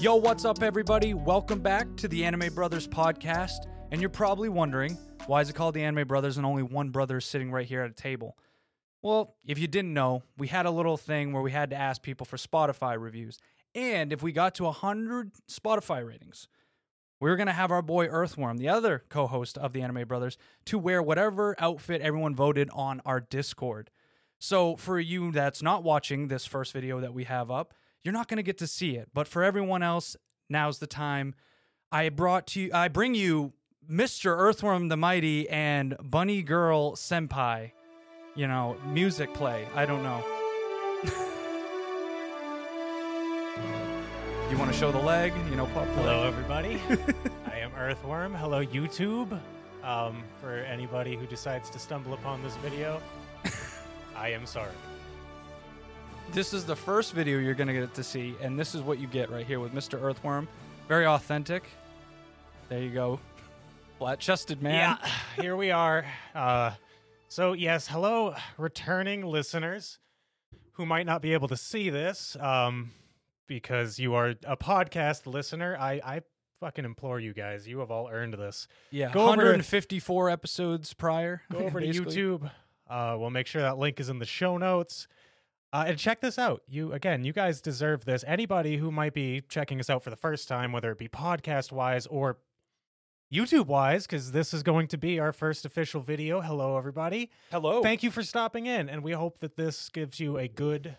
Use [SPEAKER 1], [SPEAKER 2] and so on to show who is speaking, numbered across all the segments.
[SPEAKER 1] Yo, what's up, everybody? Welcome back to the Anime Brothers podcast. And you're probably wondering, why is it called the Anime Brothers and only one brother is sitting right here at a table? Well, if you didn't know, we had a little thing where we had to ask people for Spotify reviews. And if we got to 100 Spotify ratings, we were going to have our boy Earthworm, the other co host of the Anime Brothers, to wear whatever outfit everyone voted on our Discord. So, for you that's not watching this first video that we have up, you're not going to get to see it. But for everyone else, now's the time. I brought to you, I bring you Mr. Earthworm the Mighty and Bunny Girl Senpai. You know, music play. I don't know. you want to show the leg? You know, pop the leg.
[SPEAKER 2] Hello, everybody. I am Earthworm. Hello, YouTube. Um, for anybody who decides to stumble upon this video, I am sorry.
[SPEAKER 1] This is the first video you're going to get to see, and this is what you get right here with Mr. Earthworm. Very authentic. There you go. Flat chested man.
[SPEAKER 2] Yeah, here we are. Uh, so, yes, hello, returning listeners who might not be able to see this um, because you are a podcast listener. I, I fucking implore you guys. You have all earned this.
[SPEAKER 1] Yeah.
[SPEAKER 2] Go over to-
[SPEAKER 1] 154 episodes prior.
[SPEAKER 2] go over to
[SPEAKER 1] basically.
[SPEAKER 2] YouTube. Uh, we'll make sure that link is in the show notes. Uh, and check this out. You again, you guys deserve this. Anybody who might be checking us out for the first time, whether it be podcast wise or YouTube wise, because this is going to be our first official video. Hello, everybody.
[SPEAKER 1] Hello.
[SPEAKER 2] Thank you for stopping in, and we hope that this gives you a good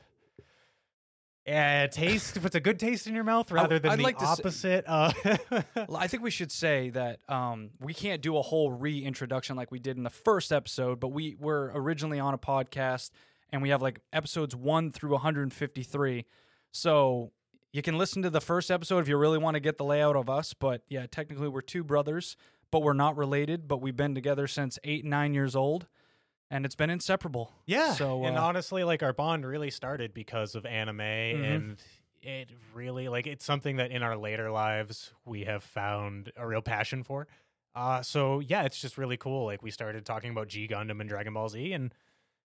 [SPEAKER 2] uh, taste. puts a good taste in your mouth rather than
[SPEAKER 1] I'd
[SPEAKER 2] the
[SPEAKER 1] like to s-
[SPEAKER 2] opposite. uh,
[SPEAKER 1] Well, I think we should say that um, we can't do a whole reintroduction like we did in the first episode, but we were originally on a podcast and we have like episodes one through 153. So you can listen to the first episode if you really want to get the layout of us. But yeah, technically we're two brothers, but we're not related, but we've been together since eight, nine years old and it's been inseparable.
[SPEAKER 2] Yeah.
[SPEAKER 1] So,
[SPEAKER 2] and
[SPEAKER 1] uh, Mm-hmm.
[SPEAKER 2] honestly, like our bond really started because of anime, and it really like it's something that in our later lives we have found a real passion for. Uh, so yeah, it's just really cool. Like we started talking about G Gundam and Dragon Ball Z, and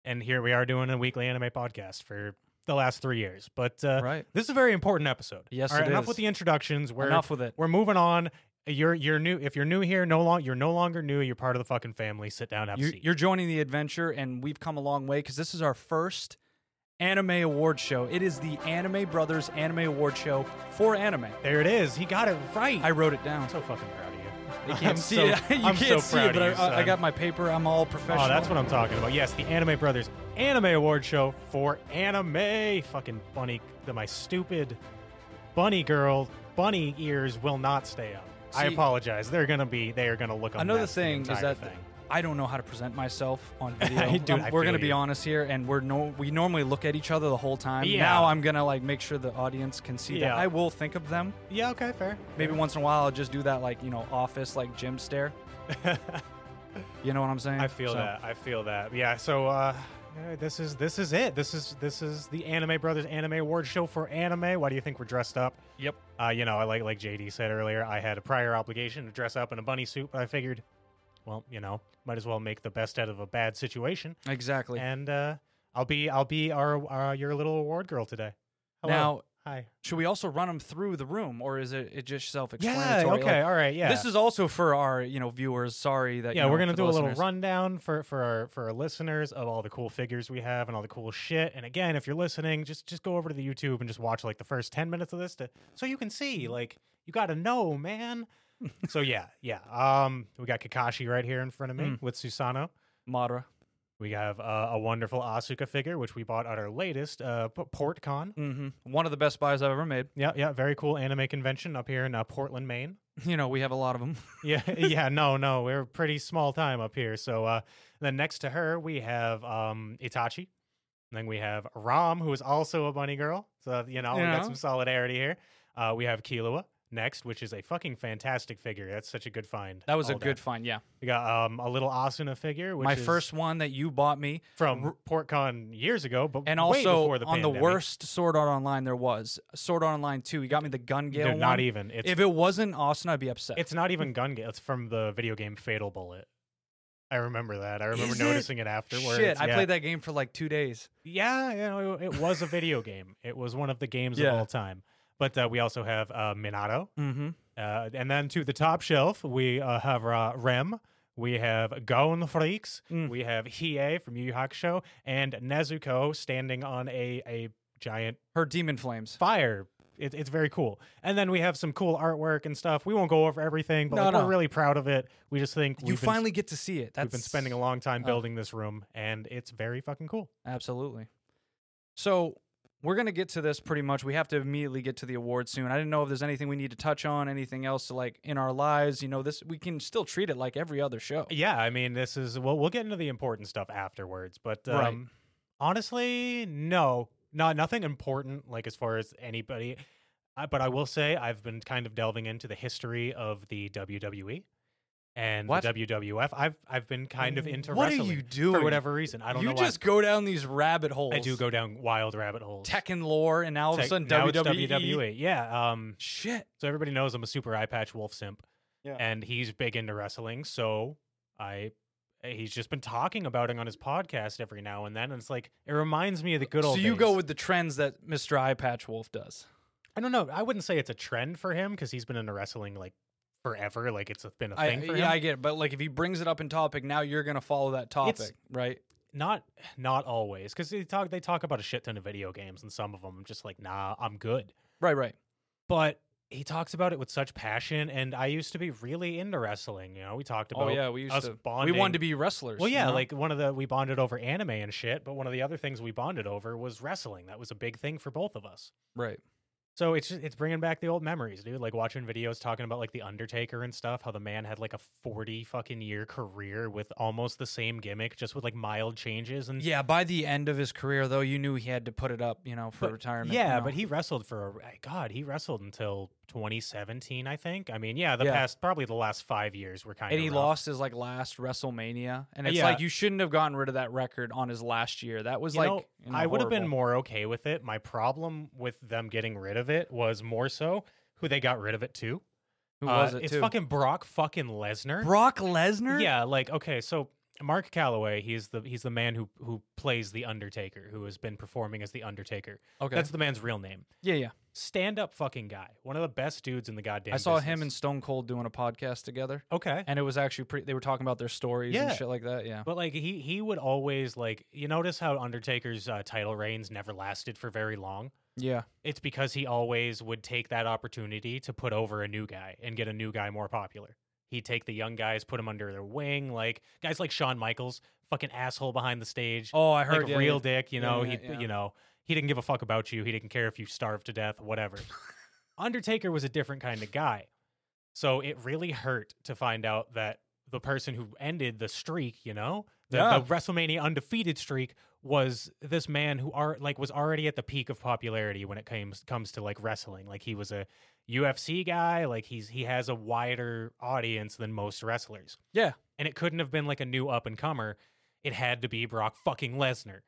[SPEAKER 2] and here we are doing a weekly anime podcast for the last three years. But uh,
[SPEAKER 1] Right.
[SPEAKER 2] this is a very important episode.
[SPEAKER 1] Yes,
[SPEAKER 2] All right,
[SPEAKER 1] it
[SPEAKER 2] enough
[SPEAKER 1] is.
[SPEAKER 2] with the introductions. We're
[SPEAKER 1] Enough with it.
[SPEAKER 2] we're moving on. You're you're new. If you're new here, no long you're no longer new. You're part of the fucking family. Sit down, have a
[SPEAKER 1] You're,
[SPEAKER 2] seat.
[SPEAKER 1] you're joining the adventure, and we've come a long way because this is our first anime award show. It is the Anime Brothers Anime Award Show for anime.
[SPEAKER 2] There it is. He got it right.
[SPEAKER 1] I wrote it down.
[SPEAKER 2] I'm so fucking proud of you.
[SPEAKER 1] You can't
[SPEAKER 2] I'm
[SPEAKER 1] see
[SPEAKER 2] so-
[SPEAKER 1] it. you
[SPEAKER 2] I'm
[SPEAKER 1] can't
[SPEAKER 2] so
[SPEAKER 1] see
[SPEAKER 2] proud
[SPEAKER 1] it, but
[SPEAKER 2] of
[SPEAKER 1] I,
[SPEAKER 2] you,
[SPEAKER 1] I- I
[SPEAKER 2] son.
[SPEAKER 1] got my paper. I'm all professional.
[SPEAKER 2] Oh, that's what I'm talking about. Yes, the Anime Brothers Anime Award Show for anime. Fucking bunny, the, my stupid bunny girl, bunny ears will not stay up. I
[SPEAKER 1] See-
[SPEAKER 2] apologize. They're gonna be. They are gonna look. A
[SPEAKER 1] Another
[SPEAKER 2] mess the
[SPEAKER 1] thing is
[SPEAKER 2] entire
[SPEAKER 1] that
[SPEAKER 2] thing.
[SPEAKER 1] I don't know how to present myself on video.
[SPEAKER 2] Dude,
[SPEAKER 1] Um,
[SPEAKER 2] I
[SPEAKER 1] we're
[SPEAKER 2] feel
[SPEAKER 1] gonna be
[SPEAKER 2] you.
[SPEAKER 1] honest here, and we're no we normally look at each other the whole time.
[SPEAKER 2] Yeah.
[SPEAKER 1] Now I'm gonna like make sure the audience can see that.
[SPEAKER 2] Yeah.
[SPEAKER 1] I will think of them.
[SPEAKER 2] yeah. Okay. Fair.
[SPEAKER 1] Maybe once in a while I'll just do that like you know office like gym stare. You know what I'm saying?
[SPEAKER 2] I feel
[SPEAKER 1] So-
[SPEAKER 2] that. I feel that. Yeah. So uh, yeah, this is this is it. This is this is the Anime Brothers Anime Award Show for anime. Why do you think we're dressed up?
[SPEAKER 1] Yep.
[SPEAKER 2] Uh, you know, I like like JD said earlier, I had a prior obligation to dress up in a bunny suit, but I figured, well, you know, might as well make the best out of a bad situation.
[SPEAKER 1] Exactly.
[SPEAKER 2] And uh, I'll be I'll be our uh, your little award girl today. Hello.
[SPEAKER 1] Now,
[SPEAKER 2] Hi.
[SPEAKER 1] should we also run them through the room, or is it, it just
[SPEAKER 2] Yeah.
[SPEAKER 1] self-explanatory?
[SPEAKER 2] Okay.
[SPEAKER 1] Like,
[SPEAKER 2] all right. Yeah.
[SPEAKER 1] This is also for our you know viewers. Sorry that
[SPEAKER 2] yeah.
[SPEAKER 1] you know,
[SPEAKER 2] we're gonna
[SPEAKER 1] for the
[SPEAKER 2] do a little
[SPEAKER 1] listeners.
[SPEAKER 2] rundown for for our for our listeners of all the cool figures we have and all the cool shit. And again, if you're listening, just just go over to the YouTube and just watch like the first ten minutes of this to so you can see like you got to know, man. so yeah, yeah. Um, we got Kakashi right here in front of me
[SPEAKER 1] Mm.
[SPEAKER 2] with Susano.
[SPEAKER 1] Madara.
[SPEAKER 2] We have uh, a wonderful Asuka figure, which we bought at our latest uh, P- PortCon.
[SPEAKER 1] hmm One of the best buys I've ever made.
[SPEAKER 2] Yeah, yeah, very cool anime convention up here in uh, Portland, Maine.
[SPEAKER 1] You know, we have a lot of them.
[SPEAKER 2] Yeah, yeah, no, no, we're pretty small time up here. So uh, then next to her we have um, Itachi. And then we have Ram, who is also a bunny girl. So you know we
[SPEAKER 1] Yeah.
[SPEAKER 2] got some solidarity here. Uh, we have Killua next, which is a fucking fantastic figure. That's such a good find.
[SPEAKER 1] That was a
[SPEAKER 2] all
[SPEAKER 1] good find. Yeah,
[SPEAKER 2] We got um, a little Asuna figure, which
[SPEAKER 1] my
[SPEAKER 2] is
[SPEAKER 1] first one that you bought me,
[SPEAKER 2] from PortCon years ago, but
[SPEAKER 1] and
[SPEAKER 2] way
[SPEAKER 1] also
[SPEAKER 2] before the
[SPEAKER 1] on the
[SPEAKER 2] pandemic.
[SPEAKER 1] worst Sword Art Online there was. Sword Art Online two. You got me the Gun Gale
[SPEAKER 2] Dude,
[SPEAKER 1] one.
[SPEAKER 2] not even. It's
[SPEAKER 1] if it wasn't Austin, I'd be upset.
[SPEAKER 2] it's not even gun game. It's from the video game Fatal Bullet. I remember that. I remember
[SPEAKER 1] Is it?
[SPEAKER 2] noticing it, afterwards.
[SPEAKER 1] shit. I
[SPEAKER 2] yeah.
[SPEAKER 1] played that game for like two days.
[SPEAKER 2] Yeah, you know, it was a video game. It was one of the games
[SPEAKER 1] Yeah.
[SPEAKER 2] of all time. But uh, we also have uh, Minato.
[SPEAKER 1] Mm-hmm.
[SPEAKER 2] Uh, and then to the top shelf, we uh, have uh, Rem. We have Gon Freaks.
[SPEAKER 1] Mm.
[SPEAKER 2] We have Hiei from Yu Yu Hakusho and Nezuko standing on a, a giant
[SPEAKER 1] Her demon flames.
[SPEAKER 2] fire. It, it's very cool. And then we have some cool artwork and stuff. We won't go over everything, but
[SPEAKER 1] No,
[SPEAKER 2] like,
[SPEAKER 1] no.
[SPEAKER 2] we're really proud of it. We just think
[SPEAKER 1] you
[SPEAKER 2] we've been-
[SPEAKER 1] finally get to see it. That's
[SPEAKER 2] we've been spending a long time
[SPEAKER 1] uh,
[SPEAKER 2] building this room, and it's very fucking cool.
[SPEAKER 1] Absolutely. So we're gonna get to this pretty much. We have to immediately get to the awards soon. I didn't know if there's anything we need to touch on, anything else like in our lives. You know, this we can still treat it like every other show.
[SPEAKER 2] Yeah, I mean, this is well, we'll get into the important stuff afterwards, but um,
[SPEAKER 1] Right.
[SPEAKER 2] honestly, no, not nothing important like as far as anybody. I, but I will say I've been kind of delving into the history of the WWE and
[SPEAKER 1] What?
[SPEAKER 2] the WWF. I've I've been kind of into
[SPEAKER 1] What
[SPEAKER 2] wrestling
[SPEAKER 1] are you doing?
[SPEAKER 2] for whatever reason. I don't
[SPEAKER 1] you
[SPEAKER 2] know
[SPEAKER 1] just go down these rabbit holes.
[SPEAKER 2] why. I do go down wild rabbit holes.
[SPEAKER 1] Tekken lore, and now all of a
[SPEAKER 2] Tech-
[SPEAKER 1] sudden E.
[SPEAKER 2] now
[SPEAKER 1] WWE.
[SPEAKER 2] it's WWE. Yeah. Um,
[SPEAKER 1] Shit.
[SPEAKER 2] so everybody knows I'm a super eye patch wolf simp.
[SPEAKER 1] Yeah.
[SPEAKER 2] And he's big into wrestling, so I he's just been talking about it on his podcast every now and then. And it's like it reminds me of the good
[SPEAKER 1] So
[SPEAKER 2] old
[SPEAKER 1] you
[SPEAKER 2] days.
[SPEAKER 1] go with the trends that Mr. Eye Patch Wolf does.
[SPEAKER 2] I don't know. I wouldn't say it's a trend for him because he's been into wrestling like forever. Like it's been a
[SPEAKER 1] I,
[SPEAKER 2] thing for
[SPEAKER 1] yeah, I
[SPEAKER 2] him.
[SPEAKER 1] get it. But like, if he brings it up in topic, now you're gonna follow that topic, right?
[SPEAKER 2] Not not always because they talk they talk about a shit ton of video games and some of them I'm just like nah I'm good.
[SPEAKER 1] Right, right.
[SPEAKER 2] But he talks about it with such passion, and I used to be really into wrestling. You know, we talked about
[SPEAKER 1] oh yeah, we used
[SPEAKER 2] us
[SPEAKER 1] to.
[SPEAKER 2] bonding.
[SPEAKER 1] We wanted to be wrestlers.
[SPEAKER 2] Well,
[SPEAKER 1] you
[SPEAKER 2] yeah,
[SPEAKER 1] know?
[SPEAKER 2] like one of the we bonded over anime and shit, but one of the other things we bonded over was wrestling. That was a big thing for both of us.
[SPEAKER 1] right.
[SPEAKER 2] So it's just, it's bringing back the old memories, dude. Like watching videos talking about like the Undertaker and stuff, how the man had like a forty fucking year career with almost the same gimmick, just with like mild changes and
[SPEAKER 1] Yeah, by the end of his career, though, you knew he had to put it up, you know, for
[SPEAKER 2] But-
[SPEAKER 1] retirement. you
[SPEAKER 2] Yeah,
[SPEAKER 1] know?
[SPEAKER 2] but he wrestled for a God. He wrestled until 2017, I think. I mean, yeah, the
[SPEAKER 1] Yeah.
[SPEAKER 2] past probably the last five years were kind of
[SPEAKER 1] and he lost his like last WrestleMania, and it's
[SPEAKER 2] Yeah.
[SPEAKER 1] like you shouldn't have gotten rid of that record on his last year. That was
[SPEAKER 2] You
[SPEAKER 1] like
[SPEAKER 2] know,
[SPEAKER 1] you know,
[SPEAKER 2] I would have been
[SPEAKER 1] horrible.
[SPEAKER 2] more okay with it. My problem with them getting rid of it was more so who they got rid of it to.
[SPEAKER 1] Who
[SPEAKER 2] Uh,
[SPEAKER 1] was it?
[SPEAKER 2] It's
[SPEAKER 1] too?
[SPEAKER 2] fucking Brock fucking Lesnar.
[SPEAKER 1] Brock Lesnar.
[SPEAKER 2] Yeah, like okay, so Mark Calloway, he's the he's the man who who plays the Undertaker, who has been performing as the Undertaker.
[SPEAKER 1] Okay.
[SPEAKER 2] That's the man's real name.
[SPEAKER 1] yeah, yeah.
[SPEAKER 2] Stand up fucking guy, one of the best dudes in the goddamn.
[SPEAKER 1] I saw him and
[SPEAKER 2] business.
[SPEAKER 1] Stone Cold doing a podcast together,
[SPEAKER 2] okay.
[SPEAKER 1] and it was actually pretty. They were talking about their stories and
[SPEAKER 2] Yeah.
[SPEAKER 1] shit like that. Yeah.
[SPEAKER 2] But like he he would always like you notice how Undertaker's uh, title reigns never lasted for very long.
[SPEAKER 1] Yeah.
[SPEAKER 2] it's because he always would take that opportunity to put over a new guy and get a new guy more popular. He'd take the young guys, put them under their wing, like guys like Shawn Michaels, fucking asshole behind the stage,
[SPEAKER 1] Oh, I heard
[SPEAKER 2] like
[SPEAKER 1] yeah,
[SPEAKER 2] real
[SPEAKER 1] yeah.
[SPEAKER 2] dick. You
[SPEAKER 1] Yeah,
[SPEAKER 2] know,
[SPEAKER 1] yeah,
[SPEAKER 2] he
[SPEAKER 1] yeah.
[SPEAKER 2] you know he didn't give a fuck about you. He didn't care if you starved to death, whatever. Undertaker was a different kind of guy, so it really hurt to find out that the person who ended the streak, you know, the,
[SPEAKER 1] Yeah.
[SPEAKER 2] the WrestleMania undefeated streak, was this man who are like was already at the peak of popularity when it comes comes to like wrestling. Like he was a UFC guy. Like he's he has a wider audience than most wrestlers.
[SPEAKER 1] Yeah.
[SPEAKER 2] and it couldn't have been like a new up and comer. It had to be Brock fucking Lesnar,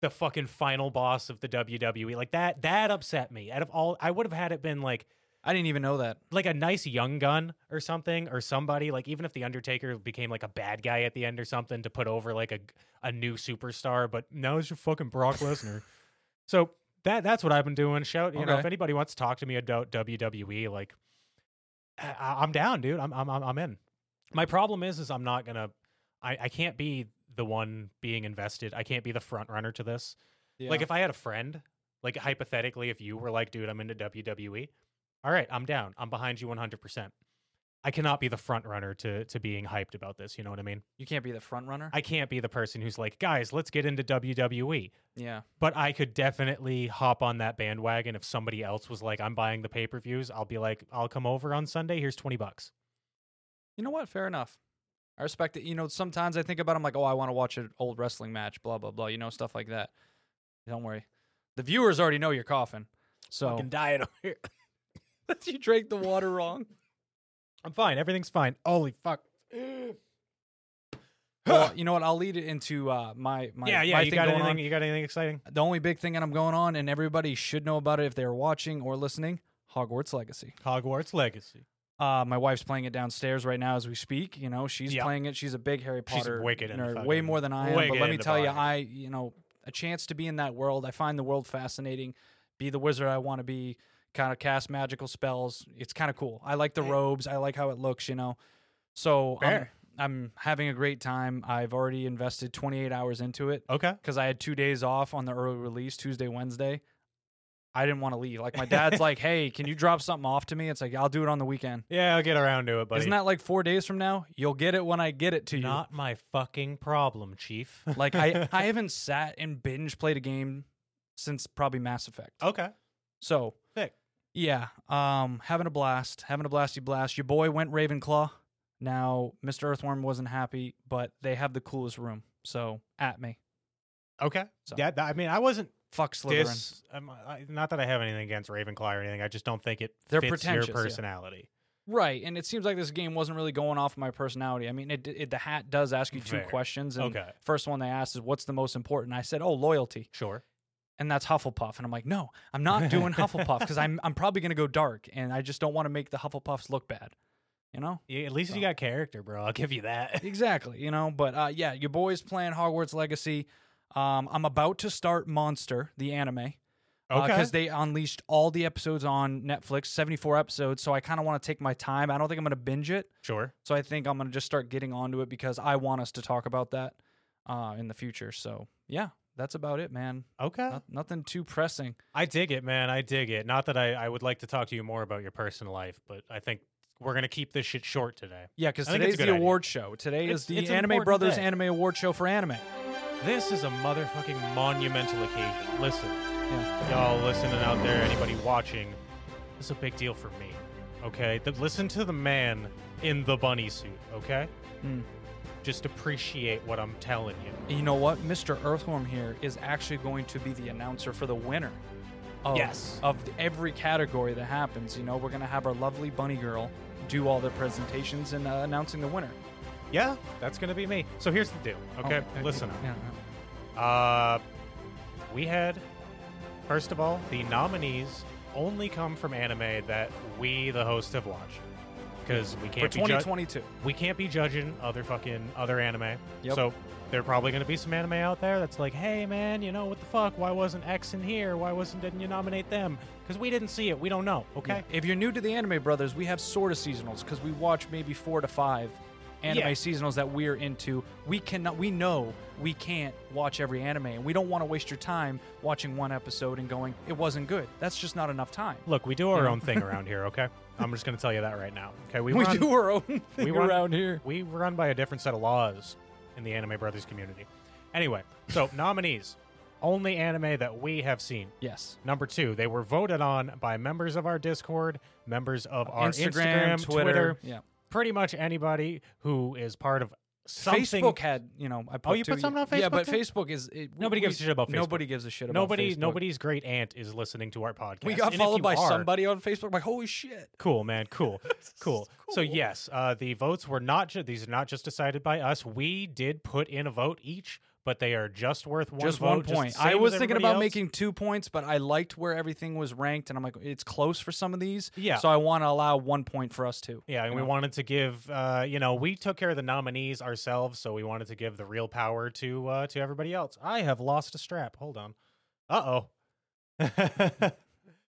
[SPEAKER 2] the fucking final boss of the WWE. Like that that upset me. Out of all, I would have had it been like
[SPEAKER 1] I didn't even know that.
[SPEAKER 2] like a nice young gun or something or somebody like even if the undertaker became like a bad guy at the end or something to put over like a a new superstar but now it's your fucking Brock Lesnar so that that's what I've been doing shout you know
[SPEAKER 1] Okay.
[SPEAKER 2] if anybody wants to talk to me about WWE like I- I, I'm down dude I'm I'm I'm I'm in my problem is is I'm not gonna I I can't be the one being invested I can't be the front runner to this
[SPEAKER 1] Yeah.
[SPEAKER 2] like if I had a friend, like hypothetically, if you were like, dude, I'm into WWE, all right, I'm down. I'm behind you 100%. I cannot be the front runner to to being hyped about this. You know what I mean?
[SPEAKER 1] you can't be the front runner.
[SPEAKER 2] I can't be the person who's like, guys, let's get into WWE.
[SPEAKER 1] yeah.
[SPEAKER 2] But I could definitely hop on that bandwagon if somebody else was like, I'm buying the pay per views. I'll be like, I'll come over on Sunday. Here's 20 bucks.
[SPEAKER 1] You know what? Fair enough. I respect it. You know, sometimes I think about. I'm like, oh, I want to watch an old wrestling match. Blah blah blah. You know, stuff like that. Don't worry. The viewers already know you're coughing. So
[SPEAKER 2] diet over here.
[SPEAKER 1] you drank the water wrong.
[SPEAKER 2] I'm fine. Everything's fine. Holy fuck.
[SPEAKER 1] well, you know what? I'll lead it into uh, my my
[SPEAKER 2] yeah, yeah.
[SPEAKER 1] My
[SPEAKER 2] You
[SPEAKER 1] thing
[SPEAKER 2] got
[SPEAKER 1] going
[SPEAKER 2] anything?
[SPEAKER 1] on.
[SPEAKER 2] You got anything exciting?
[SPEAKER 1] The only big thing that I'm going on, and everybody should know about it if they're watching or listening. Hogwarts Legacy.
[SPEAKER 2] Hogwarts Legacy.
[SPEAKER 1] Uh, my wife's playing it downstairs right now as we speak. You know, she's
[SPEAKER 2] Yeah.
[SPEAKER 1] playing it. She's a big Harry
[SPEAKER 2] She's
[SPEAKER 1] Potter
[SPEAKER 2] wicked in the
[SPEAKER 1] nerd, way
[SPEAKER 2] fucking-
[SPEAKER 1] more than I am. But
[SPEAKER 2] wicked
[SPEAKER 1] let
[SPEAKER 2] in
[SPEAKER 1] me
[SPEAKER 2] the
[SPEAKER 1] tell you,
[SPEAKER 2] bargain.
[SPEAKER 1] I you know, a chance to be in that world. I find the world fascinating. Be the wizard I want to be. kind of cast magical spells. It's kind of cool. I like the
[SPEAKER 2] Yeah.
[SPEAKER 1] robes. I like how it looks, you know. So I'm,
[SPEAKER 2] Fair.
[SPEAKER 1] I'm having a great time. I've already invested 28 hours into it
[SPEAKER 2] Okay.
[SPEAKER 1] because I had two days off on the early release, Tuesday, Wednesday. I didn't want to leave. Like my dad's like, "Hey, can you drop something off to me?" It's like I'll do it on the weekend.
[SPEAKER 2] Yeah, I'll get around to it, buddy.
[SPEAKER 1] Isn't that like four days from now? You'll get it when I get it to you.
[SPEAKER 2] not my fucking problem, Chief?
[SPEAKER 1] Like I, I haven't sat and binge played a game since probably Mass Effect.
[SPEAKER 2] okay.
[SPEAKER 1] So
[SPEAKER 2] Sick.
[SPEAKER 1] Yeah, um, having a blast, having a blasty blast. Your boy went Ravenclaw. Now, Mr. Earthworm wasn't happy, but they have the coolest room. So at me,
[SPEAKER 2] Okay.
[SPEAKER 1] So-
[SPEAKER 2] Yeah, that, I mean, I wasn't
[SPEAKER 1] fuck Slytherin.
[SPEAKER 2] dis. I'm, I, not that I have anything against Ravenclaw or anything. I just don't think it
[SPEAKER 1] They're
[SPEAKER 2] fits your
[SPEAKER 1] pretentious, yeah.
[SPEAKER 2] personality.
[SPEAKER 1] Right, and it seems like this game wasn't really going off my personality. I mean, it, it the hat does ask you two
[SPEAKER 2] Fair.
[SPEAKER 1] questions, and
[SPEAKER 2] Okay.
[SPEAKER 1] first one they asked is what's the most important. I said, oh, loyalty,
[SPEAKER 2] Sure.
[SPEAKER 1] and that's Hufflepuff, and I'm like, no, I'm not doing Hufflepuff because I'm I'm probably gonna go dark, and I just don't want to make the Hufflepuffs look bad, you know.
[SPEAKER 2] Yeah, at least
[SPEAKER 1] So-
[SPEAKER 2] you got character, bro. I'll give you that.
[SPEAKER 1] Exactly, you know. But uh, yeah, your boy's playing Hogwarts Legacy. Um, I'm about to start Monster, the anime,
[SPEAKER 2] Okay.
[SPEAKER 1] because they unleashed all the episodes on Netflix, 74 episodes. So I kind of want to take my time. I don't think I'm going to binge it,
[SPEAKER 2] sure.
[SPEAKER 1] so I think I'm going to just start getting onto it because I want us to talk about that uh, in the future. So yeah, that's about it, man.
[SPEAKER 2] Okay.
[SPEAKER 1] Not, nothing too pressing.
[SPEAKER 2] I dig it, man. I dig it. Not that I, I would like to talk to you more about your personal life, but I think we're going to keep this shit short today.
[SPEAKER 1] Yeah, because
[SPEAKER 2] I think it's
[SPEAKER 1] today's
[SPEAKER 2] a
[SPEAKER 1] the
[SPEAKER 2] good idea.
[SPEAKER 1] award show. Today
[SPEAKER 2] It's-
[SPEAKER 1] is the
[SPEAKER 2] it's an
[SPEAKER 1] Anime
[SPEAKER 2] important
[SPEAKER 1] Brothers
[SPEAKER 2] day.
[SPEAKER 1] Anime Award Show for anime.
[SPEAKER 2] This is a motherfucking monumental occasion. Listen, y'all listening out there, anybody watching, this is a big deal for me. Okay? Th- listen to the man in the bunny suit, okay?
[SPEAKER 1] Mm.
[SPEAKER 2] Just appreciate what I'm telling you.
[SPEAKER 1] And you know what? Mr. Earthworm here is actually going to be the announcer for the winner of,
[SPEAKER 2] Yes.
[SPEAKER 1] of every category that happens. You know, we're going to have our lovely bunny girl do all the presentations and uh, announcing the winner.
[SPEAKER 2] Yeah, that's going to be me. So here's the deal, okay?
[SPEAKER 1] Oh,
[SPEAKER 2] listen up.
[SPEAKER 1] yeah,
[SPEAKER 2] Uh, we had, first of all, the nominees only come from anime that we, the host, have watched because we
[SPEAKER 1] For
[SPEAKER 2] can't be ju-
[SPEAKER 1] 2022.
[SPEAKER 2] we can't be judging other fucking other anime.
[SPEAKER 1] Yep.
[SPEAKER 2] So there are probably going to be some anime out there that's like, hey man, you know what the fuck? Why wasn't X in here? Why wasn't didn't you nominate them? Because we didn't see it. We don't know. Okay.
[SPEAKER 1] Yeah. If you're new to the Anime Brothers, we have sort of seasonals because we watch maybe four to five anime
[SPEAKER 2] Yeah.
[SPEAKER 1] seasonals that we're into. We cannot, we know we can't watch every anime, and we don't want to waste your time watching one episode and going, it wasn't good. That's just not enough time.
[SPEAKER 2] Look, we do our
[SPEAKER 1] know?
[SPEAKER 2] own thing around here. Okay. I'm just going to tell you that right now. Okay. We,
[SPEAKER 1] we
[SPEAKER 2] run-
[SPEAKER 1] do our own thing
[SPEAKER 2] we run-
[SPEAKER 1] around here.
[SPEAKER 2] We run by a different set of laws in the Anime Brothers community. Anyway, so nominees. Only anime that we have seen.
[SPEAKER 1] Yes.
[SPEAKER 2] Number two, they were voted on by members of our Discord, members of our
[SPEAKER 1] Instagram, Twitter,
[SPEAKER 2] Twitter
[SPEAKER 1] yeah.
[SPEAKER 2] pretty much anybody who is part of something. Oh,
[SPEAKER 1] Facebook had, you know, I put
[SPEAKER 2] you
[SPEAKER 1] two-
[SPEAKER 2] put something on
[SPEAKER 1] Yeah,
[SPEAKER 2] Facebook
[SPEAKER 1] but
[SPEAKER 2] too?
[SPEAKER 1] Facebook is it,
[SPEAKER 2] Nobody gives a shit about
[SPEAKER 1] Nobody gives a shit about
[SPEAKER 2] nobody,
[SPEAKER 1] Facebook.
[SPEAKER 2] nobody's great aunt is listening to our podcast.
[SPEAKER 1] We got
[SPEAKER 2] And if
[SPEAKER 1] followed
[SPEAKER 2] you
[SPEAKER 1] by
[SPEAKER 2] are-
[SPEAKER 1] somebody on Facebook. Like, holy shit!
[SPEAKER 2] Cool, man. Cool, cool. So
[SPEAKER 1] Cool.
[SPEAKER 2] yes, uh, the votes were not. Ju- these are not just decided by us. We did put in a vote each, but they are just worth one
[SPEAKER 1] just
[SPEAKER 2] vote,
[SPEAKER 1] one
[SPEAKER 2] the
[SPEAKER 1] point. I
[SPEAKER 2] same
[SPEAKER 1] was
[SPEAKER 2] as
[SPEAKER 1] thinking
[SPEAKER 2] everybody
[SPEAKER 1] about
[SPEAKER 2] else.
[SPEAKER 1] making two points, but I liked where everything was ranked, and I'm like, it's close for some of these.
[SPEAKER 2] Yeah.
[SPEAKER 1] So I want to allow one point for us too.
[SPEAKER 2] Yeah, and
[SPEAKER 1] you
[SPEAKER 2] we
[SPEAKER 1] know?
[SPEAKER 2] wanted to give, uh, you know, we took care of the nominees ourselves, so we wanted to give the real power to uh, to everybody else. I have lost a strap. Hold on. Uh oh.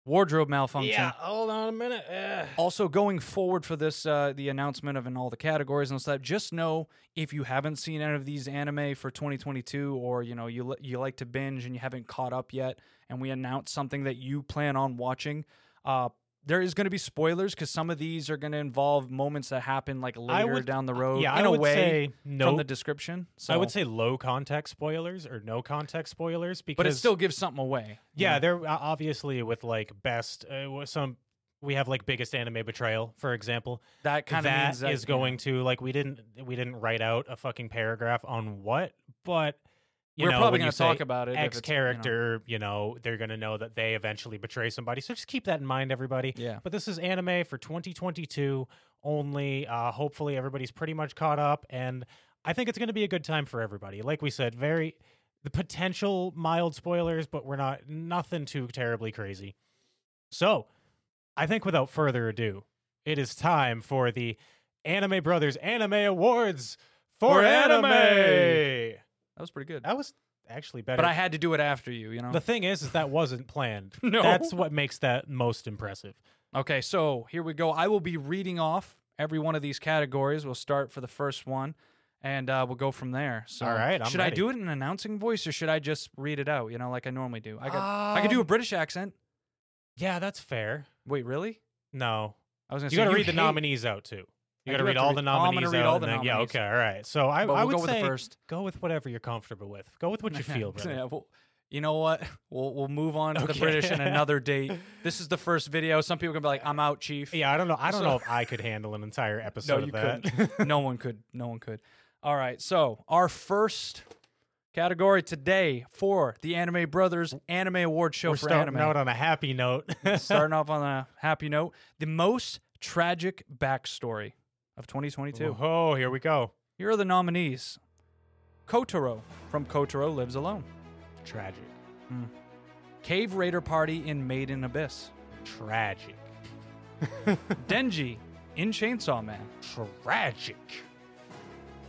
[SPEAKER 1] Wardrobe malfunction.
[SPEAKER 2] Yeah, hold on a minute. Ugh.
[SPEAKER 1] Also, going forward for this, uh, the announcement of and all the categories and stuff. Just know if you haven't seen any of these anime for 2022, or you know you li- you like to binge and you haven't caught up yet, and we announce something that you plan on watching, uh, there is going to be spoilers because some of these are going to involve moments that happen like later
[SPEAKER 2] would-
[SPEAKER 1] down the road.
[SPEAKER 2] yeah,
[SPEAKER 1] in
[SPEAKER 2] I
[SPEAKER 1] a
[SPEAKER 2] would
[SPEAKER 1] way
[SPEAKER 2] say no.
[SPEAKER 1] from the description. So
[SPEAKER 2] I would say low context spoilers or no context spoilers because
[SPEAKER 1] but it still gives something away. you
[SPEAKER 2] yeah,
[SPEAKER 1] know?
[SPEAKER 2] they're uh, obviously with like best uh, with some we have like biggest anime betrayal for example.
[SPEAKER 1] that kind of
[SPEAKER 2] that
[SPEAKER 1] means that,
[SPEAKER 2] is
[SPEAKER 1] yeah.
[SPEAKER 2] going to like we didn't we didn't write out a fucking paragraph on what, but you
[SPEAKER 1] We're
[SPEAKER 2] know,
[SPEAKER 1] probably
[SPEAKER 2] when
[SPEAKER 1] gonna
[SPEAKER 2] you
[SPEAKER 1] talk
[SPEAKER 2] say
[SPEAKER 1] about it. if
[SPEAKER 2] X
[SPEAKER 1] it's, you know.
[SPEAKER 2] character, you know, they're going to know that they eventually betray somebody. So just keep that in mind, everybody.
[SPEAKER 1] Yeah.
[SPEAKER 2] But this is anime for 2022 only. Uh, hopefully, everybody's pretty much caught up, and I think it's going to be a good time for everybody. Like we said, very the potential mild spoilers, but we're not nothing too terribly crazy. So, I think without further ado, it is time for the Anime Brothers Anime Awards for,
[SPEAKER 1] For anime!
[SPEAKER 2] anime.
[SPEAKER 1] That was pretty good.
[SPEAKER 2] That was actually better.
[SPEAKER 1] But I had to do it after you, you know?
[SPEAKER 2] the thing is, is that wasn't planned.
[SPEAKER 1] No.
[SPEAKER 2] That's what makes that most impressive.
[SPEAKER 1] Okay, so here we go. I will be reading off every one of these categories. We'll start for the first one, and uh, we'll go from there. So,
[SPEAKER 2] All right, I'm
[SPEAKER 1] should I
[SPEAKER 2] ready.
[SPEAKER 1] do it in an announcing voice, or should I just read it out? You know, like I normally do. I could, I could do a
[SPEAKER 2] Um,
[SPEAKER 1] British accent.
[SPEAKER 2] Yeah, that's fair.
[SPEAKER 1] Wait, really?
[SPEAKER 2] No,
[SPEAKER 1] I was gonna
[SPEAKER 2] you
[SPEAKER 1] say
[SPEAKER 2] got to read the
[SPEAKER 1] hate-
[SPEAKER 2] nominees out too.
[SPEAKER 1] I
[SPEAKER 2] You got to
[SPEAKER 1] do have
[SPEAKER 2] read
[SPEAKER 1] to
[SPEAKER 2] all
[SPEAKER 1] read-
[SPEAKER 2] the
[SPEAKER 1] oh, I'm gonna
[SPEAKER 2] nominees
[SPEAKER 1] read
[SPEAKER 2] out.
[SPEAKER 1] all
[SPEAKER 2] and
[SPEAKER 1] the
[SPEAKER 2] then- yeah,
[SPEAKER 1] nominees.
[SPEAKER 2] okay, all right. So I,
[SPEAKER 1] But
[SPEAKER 2] I
[SPEAKER 1] we'll
[SPEAKER 2] would
[SPEAKER 1] go with
[SPEAKER 2] say
[SPEAKER 1] the first.
[SPEAKER 2] go with whatever you're comfortable with. Go with what you feel, brother.
[SPEAKER 1] yeah, well, you know what? We'll we'll move on to the
[SPEAKER 2] Okay.
[SPEAKER 1] British in another date. This is the first video. Some people are gonna be like, "I'm out, chief."
[SPEAKER 2] Yeah, I don't know. I don't
[SPEAKER 1] So-
[SPEAKER 2] know if I could handle an entire episode
[SPEAKER 1] you
[SPEAKER 2] of that.
[SPEAKER 1] no one could. No one could. All right. So our first category today for the Anime Brothers Anime Award Show
[SPEAKER 2] We're
[SPEAKER 1] for
[SPEAKER 2] starting
[SPEAKER 1] anime.
[SPEAKER 2] out on a happy note.
[SPEAKER 1] starting off on a happy note. The most tragic backstory of 2022.
[SPEAKER 2] Oh, here we go.
[SPEAKER 1] Here are the nominees. Kotaro from Kotaro Lives Alone.
[SPEAKER 2] Tragic.
[SPEAKER 1] Cave Raider Party in Maiden Abyss.
[SPEAKER 2] Tragic.
[SPEAKER 1] Denji in Chainsaw Man.
[SPEAKER 2] Tragic.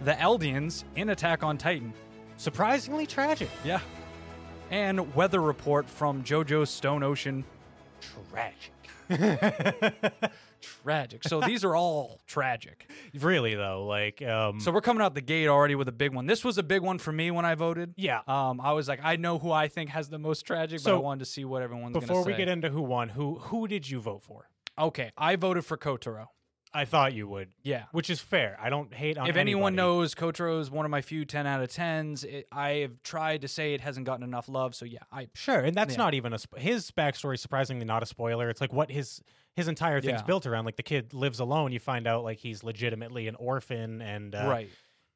[SPEAKER 1] The Eldians in Attack on Titan.
[SPEAKER 2] Surprisingly tragic.
[SPEAKER 1] Yeah. And Weather Report from JoJo's Stone Ocean
[SPEAKER 2] Tragic.
[SPEAKER 1] tragic. So these are all tragic.
[SPEAKER 2] really though, like um
[SPEAKER 1] So we're coming out the gate already with a big one. This was a big one for me when I voted.
[SPEAKER 2] yeah.
[SPEAKER 1] Um, I was like, I know who I think has the most tragic, but I
[SPEAKER 2] So,
[SPEAKER 1] wanted to see what everyone's going to say.
[SPEAKER 2] Before we get into who won, who who did you vote for?
[SPEAKER 1] okay, I voted for Kotaro.
[SPEAKER 2] I thought you would.
[SPEAKER 1] Yeah.
[SPEAKER 2] Which is fair. I don't hate on
[SPEAKER 1] If anyone
[SPEAKER 2] anybody.
[SPEAKER 1] knows, Kotaro is one of my few ten out of tens. It, I have tried to say it hasn't gotten enough love, so yeah, I
[SPEAKER 2] Sure, and that's
[SPEAKER 1] Yeah.
[SPEAKER 2] not even a sp- his backstory. Surprisingly, not a spoiler. It's like what his his entire thing's
[SPEAKER 1] Yeah.
[SPEAKER 2] built around. Like the kid lives alone. You find out like he's legitimately an orphan, and uh,
[SPEAKER 1] right.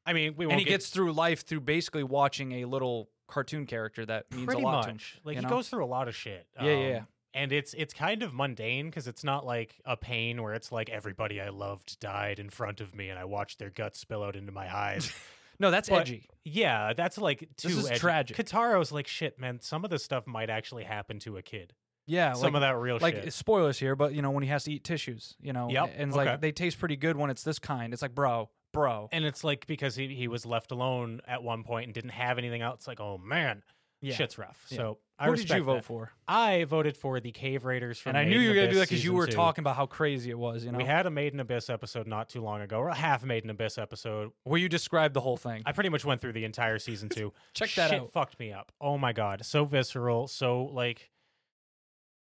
[SPEAKER 2] I mean, we won't
[SPEAKER 1] And he
[SPEAKER 2] get
[SPEAKER 1] gets through life through basically watching a little cartoon character that means
[SPEAKER 2] pretty
[SPEAKER 1] a lot
[SPEAKER 2] much
[SPEAKER 1] to him.
[SPEAKER 2] like
[SPEAKER 1] you
[SPEAKER 2] he
[SPEAKER 1] know?
[SPEAKER 2] goes through a lot of shit. um,
[SPEAKER 1] Yeah, yeah, yeah.
[SPEAKER 2] And it's it's kind of mundane because it's not like a pain where it's like everybody I loved died in front of me and I watched their guts spill out into my eyes.
[SPEAKER 1] No, that's
[SPEAKER 2] But-
[SPEAKER 1] edgy.
[SPEAKER 2] yeah, that's like too
[SPEAKER 1] is
[SPEAKER 2] edgy.
[SPEAKER 1] tragic.
[SPEAKER 2] Kataro's like shit, man. Some of this stuff might actually happen to a kid.
[SPEAKER 1] Yeah,
[SPEAKER 2] Some
[SPEAKER 1] like,
[SPEAKER 2] of that real
[SPEAKER 1] like
[SPEAKER 2] shit.
[SPEAKER 1] spoilers here, but you know when he has to eat tissues, you know,
[SPEAKER 2] Yep,
[SPEAKER 1] and it's
[SPEAKER 2] okay.
[SPEAKER 1] like they taste pretty good when it's this kind. It's like, bro, bro,
[SPEAKER 2] And it's like because he, he was left alone at one point and didn't have anything else. Like, oh man,
[SPEAKER 1] yeah.
[SPEAKER 2] shit's rough.
[SPEAKER 1] Yeah.
[SPEAKER 2] So I
[SPEAKER 1] Who did you
[SPEAKER 2] respect
[SPEAKER 1] vote
[SPEAKER 2] that.
[SPEAKER 1] for?
[SPEAKER 2] I voted for the Cave Raiders. From
[SPEAKER 1] and I knew you were gonna
[SPEAKER 2] going to
[SPEAKER 1] do that because you were talking about how crazy it was. You know,
[SPEAKER 2] We had a Maiden Abyss episode not too long ago, or a half Maiden Abyss episode.
[SPEAKER 1] where you described the whole thing.
[SPEAKER 2] I pretty much went through the entire season two.
[SPEAKER 1] Check that
[SPEAKER 2] Shit
[SPEAKER 1] out.
[SPEAKER 2] Fucked me up. Oh my god, so visceral, so like,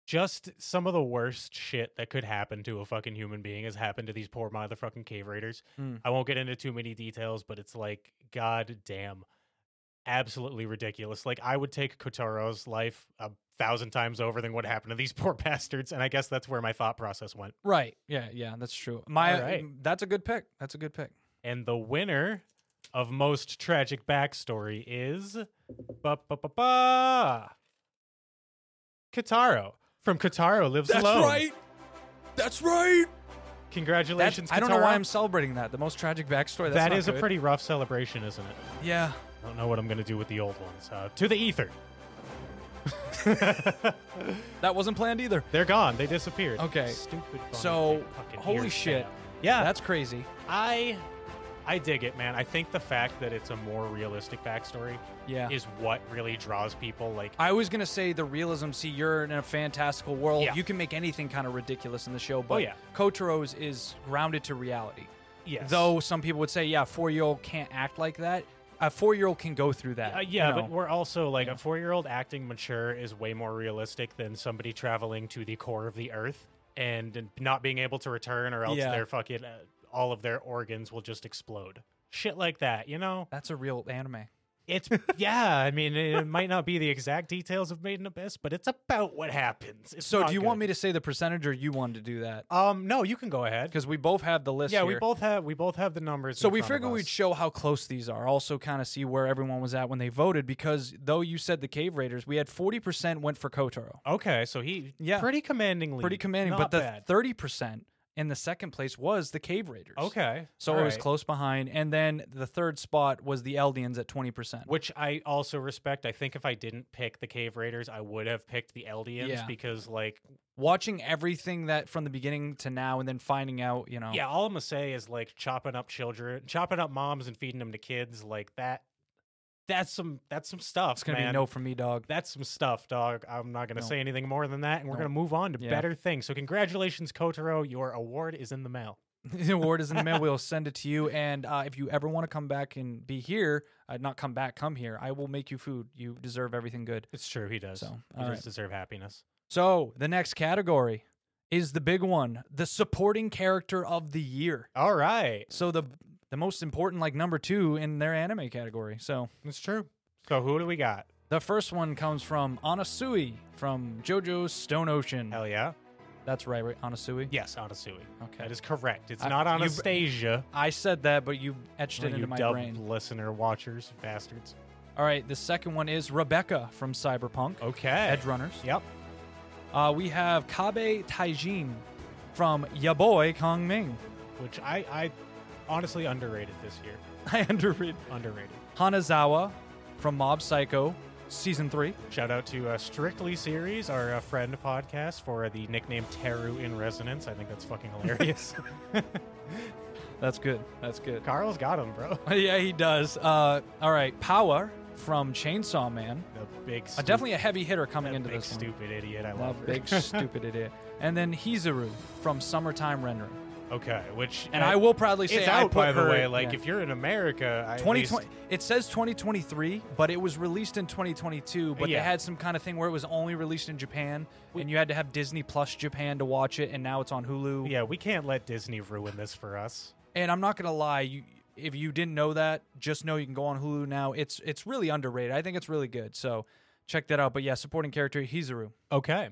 [SPEAKER 2] just some of the worst shit that could happen to a fucking human being has happened to these poor motherfucking cave raiders.
[SPEAKER 1] Mm.
[SPEAKER 2] I won't get into too many details, but it's like, god damn, absolutely ridiculous. Like I would take Kotaro's life a thousand times over than what happened to these poor bastards, and I guess that's where my thought process went.
[SPEAKER 1] right? Yeah, yeah, that's true. My,
[SPEAKER 2] right.
[SPEAKER 1] that's a good pick. That's a good pick.
[SPEAKER 2] And the winner of most tragic backstory is ba ba ba ba Kataro from Kataro lives alone.
[SPEAKER 1] That's right.
[SPEAKER 2] Congratulations,
[SPEAKER 1] I don't know why
[SPEAKER 2] Kataro.
[SPEAKER 1] I'm celebrating that. The most tragic backstory. That's
[SPEAKER 2] That
[SPEAKER 1] not
[SPEAKER 2] is a
[SPEAKER 1] good.
[SPEAKER 2] pretty rough celebration, isn't it?
[SPEAKER 1] Yeah.
[SPEAKER 2] I don't know what I'm gonna do with the old ones. Uh, to the ether.
[SPEAKER 1] That wasn't planned either.
[SPEAKER 2] They're gone. They disappeared.
[SPEAKER 1] Okay.
[SPEAKER 2] Stupid. bunny
[SPEAKER 1] So,
[SPEAKER 2] thing. Fucking
[SPEAKER 1] holy
[SPEAKER 2] ears
[SPEAKER 1] shit.
[SPEAKER 2] stand out. Yeah.
[SPEAKER 1] That's crazy.
[SPEAKER 2] I I dig it, man. I think the fact that it's a more realistic backstory
[SPEAKER 1] Yeah.
[SPEAKER 2] is what really draws people. Like,
[SPEAKER 1] I was gonna say the realism. See, you're in a fantastical world.
[SPEAKER 2] Yeah. Oh,
[SPEAKER 1] You can make anything kind of ridiculous in the show, but
[SPEAKER 2] yeah.
[SPEAKER 1] Kotaro's is grounded to reality.
[SPEAKER 2] yes.
[SPEAKER 1] Though some people would say, yeah, a four year old can't act like that. A four year old can go through that.
[SPEAKER 2] Uh,
[SPEAKER 1] you
[SPEAKER 2] yeah,
[SPEAKER 1] know.
[SPEAKER 2] but we're also like a four-year-old acting mature is way more realistic than somebody traveling to the core of the earth and, and not being able to return, or else
[SPEAKER 1] Yeah.
[SPEAKER 2] their fucking uh, all of their organs will just explode. Shit like that, you know.
[SPEAKER 1] that's a real anime.
[SPEAKER 2] It's yeah. I mean, it might not be the exact details of Maiden Abyss, but it's about what happens. It's
[SPEAKER 1] So,
[SPEAKER 2] not
[SPEAKER 1] do you want
[SPEAKER 2] good.
[SPEAKER 1] me to say the percentage, or you wanted to do that?
[SPEAKER 2] Um, no, you can go ahead.
[SPEAKER 1] Because we both have the list.
[SPEAKER 2] Yeah, we
[SPEAKER 1] here.
[SPEAKER 2] both have we both have the numbers.
[SPEAKER 1] So
[SPEAKER 2] in
[SPEAKER 1] we
[SPEAKER 2] front of
[SPEAKER 1] figured we'd
[SPEAKER 2] us.
[SPEAKER 1] show how close these are. Also, kind of see where everyone was at when they voted. Because though you said the Cave Raiders, we had forty percent went for Kotaro.
[SPEAKER 2] okay, so he
[SPEAKER 1] Yeah.
[SPEAKER 2] pretty commandingly
[SPEAKER 1] pretty commanding.
[SPEAKER 2] not
[SPEAKER 1] but the
[SPEAKER 2] bad.
[SPEAKER 1] thirty percent in the second place was the Cave Raiders.
[SPEAKER 2] okay,
[SPEAKER 1] so
[SPEAKER 2] all
[SPEAKER 1] it was
[SPEAKER 2] right.
[SPEAKER 1] close behind, and then the third spot was the Eldians at twenty percent.
[SPEAKER 2] Which I also respect. I think if I didn't pick the Cave Raiders, I would have picked the Eldians
[SPEAKER 1] Yeah.
[SPEAKER 2] because, like,
[SPEAKER 1] Watching everything that from the beginning to now, and then finding out, you know,
[SPEAKER 2] yeah, all I'm gonna say is like chopping up children, chopping up moms, and feeding them to kids like that. that's some that's some stuff.
[SPEAKER 1] It's gonna be
[SPEAKER 2] man.
[SPEAKER 1] no for me, dog.
[SPEAKER 2] That's some stuff, dog. I'm not going to
[SPEAKER 1] No.
[SPEAKER 2] say anything more than that, and we're
[SPEAKER 1] No.
[SPEAKER 2] going to move on to
[SPEAKER 1] Yeah.
[SPEAKER 2] better things. So, congratulations, Kotaro. Your award is in the mail.
[SPEAKER 1] the award is in the mail. We'll send it to you. And uh, if you ever want to come back and be here, uh, not come back, come here. I will make you food. You deserve everything good.
[SPEAKER 2] It's true. He does.
[SPEAKER 1] So,
[SPEAKER 2] So, he
[SPEAKER 1] all
[SPEAKER 2] does
[SPEAKER 1] right.
[SPEAKER 2] deserve happiness.
[SPEAKER 1] So the next category is the big one: the supporting character of the year.
[SPEAKER 2] All right.
[SPEAKER 1] So the the most important, like number two in their anime category. So
[SPEAKER 2] It's true. So, who do we got?
[SPEAKER 1] the first one comes from Anasui from JoJo's Stone Ocean.
[SPEAKER 2] Hell yeah.
[SPEAKER 1] That's right, right? Anasui.
[SPEAKER 2] Yes, Anasui.
[SPEAKER 1] Okay.
[SPEAKER 2] That is correct. It's
[SPEAKER 1] I-
[SPEAKER 2] not
[SPEAKER 1] you-
[SPEAKER 2] Anastasia.
[SPEAKER 1] I said that, but you etched it
[SPEAKER 2] Oh, you
[SPEAKER 1] into my
[SPEAKER 2] dubbed
[SPEAKER 1] brain.
[SPEAKER 2] listener watchers, bastards.
[SPEAKER 1] All right, the second one is Rebecca from Cyberpunk.
[SPEAKER 2] Okay.
[SPEAKER 1] Edge Runners.
[SPEAKER 2] Yep.
[SPEAKER 1] Uh, we have Kabe Taijin from Ya Boy Kong Ming.
[SPEAKER 2] Which I, I honestly underrated this year.
[SPEAKER 1] I underread.
[SPEAKER 2] Underrated.
[SPEAKER 1] Hanazawa from Mob Psycho Season 3.
[SPEAKER 2] Shout out to uh, Strictly Series, our uh, friend podcast, for uh, the nickname Teru in Resonance. I think that's fucking hilarious.
[SPEAKER 1] That's good. That's good.
[SPEAKER 2] Carl's got him, bro.
[SPEAKER 1] yeah, he does. Uh, all right, Power from Chainsaw Man.
[SPEAKER 2] The big,
[SPEAKER 1] Uh,
[SPEAKER 2] stu-
[SPEAKER 1] definitely a heavy hitter
[SPEAKER 2] that
[SPEAKER 1] coming into
[SPEAKER 2] big
[SPEAKER 1] this one.
[SPEAKER 2] stupid idiot. I
[SPEAKER 1] That
[SPEAKER 2] love her.
[SPEAKER 1] big stupid idiot. And then Hizuru from Summertime Rendering.
[SPEAKER 2] okay, which
[SPEAKER 1] And
[SPEAKER 2] uh,
[SPEAKER 1] I will proudly say
[SPEAKER 2] It's
[SPEAKER 1] I
[SPEAKER 2] out
[SPEAKER 1] put
[SPEAKER 2] by the
[SPEAKER 1] her-
[SPEAKER 2] way. Like
[SPEAKER 1] yeah.
[SPEAKER 2] if you're in America, I at
[SPEAKER 1] 2020
[SPEAKER 2] least-
[SPEAKER 1] it says 2023 but it was released in 2022 but
[SPEAKER 2] Yeah.
[SPEAKER 1] they had some kind of thing where it was only released in japan and you had to have disney plus japan to watch it and now it's on hulu
[SPEAKER 2] yeah, we can't let Disney ruin this for us.
[SPEAKER 1] and i'm not gonna lie you if you didn't know that just know you can go on hulu now it's it's really underrated i think it's really good so check that out but yeah supporting character hizuru
[SPEAKER 2] Okay,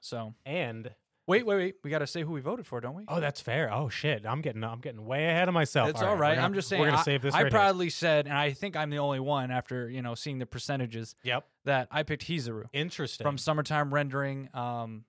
[SPEAKER 1] so
[SPEAKER 2] and
[SPEAKER 1] wait wait wait we gotta say who we voted for don't we
[SPEAKER 2] oh, that's fair. Oh shit, I'm getting I'm getting way ahead of myself.
[SPEAKER 1] It's all
[SPEAKER 2] we're
[SPEAKER 1] right.
[SPEAKER 2] gonna-
[SPEAKER 1] I'm just saying.
[SPEAKER 2] we're gonna
[SPEAKER 1] I,
[SPEAKER 2] save this.
[SPEAKER 1] I
[SPEAKER 2] right here.
[SPEAKER 1] proudly said, and I think I'm the only one after you know seeing the percentages
[SPEAKER 2] Yep.
[SPEAKER 1] that I picked Hizuru.
[SPEAKER 2] Interesting.
[SPEAKER 1] from Summertime Rendering. Um,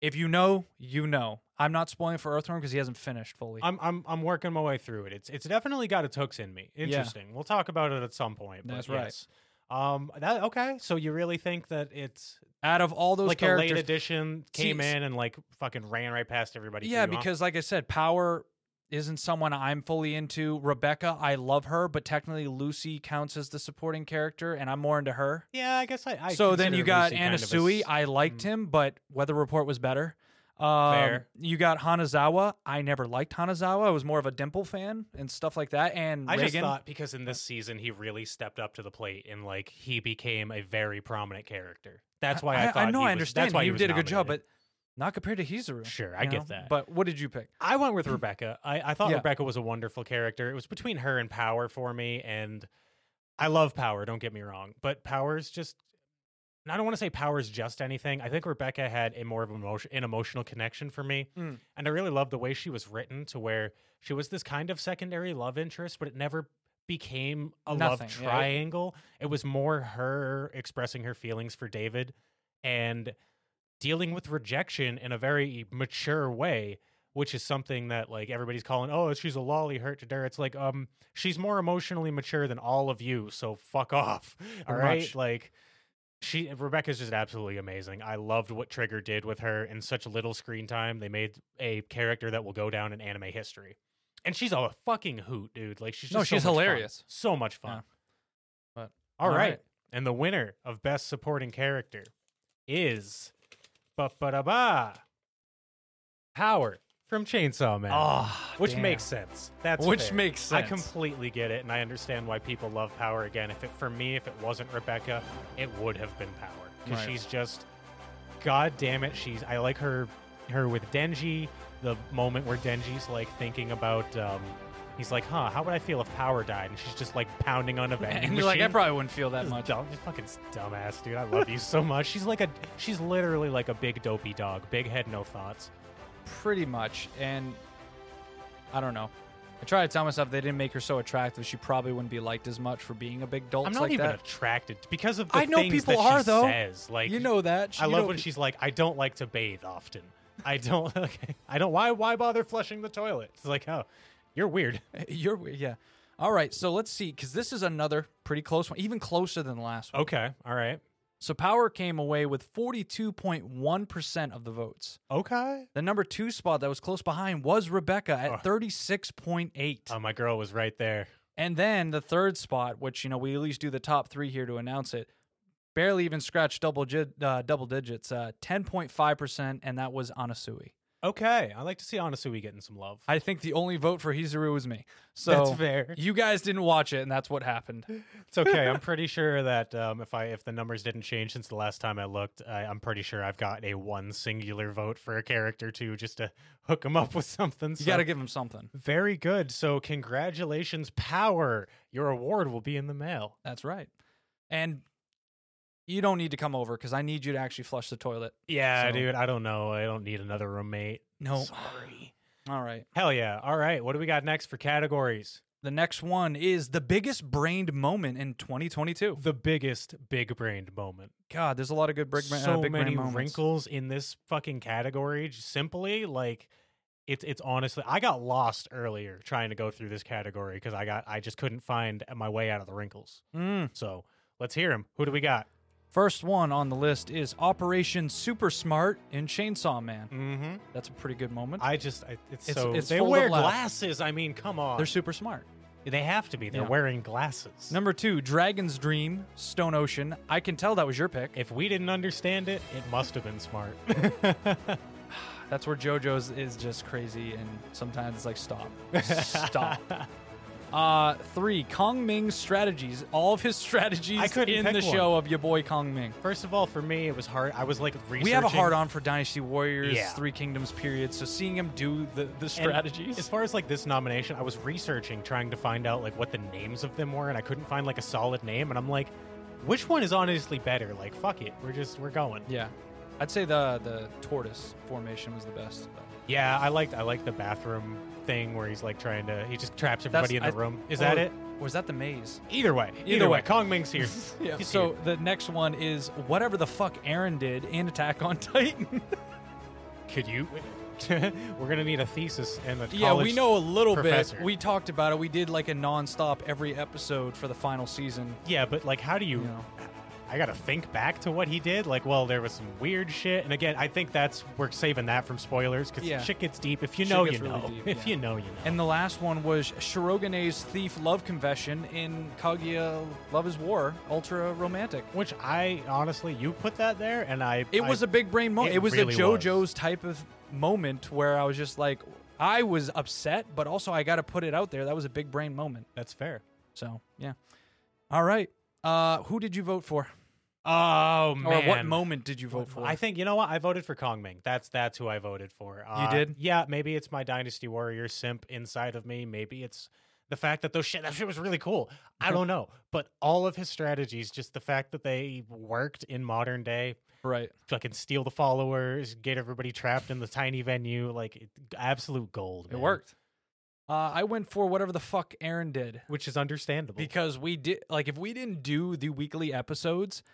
[SPEAKER 1] if you know, you know. I'm not spoiling for Earthworm because he hasn't finished fully.
[SPEAKER 2] I'm I'm I'm working my way through it. It's it's definitely got its hooks in me. Interesting. We'll talk about it at some point. But
[SPEAKER 1] That's right.
[SPEAKER 2] Yes. Um. That okay. So you really think that it's
[SPEAKER 1] Out of all those
[SPEAKER 2] like a late
[SPEAKER 1] characters,
[SPEAKER 2] edition came
[SPEAKER 1] See, s-
[SPEAKER 2] in and like fucking ran right past everybody? for
[SPEAKER 1] yeah,
[SPEAKER 2] you, huh?
[SPEAKER 1] because like I said, Power isn't someone I'm fully into. Rebecca, I love her, but technically Lucy counts as the supporting character, and I'm more into her.
[SPEAKER 2] yeah, I guess I. I
[SPEAKER 1] so then you got Anasui.
[SPEAKER 2] Anasui.
[SPEAKER 1] I liked
[SPEAKER 2] Mm.
[SPEAKER 1] him, but Weather Report was better. Um,
[SPEAKER 2] Fair.
[SPEAKER 1] You got Hanazawa. I never liked Hanazawa. I was more of a Dimple fan and stuff like that. And
[SPEAKER 2] I
[SPEAKER 1] Reagan.
[SPEAKER 2] just thought because in this season he really stepped up to the plate and like he became a very prominent character. That's why I, thought.
[SPEAKER 1] know.
[SPEAKER 2] he
[SPEAKER 1] I
[SPEAKER 2] was-
[SPEAKER 1] understand.
[SPEAKER 2] That's why
[SPEAKER 1] you
[SPEAKER 2] was
[SPEAKER 1] did a good job,
[SPEAKER 2] nominated.
[SPEAKER 1] but not compared to Hizuru.
[SPEAKER 2] sure, I
[SPEAKER 1] you
[SPEAKER 2] get
[SPEAKER 1] know?
[SPEAKER 2] that.
[SPEAKER 1] But what did you pick?
[SPEAKER 2] I went with Rebecca. I, I thought
[SPEAKER 1] Yeah.
[SPEAKER 2] Rebecca was a wonderful character. It was between her and Power for me, and I love Power, don't get me wrong. But Power's just and I don't want to say Power's just anything. I think Rebecca had a more of an emotion, an emotional connection for me.
[SPEAKER 1] Mm.
[SPEAKER 2] And I really loved the way she was written to where she was this kind of secondary love interest, but it never became a
[SPEAKER 1] Nothing,
[SPEAKER 2] love
[SPEAKER 1] yeah, it-
[SPEAKER 2] triangle. it was more her expressing her feelings for David and dealing with rejection in a very mature way, which is something that like everybody's calling, oh, she's a lolly hurt to her. It's like, um, she's more emotionally mature than all of you, so fuck off. All
[SPEAKER 1] Pretty
[SPEAKER 2] right,
[SPEAKER 1] much.
[SPEAKER 2] like she Rebecca's just absolutely amazing. I loved what Trigger did with her in such little screen time. They made a character that will go down in anime history. And she's a fucking hoot, dude. Like she's just
[SPEAKER 1] No,
[SPEAKER 2] so
[SPEAKER 1] she's
[SPEAKER 2] much fun.
[SPEAKER 1] hilarious.
[SPEAKER 2] So much fun.
[SPEAKER 1] Yeah. But-
[SPEAKER 2] all
[SPEAKER 1] all
[SPEAKER 2] right.
[SPEAKER 1] right.
[SPEAKER 2] And the winner of best supporting character is ba ba ba Power from Chainsaw Man.
[SPEAKER 1] Ah,
[SPEAKER 2] which
[SPEAKER 1] damn.
[SPEAKER 2] makes sense. That's
[SPEAKER 1] which
[SPEAKER 2] fair.
[SPEAKER 1] makes sense.
[SPEAKER 2] I completely get it, and I understand why people love Power again. If it for me, if it wasn't Rebecca, it would have been Power because
[SPEAKER 1] Right.
[SPEAKER 2] she's just, god damn it, she's. I like her, her with Denji. The moment where Denji's like thinking about, um, he's like, huh, how would I feel if Power died? And she's just like pounding on a vending
[SPEAKER 1] and you're like, I
[SPEAKER 2] machine.
[SPEAKER 1] probably wouldn't feel that
[SPEAKER 2] This
[SPEAKER 1] much.
[SPEAKER 2] dumb, this fucking dumbass, dude. I love you so much. She's like a, she's literally like a big dopey dog, big head, no thoughts.
[SPEAKER 1] Pretty much, and I don't know. I try to tell myself they didn't make her so attractive. She probably wouldn't be liked as much for being a big dolt
[SPEAKER 2] I'm not
[SPEAKER 1] like
[SPEAKER 2] even
[SPEAKER 1] that.
[SPEAKER 2] attracted because of the
[SPEAKER 1] I know
[SPEAKER 2] things
[SPEAKER 1] people
[SPEAKER 2] that
[SPEAKER 1] are,
[SPEAKER 2] she
[SPEAKER 1] though.
[SPEAKER 2] Says. Like
[SPEAKER 1] you know that.
[SPEAKER 2] I
[SPEAKER 1] you
[SPEAKER 2] love
[SPEAKER 1] know-
[SPEAKER 2] when she's like, I don't like to bathe often. I don't. Okay. I don't. Why? Why bother flushing the toilet? It's like, oh, you're weird.
[SPEAKER 1] You're weird. Yeah. All right. So let's see, because this is another pretty close one, even closer than the last one.
[SPEAKER 2] Okay. All right.
[SPEAKER 1] So Power came away with 42.1% of the votes.
[SPEAKER 2] Okay.
[SPEAKER 1] The number two spot that was close behind was Rebecca at
[SPEAKER 2] Oh.
[SPEAKER 1] 36.8.
[SPEAKER 2] Oh, my girl was right there.
[SPEAKER 1] And then the third spot, which you know we at least do the top three here to announce it, barely even scratched double gi- uh, double digits, ten point five percent, and that was Anasui.
[SPEAKER 2] Okay, I like to see Anasui getting some love.
[SPEAKER 1] I think the only vote for Hizuru was me. So
[SPEAKER 2] That's fair.
[SPEAKER 1] you guys didn't watch it, and that's what happened.
[SPEAKER 2] It's okay. I'm pretty sure that um, if I if the numbers didn't change since the last time I looked, I, I'm pretty sure I've got a one singular vote for a character too, just to hook them up with something.
[SPEAKER 1] You
[SPEAKER 2] so-
[SPEAKER 1] got to give him something.
[SPEAKER 2] Very good. So congratulations, Power. Your award will be in the mail.
[SPEAKER 1] That's right. And you don't need to come over because I need you to actually flush the toilet.
[SPEAKER 2] Yeah,
[SPEAKER 1] So-
[SPEAKER 2] dude. I don't know. I don't need another roommate.
[SPEAKER 1] No.
[SPEAKER 2] Sorry.
[SPEAKER 1] All right.
[SPEAKER 2] Hell yeah. All right. What do we got next for categories?
[SPEAKER 1] The next one is the biggest brained moment in 2022.
[SPEAKER 2] The biggest big brained moment.
[SPEAKER 1] God, there's a lot of good big, bra-
[SPEAKER 2] so
[SPEAKER 1] uh, big
[SPEAKER 2] many
[SPEAKER 1] brain moments.
[SPEAKER 2] wrinkles in this fucking category. j- Simply like it's it's honestly I got lost earlier trying to go through this category because I got I just couldn't find my way out of the wrinkles.
[SPEAKER 1] Mm.
[SPEAKER 2] So let's hear him. Who do we got?
[SPEAKER 1] First one on the list is Operation Super Smart in Chainsaw Man.
[SPEAKER 2] Mm-hmm.
[SPEAKER 1] That's a pretty good moment.
[SPEAKER 2] I just I, it's,
[SPEAKER 1] It's-
[SPEAKER 2] so
[SPEAKER 1] it's
[SPEAKER 2] they
[SPEAKER 1] full of
[SPEAKER 2] wear
[SPEAKER 1] laugh.
[SPEAKER 2] glasses. I mean, come on,
[SPEAKER 1] They're super smart.
[SPEAKER 2] they have to be. They're
[SPEAKER 1] Yeah.
[SPEAKER 2] wearing glasses.
[SPEAKER 1] Number two, Dragon's Dream, Stone Ocean. I can tell that was your pick.
[SPEAKER 2] If we didn't understand it, it must have been smart.
[SPEAKER 1] That's where JoJo's is just crazy, and sometimes it's like, stop, stop. Uh, three, Kong Ming's strategies. All of his strategies
[SPEAKER 2] I couldn't
[SPEAKER 1] in the
[SPEAKER 2] pick one.
[SPEAKER 1] show of your boy Kong Ming.
[SPEAKER 2] First of all, for me, it was hard. I was like researching.
[SPEAKER 1] We have a hard on for Dynasty Warriors,
[SPEAKER 2] Yeah.
[SPEAKER 1] Three Kingdoms period. So seeing him do the, the
[SPEAKER 2] And
[SPEAKER 1] strategies.
[SPEAKER 2] As far as like this nomination, I was researching trying to find out like what the names of them were, and I couldn't find like a solid name. And I'm like, which one is honestly better? Like, fuck it, we're just we're going.
[SPEAKER 1] yeah, I'd say the the tortoise formation was the best.
[SPEAKER 2] Yeah, I liked I liked the bathroom thing where he's like trying to he just traps everybody in the
[SPEAKER 1] I-
[SPEAKER 2] room. Is that
[SPEAKER 1] or-
[SPEAKER 2] it?
[SPEAKER 1] Or is that the maze?
[SPEAKER 2] Either way, either,
[SPEAKER 1] Either
[SPEAKER 2] way.
[SPEAKER 1] way.
[SPEAKER 2] Kong Ming's here. He's
[SPEAKER 1] So
[SPEAKER 2] here.
[SPEAKER 1] the next one is whatever the fuck Aaron did in Attack on Titan.
[SPEAKER 2] could you? we're gonna need a thesis and a
[SPEAKER 1] yeah, we
[SPEAKER 2] college-
[SPEAKER 1] know a little
[SPEAKER 2] professor.
[SPEAKER 1] bit. We talked about it. We did like a nonstop every episode for the final season.
[SPEAKER 2] Yeah, but like, how do you?
[SPEAKER 1] You know.
[SPEAKER 2] I gotta think back to what he did. Like, well, there was some weird shit, and again, I think that's we're saving that from spoilers because
[SPEAKER 1] Yeah.
[SPEAKER 2] shit gets deep. If you
[SPEAKER 1] Shit
[SPEAKER 2] know, you
[SPEAKER 1] gets
[SPEAKER 2] know.
[SPEAKER 1] really deep,
[SPEAKER 2] if
[SPEAKER 1] yeah.
[SPEAKER 2] you know, you know.
[SPEAKER 1] And the last one was Shirogane's Thief Love Confession in Kaguya Love is War, Ultra Romantic.
[SPEAKER 2] Which I honestly, you put that there, and I.
[SPEAKER 1] It was a big brain moment.
[SPEAKER 2] it
[SPEAKER 1] It, was
[SPEAKER 2] really
[SPEAKER 1] a
[SPEAKER 2] was.
[SPEAKER 1] JoJo's type of moment where I was just like, I was upset, but also I got to put it out there. That was a big brain moment.
[SPEAKER 2] That's fair.
[SPEAKER 1] So, yeah. All right. Uh, who did you vote for?
[SPEAKER 2] Oh man.
[SPEAKER 1] Or what moment did you vote for?
[SPEAKER 2] I think you know what I voted for Kongming. That's that's who I voted for. Uh,
[SPEAKER 1] did?
[SPEAKER 2] Yeah, maybe it's my Dynasty Warrior simp inside of me. Maybe it's the fact that those shit that shit was really cool. I don't know, but all of his strategies, just the fact that they worked in modern day,
[SPEAKER 1] right.
[SPEAKER 2] fucking steal the followers, get everybody trapped in the tiny venue, like it, absolute gold.
[SPEAKER 1] It
[SPEAKER 2] man.
[SPEAKER 1] worked. Uh, I went for whatever the fuck Aaron did.
[SPEAKER 2] which is understandable.
[SPEAKER 1] because we did like if we didn't do the weekly episodes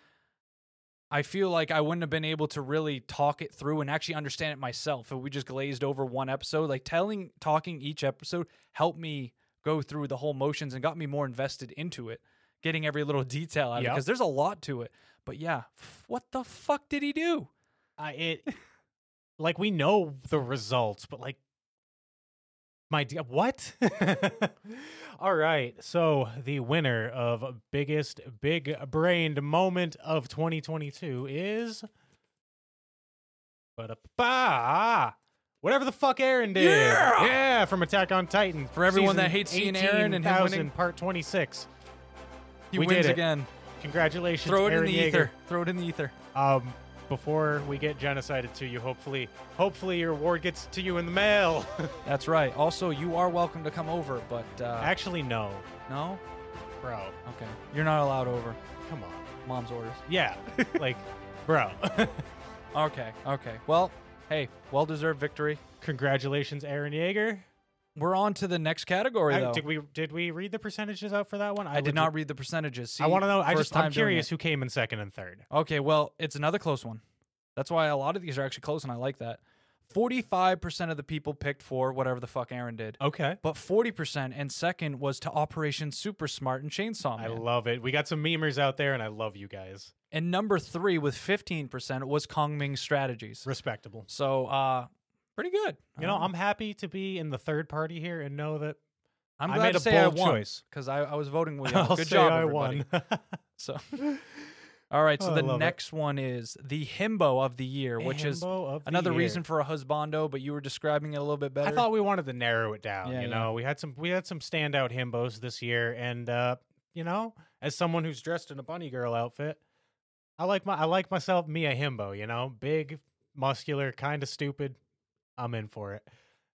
[SPEAKER 1] i feel like i wouldn't have been able to really talk it through and actually understand it myself if we just glazed over one episode like telling talking each episode helped me go through the whole motions and got me more invested into it getting every little detail out of it
[SPEAKER 2] Yep.
[SPEAKER 1] because there's a lot to it but yeah f- what the fuck did he do
[SPEAKER 2] I, it, like we know the results, but like, my d- what? All right, so the winner of biggest big brained moment of 2022 is, but ba whatever the fuck Aaron did.
[SPEAKER 1] Yeah!
[SPEAKER 2] yeah, from Attack on Titan.
[SPEAKER 1] For everyone that hates seeing Aaron and him winning.
[SPEAKER 2] 18,000, part 26.
[SPEAKER 1] he
[SPEAKER 2] We
[SPEAKER 1] wins
[SPEAKER 2] did it.
[SPEAKER 1] again
[SPEAKER 2] Congratulations,
[SPEAKER 1] throw it
[SPEAKER 2] Aaron
[SPEAKER 1] in the
[SPEAKER 2] Yeager.
[SPEAKER 1] ether throw it in the ether
[SPEAKER 2] Um, before we get genocided to you, hopefully, hopefully your award gets to you in the mail.
[SPEAKER 1] that's right also you are welcome to come over but uh
[SPEAKER 2] Actually, no,
[SPEAKER 1] no
[SPEAKER 2] bro.
[SPEAKER 1] okay you're not allowed over
[SPEAKER 2] Come on.
[SPEAKER 1] mom's orders
[SPEAKER 2] Yeah, like, bro.
[SPEAKER 1] Okay, okay. Well, hey, well deserved victory.
[SPEAKER 2] Congratulations, Aaron Yeager.
[SPEAKER 1] We're on to the next category,
[SPEAKER 2] I-
[SPEAKER 1] though.
[SPEAKER 2] did we did we read the percentages out for that one?
[SPEAKER 1] I did not read the percentages. See,
[SPEAKER 2] I want to know. I
[SPEAKER 1] first
[SPEAKER 2] just I'm
[SPEAKER 1] time doing
[SPEAKER 2] curious
[SPEAKER 1] it.
[SPEAKER 2] who came in second and third.
[SPEAKER 1] Okay, well, it's another close one. That's why a lot of these are actually close, and I like that. 45% of the people picked for whatever the fuck Aaron did.
[SPEAKER 2] Okay.
[SPEAKER 1] But 40% and second was to Operation Super Smart and Chainsaw
[SPEAKER 2] I
[SPEAKER 1] Man.
[SPEAKER 2] love it. We got some memers out there, and I love you guys.
[SPEAKER 1] and number three with 15% was Kong Ming Strategies.
[SPEAKER 2] Respectable.
[SPEAKER 1] So, uh, pretty good.
[SPEAKER 2] You know,
[SPEAKER 1] Um,
[SPEAKER 2] I'm happy to be in the third party here and know that
[SPEAKER 1] I'm
[SPEAKER 2] I
[SPEAKER 1] glad
[SPEAKER 2] made
[SPEAKER 1] to
[SPEAKER 2] a
[SPEAKER 1] say I
[SPEAKER 2] bold
[SPEAKER 1] won
[SPEAKER 2] choice.
[SPEAKER 1] because I, I was voting with
[SPEAKER 2] I'll
[SPEAKER 1] Good
[SPEAKER 2] say
[SPEAKER 1] job,
[SPEAKER 2] I
[SPEAKER 1] everybody.
[SPEAKER 2] won.
[SPEAKER 1] So, all right. So
[SPEAKER 2] Oh, I
[SPEAKER 1] the
[SPEAKER 2] love it.
[SPEAKER 1] next one is the himbo of the year, which is
[SPEAKER 2] Himbo of the
[SPEAKER 1] another
[SPEAKER 2] year.
[SPEAKER 1] reason for a husbando. But you were describing it a little bit better.
[SPEAKER 2] I thought we wanted to narrow it down.
[SPEAKER 1] Yeah,
[SPEAKER 2] you
[SPEAKER 1] yeah.
[SPEAKER 2] know, we had some we had some standout himbos this year, and uh, you know, as someone who's dressed in a bunny girl outfit, I like my I like myself me a himbo. You know, big, muscular, kind of stupid. I'm in for it.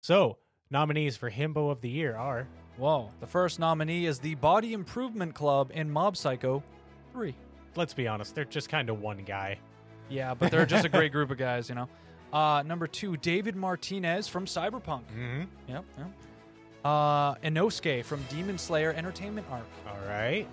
[SPEAKER 2] So nominees for himbo of the year are
[SPEAKER 1] Whoa. The first nominee is the Body Improvement Club in Mob Psycho 3.
[SPEAKER 2] let's be honest, they're just kind of one guy.
[SPEAKER 1] Yeah, but they're just a great group of guys, you know. Uh, number two, David Martinez from Cyberpunk.
[SPEAKER 2] Mm-hmm.
[SPEAKER 1] Yep, yep. Uh, Inosuke from Demon Slayer Entertainment Arc.
[SPEAKER 2] All right.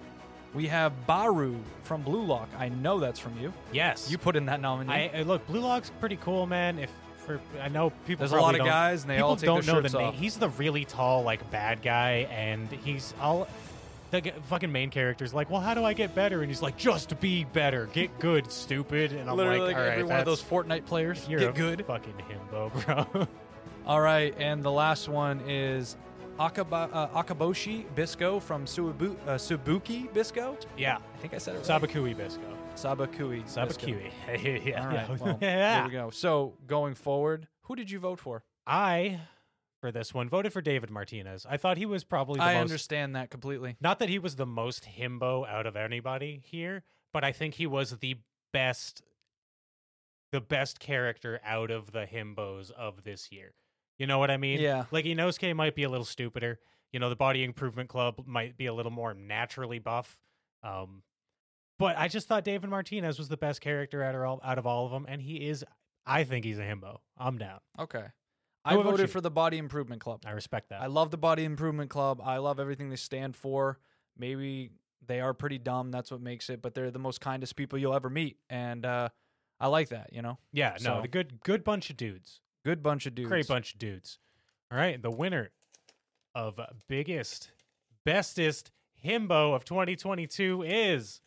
[SPEAKER 1] We have Baru from Blue Lock. I know that's from you.
[SPEAKER 2] Yes.
[SPEAKER 1] You put in that nominee.
[SPEAKER 2] I, I look. Blue Lock's pretty cool, man. If for I know people.
[SPEAKER 1] There's a lot
[SPEAKER 2] probably
[SPEAKER 1] of
[SPEAKER 2] don't-
[SPEAKER 1] guys, and they
[SPEAKER 2] people
[SPEAKER 1] all take
[SPEAKER 2] don't
[SPEAKER 1] their
[SPEAKER 2] know
[SPEAKER 1] shirts
[SPEAKER 2] the name.
[SPEAKER 1] off.
[SPEAKER 2] He's the really tall, like bad guy, and he's all the g- fucking main character's like, "Well, how do I get better?" And he's like, "Just be better, get good, stupid." And I'm
[SPEAKER 1] Literally
[SPEAKER 2] like,
[SPEAKER 1] like
[SPEAKER 2] "All right,
[SPEAKER 1] every one of those
[SPEAKER 2] that's-
[SPEAKER 1] Fortnite players.
[SPEAKER 2] you're
[SPEAKER 1] Get
[SPEAKER 2] a
[SPEAKER 1] good.
[SPEAKER 2] fucking himbo, bro."
[SPEAKER 1] All right, and the last one is Akaba, uh, Akaboshi Bisco from Suibu, uh, Subuki Bisco.
[SPEAKER 2] yeah,
[SPEAKER 1] I think I said it right.
[SPEAKER 2] Sabakui Bisco,
[SPEAKER 1] Sabakui. Bisco.
[SPEAKER 2] Sabakui. yeah,
[SPEAKER 1] All right. Well, there
[SPEAKER 2] yeah.
[SPEAKER 1] we go. So going forward, who did you vote for?
[SPEAKER 2] I for this one voted for David Martinez. I thought he was probably the
[SPEAKER 1] I
[SPEAKER 2] most
[SPEAKER 1] understand that completely.
[SPEAKER 2] Not that he was the most himbo out of anybody here, but I think he was the best the best character out of the himbos of this year. You know what I mean?
[SPEAKER 1] Yeah.
[SPEAKER 2] Like Inosuke might be a little stupider. You know, the Body Improvement Club might be a little more naturally buff. Um but I just thought David Martinez was the best character out of all out of all of them and he is I think he's a himbo. I'm down.
[SPEAKER 1] Okay. I
[SPEAKER 2] about you?
[SPEAKER 1] voted for the Body Improvement Club.
[SPEAKER 2] I respect that.
[SPEAKER 1] I love the Body Improvement Club. I love everything they stand for. Maybe they are pretty dumb. That's what makes it, but they're the most kindest people you'll ever meet. And uh, I like that, you know?
[SPEAKER 2] yeah, no,
[SPEAKER 1] so-
[SPEAKER 2] the good good bunch of dudes.
[SPEAKER 1] Good bunch of dudes.
[SPEAKER 2] Great bunch of dudes. All right, the winner of biggest, bestest himbo of 2022 is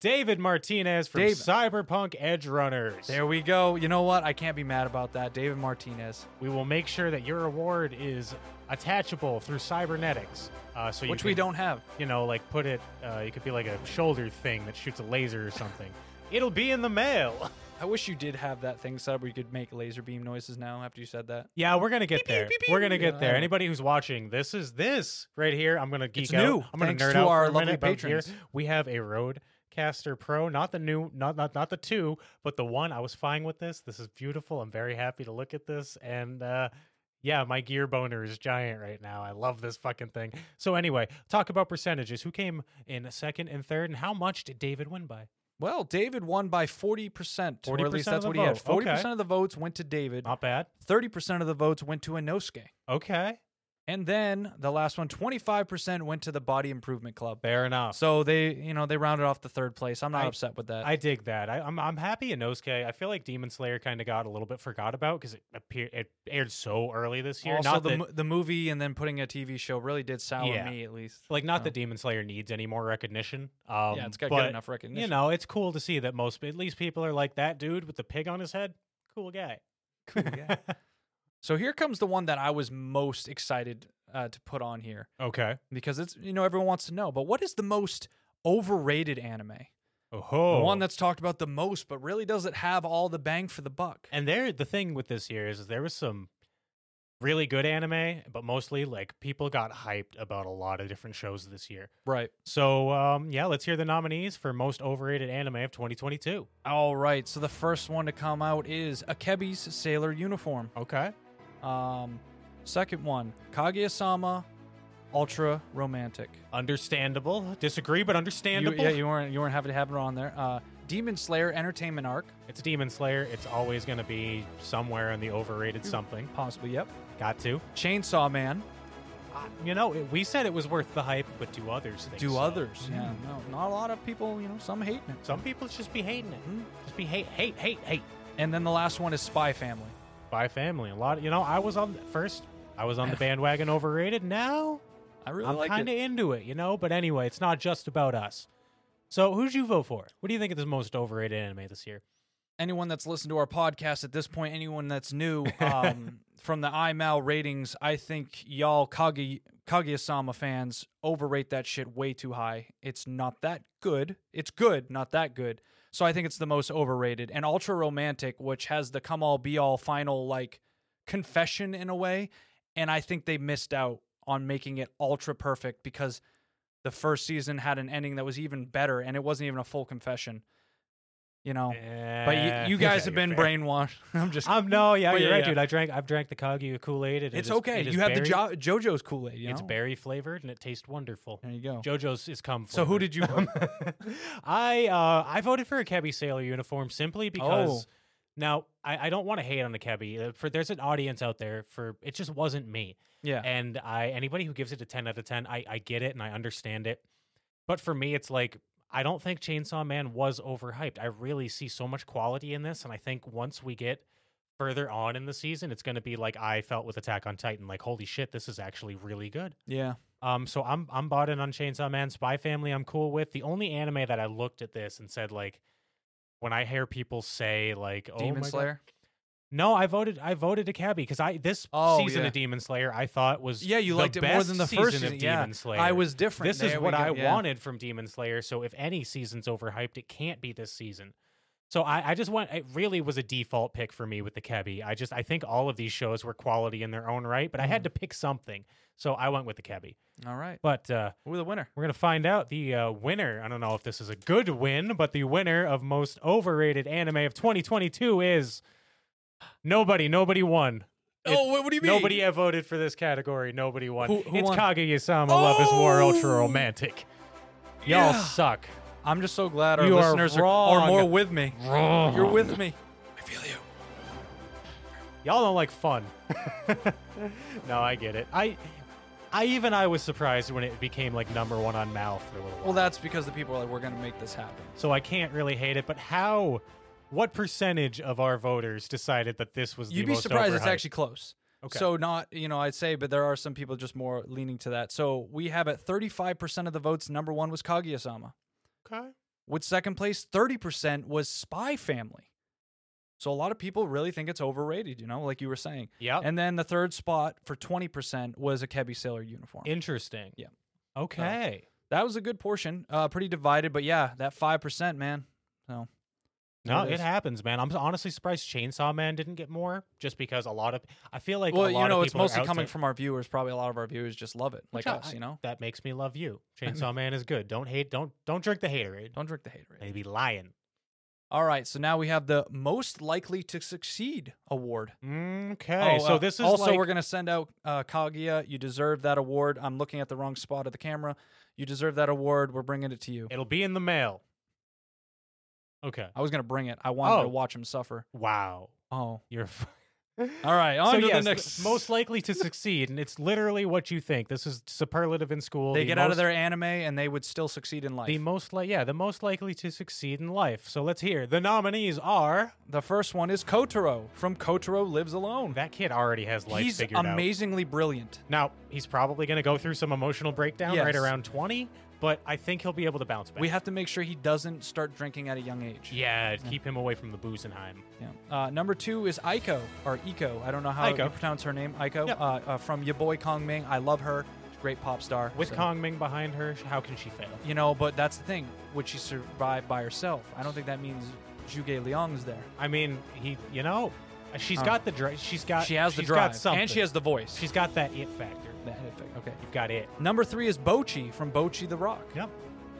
[SPEAKER 2] David Martinez from
[SPEAKER 1] Dave-
[SPEAKER 2] Cyberpunk Edge Runners.
[SPEAKER 1] There we go. You know what? I can't be mad about that. David Martinez,
[SPEAKER 2] We will make sure that your award is attachable through cybernetics, uh, so you
[SPEAKER 1] which we
[SPEAKER 2] can,
[SPEAKER 1] don't have.
[SPEAKER 2] you know, like put it. Uh, it could be like a shoulder thing that shoots a laser or something. It'll be in the mail.
[SPEAKER 1] I wish you did have that thing set up where you could make laser beam noises now after you said that.
[SPEAKER 2] Yeah, we're gonna get there. We're gonna get
[SPEAKER 1] Yeah, I
[SPEAKER 2] there.
[SPEAKER 1] know.
[SPEAKER 2] Anybody who's watching, this is this right here. I'm gonna geek
[SPEAKER 1] It's
[SPEAKER 2] out.
[SPEAKER 1] new,
[SPEAKER 2] I'm gonna
[SPEAKER 1] thanks
[SPEAKER 2] nerd
[SPEAKER 1] to
[SPEAKER 2] out
[SPEAKER 1] our
[SPEAKER 2] for a
[SPEAKER 1] lovely
[SPEAKER 2] minute about gear.
[SPEAKER 1] patrons.
[SPEAKER 2] We have a Rodecaster Pro, not the new, not not not the two, but the one. I was fine with this. This is beautiful. I'm very happy to look at this. And uh, yeah, my gear boner is giant right now. I love this fucking thing. So anyway, talk about percentages. Who came in second and third, and how much did David win by?
[SPEAKER 1] Well, David won by 40%, or at
[SPEAKER 2] 40%
[SPEAKER 1] least
[SPEAKER 2] of
[SPEAKER 1] that's
[SPEAKER 2] the
[SPEAKER 1] what he had.
[SPEAKER 2] vote.
[SPEAKER 1] 40%
[SPEAKER 2] Okay.
[SPEAKER 1] of the votes went to David,
[SPEAKER 2] Not bad.
[SPEAKER 1] 30% of the votes went to Inosuke.
[SPEAKER 2] Okay,
[SPEAKER 1] And then the last one, 25% went to the Body Improvement Club.
[SPEAKER 2] fair enough.
[SPEAKER 1] So they, you know, they rounded off the third place. I'm not
[SPEAKER 2] I-
[SPEAKER 1] upset with that.
[SPEAKER 2] I dig that. I, I'm I'm happy Inosuke. I feel like Demon Slayer kind of got a little bit forgot about because it appeared it aired so early this year.
[SPEAKER 1] also,
[SPEAKER 2] not
[SPEAKER 1] the,
[SPEAKER 2] that,
[SPEAKER 1] mo- the movie and then putting a TV show really did sour
[SPEAKER 2] Yeah.
[SPEAKER 1] me, at least.
[SPEAKER 2] like not
[SPEAKER 1] no.
[SPEAKER 2] that Demon Slayer needs any more recognition. Um,
[SPEAKER 1] Oh. yeah, it's got
[SPEAKER 2] but,
[SPEAKER 1] good enough recognition.
[SPEAKER 2] You know, it's cool to see that most at least people are like that dude with the pig on his head. Cool guy. Cool
[SPEAKER 1] guy. So here comes the one that I was most excited uh, to put on here
[SPEAKER 2] okay.
[SPEAKER 1] because it's, you know, everyone wants to know. But what is the most overrated anime?
[SPEAKER 2] Oh ho.
[SPEAKER 1] The one that's talked about the most, but really doesn't have all the bang for the buck.
[SPEAKER 2] and there the thing with this year is, is there was some really good anime, but mostly like people got hyped about a lot of different shows this year.
[SPEAKER 1] Right.
[SPEAKER 2] So um, yeah, let's hear the nominees for most overrated anime of 2022.
[SPEAKER 1] All right. So the first one to come out is Akebi's Sailor Uniform.
[SPEAKER 2] Okay.
[SPEAKER 1] Um, second one, Kaguya-sama, Ultra Romantic.
[SPEAKER 2] Understandable. Disagree, but
[SPEAKER 1] You,
[SPEAKER 2] understandable.
[SPEAKER 1] yeah, you weren't you weren't happy to have it on there. Uh, Demon Slayer Entertainment Arc,
[SPEAKER 2] It's Demon Slayer. It's always going to be somewhere in the overrated something.
[SPEAKER 1] possibly. Yep.
[SPEAKER 2] Got to.
[SPEAKER 1] Chainsaw Man.
[SPEAKER 2] Uh, You know, it, we said it was worth the hype, but do others think
[SPEAKER 1] Do
[SPEAKER 2] so?
[SPEAKER 1] others? Yeah. No, not a lot of people. You know, some hating it.
[SPEAKER 2] Some people just be hating it.
[SPEAKER 1] Mhm.
[SPEAKER 2] Just be hate, hate, hate, hate.
[SPEAKER 1] And then the last one is Spy Family.
[SPEAKER 2] By family, a lot. You know, I was on first. I was on the bandwagon overrated. Now
[SPEAKER 1] I really
[SPEAKER 2] I'm
[SPEAKER 1] like
[SPEAKER 2] kind of
[SPEAKER 1] it.
[SPEAKER 2] into it. You know, but anyway, it's not just about us. So, who'd you vote for? What do you think is the most overrated anime this year?
[SPEAKER 1] Anyone that's listened to our podcast at this point, anyone that's new um, from the IMAL ratings, I think y'all Kagi Kaguya-sama fans overrate that shit way too high. It's not that good. It's good, not that good. So I think it's the most overrated. And Ultra Romantic, which has the come all be all final like confession in a way, and I think they missed out on making it ultra perfect because the first season had an ending that was even better and it wasn't even a full confession. You know. But
[SPEAKER 2] Eh,
[SPEAKER 1] you, you guys
[SPEAKER 2] yeah,
[SPEAKER 1] have
[SPEAKER 2] you're
[SPEAKER 1] been
[SPEAKER 2] fair.
[SPEAKER 1] brainwashed. I'm just
[SPEAKER 2] Um, no, yeah,
[SPEAKER 1] But
[SPEAKER 2] you're
[SPEAKER 1] yeah,
[SPEAKER 2] right,
[SPEAKER 1] yeah.
[SPEAKER 2] dude. I drank, I've drank the Kagyu Kool-Aid. It
[SPEAKER 1] It's
[SPEAKER 2] is-
[SPEAKER 1] okay.
[SPEAKER 2] it is
[SPEAKER 1] You have the
[SPEAKER 2] berry-
[SPEAKER 1] jo- JoJo's Kool-Aid, you
[SPEAKER 2] It's
[SPEAKER 1] know?
[SPEAKER 2] berry flavored and it tastes wonderful.
[SPEAKER 1] There you go.
[SPEAKER 2] JoJo's is come.
[SPEAKER 1] So who
[SPEAKER 2] flavored.
[SPEAKER 1] did you
[SPEAKER 2] I uh, I voted for a cabbie sailor uniform simply
[SPEAKER 1] Oh.
[SPEAKER 2] because. Now I, I don't want to hate on the cabbie. Uh, For there's an audience out there for it just wasn't me.
[SPEAKER 1] Yeah.
[SPEAKER 2] And I anybody who gives it a ten out of ten, I, I get it and I understand it. But for me, it's like I don't think Chainsaw Man was overhyped. I really see so much quality in this, and I think once we get further on in the season, it's going to be like I felt with Attack on Titan. Like holy shit, this is actually really good.
[SPEAKER 1] yeah.
[SPEAKER 2] Um, so I'm I'm bought in on Chainsaw Man, Spy Family. I'm cool with the only anime that I looked at this and said like, when I hear people say like, oh my
[SPEAKER 1] Demon
[SPEAKER 2] God-
[SPEAKER 1] Slayer.
[SPEAKER 2] no, I voted I voted to Cabby because I this
[SPEAKER 1] Oh,
[SPEAKER 2] season
[SPEAKER 1] yeah.
[SPEAKER 2] of Demon Slayer I thought was
[SPEAKER 1] Yeah, you
[SPEAKER 2] the
[SPEAKER 1] liked it more
[SPEAKER 2] best
[SPEAKER 1] than the
[SPEAKER 2] season
[SPEAKER 1] first
[SPEAKER 2] of
[SPEAKER 1] season, yeah.
[SPEAKER 2] Demon Slayer.
[SPEAKER 1] I was different.
[SPEAKER 2] This is
[SPEAKER 1] There we
[SPEAKER 2] what
[SPEAKER 1] go,
[SPEAKER 2] I
[SPEAKER 1] yeah.
[SPEAKER 2] wanted from Demon Slayer. So if any season's overhyped, it can't be this season. So I, I just want it really was a default pick for me with the Kebby. I just I think all of these shows were quality in their own right, but I
[SPEAKER 1] Mm-hmm.
[SPEAKER 2] had to pick something. So I went with the Kebby.
[SPEAKER 1] All right.
[SPEAKER 2] But uh
[SPEAKER 1] We're the winner.
[SPEAKER 2] we're going to find out the uh, winner. I don't know if this is a good win, but the winner of most overrated anime of 2022 is nobody. Nobody won. It-
[SPEAKER 1] oh, what, what do you mean?
[SPEAKER 2] Nobody have voted for this category. Nobody won.
[SPEAKER 1] Who- who
[SPEAKER 2] it's
[SPEAKER 1] won?
[SPEAKER 2] Kaguya-sama Love is War Ultra
[SPEAKER 1] Oh!
[SPEAKER 2] Romantic. Y'all
[SPEAKER 1] Yeah.
[SPEAKER 2] suck.
[SPEAKER 1] I'm just so glad our
[SPEAKER 2] You are
[SPEAKER 1] listeners are, are,
[SPEAKER 2] wrong.
[SPEAKER 1] more with me.
[SPEAKER 2] Wrong.
[SPEAKER 1] You're with me. I feel you.
[SPEAKER 2] Y'all don't like fun. no, I get it. I I even I was surprised when it became like number 1 on Mal for a little while.
[SPEAKER 1] Well, that's because the people are like, we're going to make this happen.
[SPEAKER 2] so I can't really hate it. But how? What percentage of our voters decided that this was?
[SPEAKER 1] You'd
[SPEAKER 2] the
[SPEAKER 1] be
[SPEAKER 2] most
[SPEAKER 1] surprised it's
[SPEAKER 2] overhyped?
[SPEAKER 1] actually close.
[SPEAKER 2] Okay.
[SPEAKER 1] So not, you know, I'd say, but there are some people just more leaning to that. So we have at 35% of the votes, number one was Kaguya-sama.
[SPEAKER 2] okay.
[SPEAKER 1] With second place, 30% was Spy Family. So a lot of people really think it's overrated, you know, like you were saying.
[SPEAKER 2] Yeah,
[SPEAKER 1] And then the third spot for 20% was a Kebby Sailor uniform.
[SPEAKER 2] interesting.
[SPEAKER 1] Yeah.
[SPEAKER 2] Okay.
[SPEAKER 1] that was a good portion, uh, pretty divided, but yeah, that 5%, man. So
[SPEAKER 2] No,
[SPEAKER 1] it
[SPEAKER 2] it
[SPEAKER 1] is.
[SPEAKER 2] happens, man. I'm honestly surprised Chainsaw Man didn't get more, just because a lot of I feel like
[SPEAKER 1] well,
[SPEAKER 2] a lot
[SPEAKER 1] you know,
[SPEAKER 2] of
[SPEAKER 1] it's
[SPEAKER 2] people are
[SPEAKER 1] mostly
[SPEAKER 2] out
[SPEAKER 1] coming
[SPEAKER 2] to-
[SPEAKER 1] from our viewers. Probably a lot of our viewers just love it, like
[SPEAKER 2] Which I-
[SPEAKER 1] us, you know?
[SPEAKER 2] that makes me love you. Chainsaw Man is good. Don't hate. Don't don't drink the haterade.
[SPEAKER 1] Don't drink the haterade.
[SPEAKER 2] Maybe lying.
[SPEAKER 1] All right, so now we have the most likely to succeed award.
[SPEAKER 2] Okay.
[SPEAKER 1] Oh,
[SPEAKER 2] so
[SPEAKER 1] uh,
[SPEAKER 2] this is
[SPEAKER 1] also
[SPEAKER 2] like,
[SPEAKER 1] we're gonna send out uh, Kaguya. You deserve that award. I'm looking at the wrong spot of the camera. You deserve that award. We're bringing it to you.
[SPEAKER 2] it'll be in the mail. Okay.
[SPEAKER 1] I was gonna bring it. I wanted to
[SPEAKER 2] Oh.
[SPEAKER 1] watch him suffer.
[SPEAKER 2] Wow.
[SPEAKER 1] Oh,
[SPEAKER 2] You're. f-
[SPEAKER 1] all right. On
[SPEAKER 2] so
[SPEAKER 1] to
[SPEAKER 2] yes,
[SPEAKER 1] the next.
[SPEAKER 2] most likely to succeed, and it's literally what you think. This is superlative in school.
[SPEAKER 1] they
[SPEAKER 2] the
[SPEAKER 1] get out of
[SPEAKER 2] most-
[SPEAKER 1] their anime and they would still succeed in life.
[SPEAKER 2] the most like yeah, the most likely to succeed in life. So let's hear the nominees are
[SPEAKER 1] The first one is Kotaro from Kotaro Lives Alone.
[SPEAKER 2] that kid already has life
[SPEAKER 1] He's
[SPEAKER 2] figured out.
[SPEAKER 1] amazingly brilliant.
[SPEAKER 2] Now he's probably going to go through some emotional breakdown right
[SPEAKER 1] Yes.
[SPEAKER 2] around twenty, but I think he'll be able to bounce back.
[SPEAKER 1] We have Hmm. to make sure he doesn't start drinking at a young age.
[SPEAKER 2] yeah, keep him away from the Boozenheim.
[SPEAKER 1] Yeah. Uh, number two is Aiko or Iko. I don't know how
[SPEAKER 2] Aiko.
[SPEAKER 1] you pronounce her name. Aiko
[SPEAKER 2] Yep.
[SPEAKER 1] uh, uh, from your boy Kong Ming. I love her. She's a great pop star.
[SPEAKER 2] With
[SPEAKER 1] so-
[SPEAKER 2] Kong Ming behind her, sh- how can she fail?
[SPEAKER 1] you know. But that's the thing. Would she survive by herself? I don't think that means Juge Liang's there.
[SPEAKER 2] I mean, he, you know, uh, she's
[SPEAKER 1] Oh.
[SPEAKER 2] got the drive. She's got.
[SPEAKER 1] She has the
[SPEAKER 2] Uh, she's
[SPEAKER 1] drive
[SPEAKER 2] got something.
[SPEAKER 1] and she has the voice.
[SPEAKER 2] She's got that it factor.
[SPEAKER 1] That head fake, okay.
[SPEAKER 2] You've got it.
[SPEAKER 1] Number three is Bochi from Bochi the Rock.
[SPEAKER 2] Yep.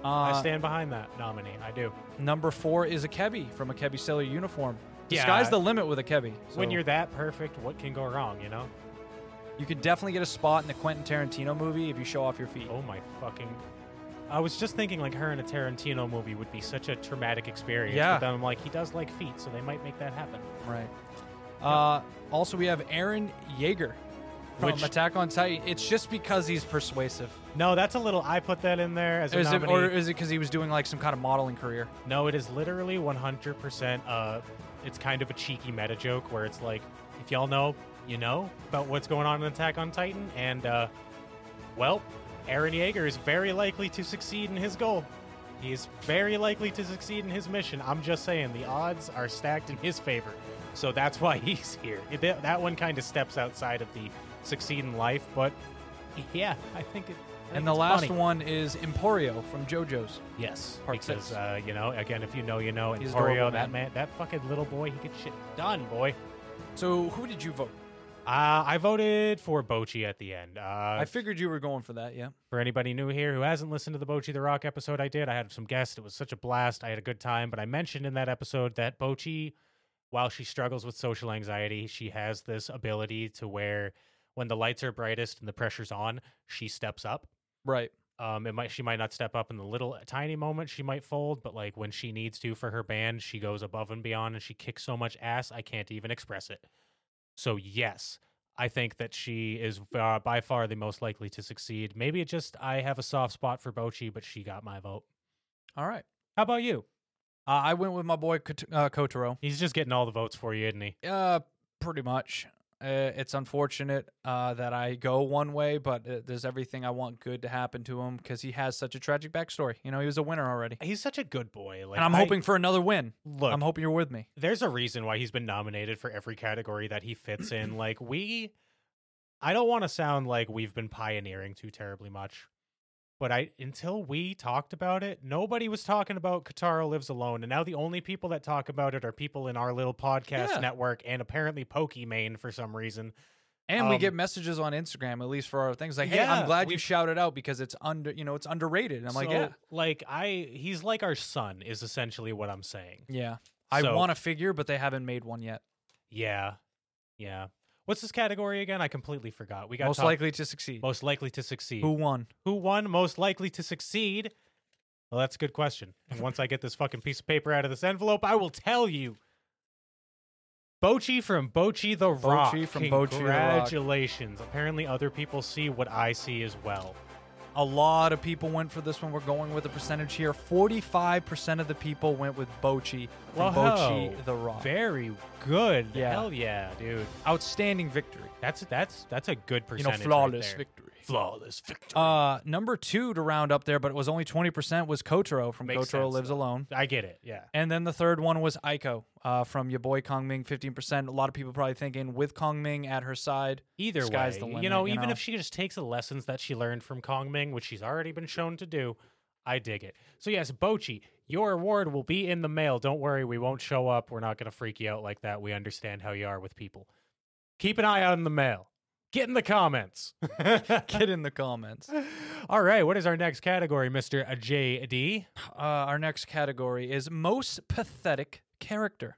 [SPEAKER 1] Uh,
[SPEAKER 2] I stand behind that nominee. I do.
[SPEAKER 1] Number four is Akebi from Akebi Sailor Uniform. The
[SPEAKER 2] Yeah.
[SPEAKER 1] sky's the limit with Akebi. So
[SPEAKER 2] when you're that perfect, what can go wrong, you know?
[SPEAKER 1] you could definitely get a spot in the Quentin Tarantino movie if you show off your feet.
[SPEAKER 2] Oh my fucking. I was just thinking, like, her in a Tarantino movie would be such a traumatic experience.
[SPEAKER 1] Yeah.
[SPEAKER 2] But then I'm like, he does like feet, so they might make that happen.
[SPEAKER 1] Right. Uh, also, we have Aaron Yeager from
[SPEAKER 2] Which-
[SPEAKER 1] Attack on Titan. It's just because he's persuasive.
[SPEAKER 2] No, that's a little. I put that in there as a
[SPEAKER 1] Is it,
[SPEAKER 2] nominee.
[SPEAKER 1] or is it because he was doing like some kind of modeling career?
[SPEAKER 2] No, it is literally 100%. Uh, it's kind of a cheeky meta joke where it's like, if y'all know, you know about what's going on in Attack on Titan, and uh, well, Aaron Yeager is very likely to succeed in his goal. He is very likely to succeed in his mission. I'm just saying the odds are stacked in his favor, so that's why he's here. It- that that one kind of steps outside of the succeed in life, but yeah, I think it. I think
[SPEAKER 1] and the
[SPEAKER 2] it's
[SPEAKER 1] last
[SPEAKER 2] funny.
[SPEAKER 1] one is Emporio from JoJo's.
[SPEAKER 2] yes,
[SPEAKER 1] part
[SPEAKER 2] because
[SPEAKER 1] six.
[SPEAKER 2] Uh, you know, again, if you know, you know. And
[SPEAKER 1] He's
[SPEAKER 2] Oreo,
[SPEAKER 1] adorable,
[SPEAKER 2] that
[SPEAKER 1] man.
[SPEAKER 2] man, that fucking little boy, he gets shit done, boy.
[SPEAKER 1] So who did you vote?
[SPEAKER 2] Uh, I voted for Bochi at the end. Uh,
[SPEAKER 1] I figured you were going for that, yeah.
[SPEAKER 2] for anybody new here who hasn't listened to the Bochi the Rock episode I did, I had some guests. It was such a blast. I had a good time. But I mentioned in that episode that Bochi, while she struggles with social anxiety, she has this ability to where when the lights are brightest and the pressure's on, she steps up.
[SPEAKER 1] Right.
[SPEAKER 2] Um, it might she might not step up in the little uh, tiny moment she might fold, but like when she needs to for her band, she goes above and beyond and she kicks so much ass I can't even express it. So yes, I think that she is uh, by far the most likely to succeed. Maybe it just I have a soft spot for Bochi, but she got my vote.
[SPEAKER 1] All right.
[SPEAKER 2] How about you?
[SPEAKER 1] Uh, I went with my boy Kot- uh, Kotaro.
[SPEAKER 2] He's just getting all the votes for you, isn't he?
[SPEAKER 1] Uh, pretty much. Uh, it's unfortunate uh, that I go one way, but uh, there's everything I want good to happen to him because he has such a tragic backstory. You know, he was a winner already,
[SPEAKER 2] He's such a good boy. Like
[SPEAKER 1] and I'm
[SPEAKER 2] I-
[SPEAKER 1] hoping for another win.
[SPEAKER 2] Look,
[SPEAKER 1] I'm hoping you're with me.
[SPEAKER 2] there's a reason why he's been nominated for every category that he fits in. Like we I don't want to sound like we've been pioneering too terribly much. But I until we talked about it, nobody was talking about Katara Lives Alone. And now the only people that talk about it are people in our little podcast
[SPEAKER 1] Yeah.
[SPEAKER 2] network and apparently Pokimane for some reason.
[SPEAKER 1] And we
[SPEAKER 2] Um,
[SPEAKER 1] get messages on Instagram, at least for our things, like, "Hey,
[SPEAKER 2] Yeah,
[SPEAKER 1] I'm glad
[SPEAKER 2] we-
[SPEAKER 1] you shouted out because it's under, you know, it's underrated." And I'm like,
[SPEAKER 2] So,
[SPEAKER 1] "Yeah,
[SPEAKER 2] Like I he's like our son is essentially what I'm saying.
[SPEAKER 1] yeah." I
[SPEAKER 2] So-
[SPEAKER 1] want a figure, but they haven't made one yet.
[SPEAKER 2] Yeah. Yeah. What's this category again? I completely forgot. We got
[SPEAKER 1] Most
[SPEAKER 2] talk-
[SPEAKER 1] likely to succeed.
[SPEAKER 2] most likely to succeed.
[SPEAKER 1] Who won?
[SPEAKER 2] Who won most likely to succeed? Well, that's a good question. And once I get this fucking piece of paper out of this envelope, I will tell you. Bochi from Bochi the Rock.
[SPEAKER 1] Bochy from Bochy the Rock.
[SPEAKER 2] Congratulations. Apparently, other people see what I see as well.
[SPEAKER 1] A lot of people went for this one. We're going with a percentage here. Forty-five percent of the people went with Bochi from
[SPEAKER 2] Whoa.
[SPEAKER 1] Bochi the Rock.
[SPEAKER 2] Very good.
[SPEAKER 1] Yeah.
[SPEAKER 2] Hell yeah, dude.
[SPEAKER 1] Outstanding victory.
[SPEAKER 2] That's that's that's a good
[SPEAKER 1] You know,
[SPEAKER 2] percentage.
[SPEAKER 1] flawless
[SPEAKER 2] right there.
[SPEAKER 1] victory.
[SPEAKER 2] Flawless victory.
[SPEAKER 1] Uh, number two to round up there, but it was only twenty percent was Kotaro from
[SPEAKER 2] Makes
[SPEAKER 1] Kotaro
[SPEAKER 2] sense,
[SPEAKER 1] Lives
[SPEAKER 2] though.
[SPEAKER 1] Alone.
[SPEAKER 2] I get it. Yeah.
[SPEAKER 1] And then the third one was Aiko uh, from your boy Kong Ming, 15%. A lot of people probably thinking with Kong Ming at her side.
[SPEAKER 2] Either
[SPEAKER 1] Sky's
[SPEAKER 2] way,
[SPEAKER 1] the
[SPEAKER 2] you
[SPEAKER 1] limit,
[SPEAKER 2] know,
[SPEAKER 1] you
[SPEAKER 2] even
[SPEAKER 1] know?
[SPEAKER 2] if she just takes the lessons that she learned from Kong Ming, which she's already been shown to do, I dig it. So yes, Bochi, your award will be in the mail. Don't worry, we won't show up. We're not going to freak you out like that. We understand how you are with people. Keep an eye on the mail. Get in the comments.
[SPEAKER 1] Get in the comments. Uh,
[SPEAKER 2] All right, what is our next category, Mister JD?
[SPEAKER 1] our next category is Most Pathetic Character.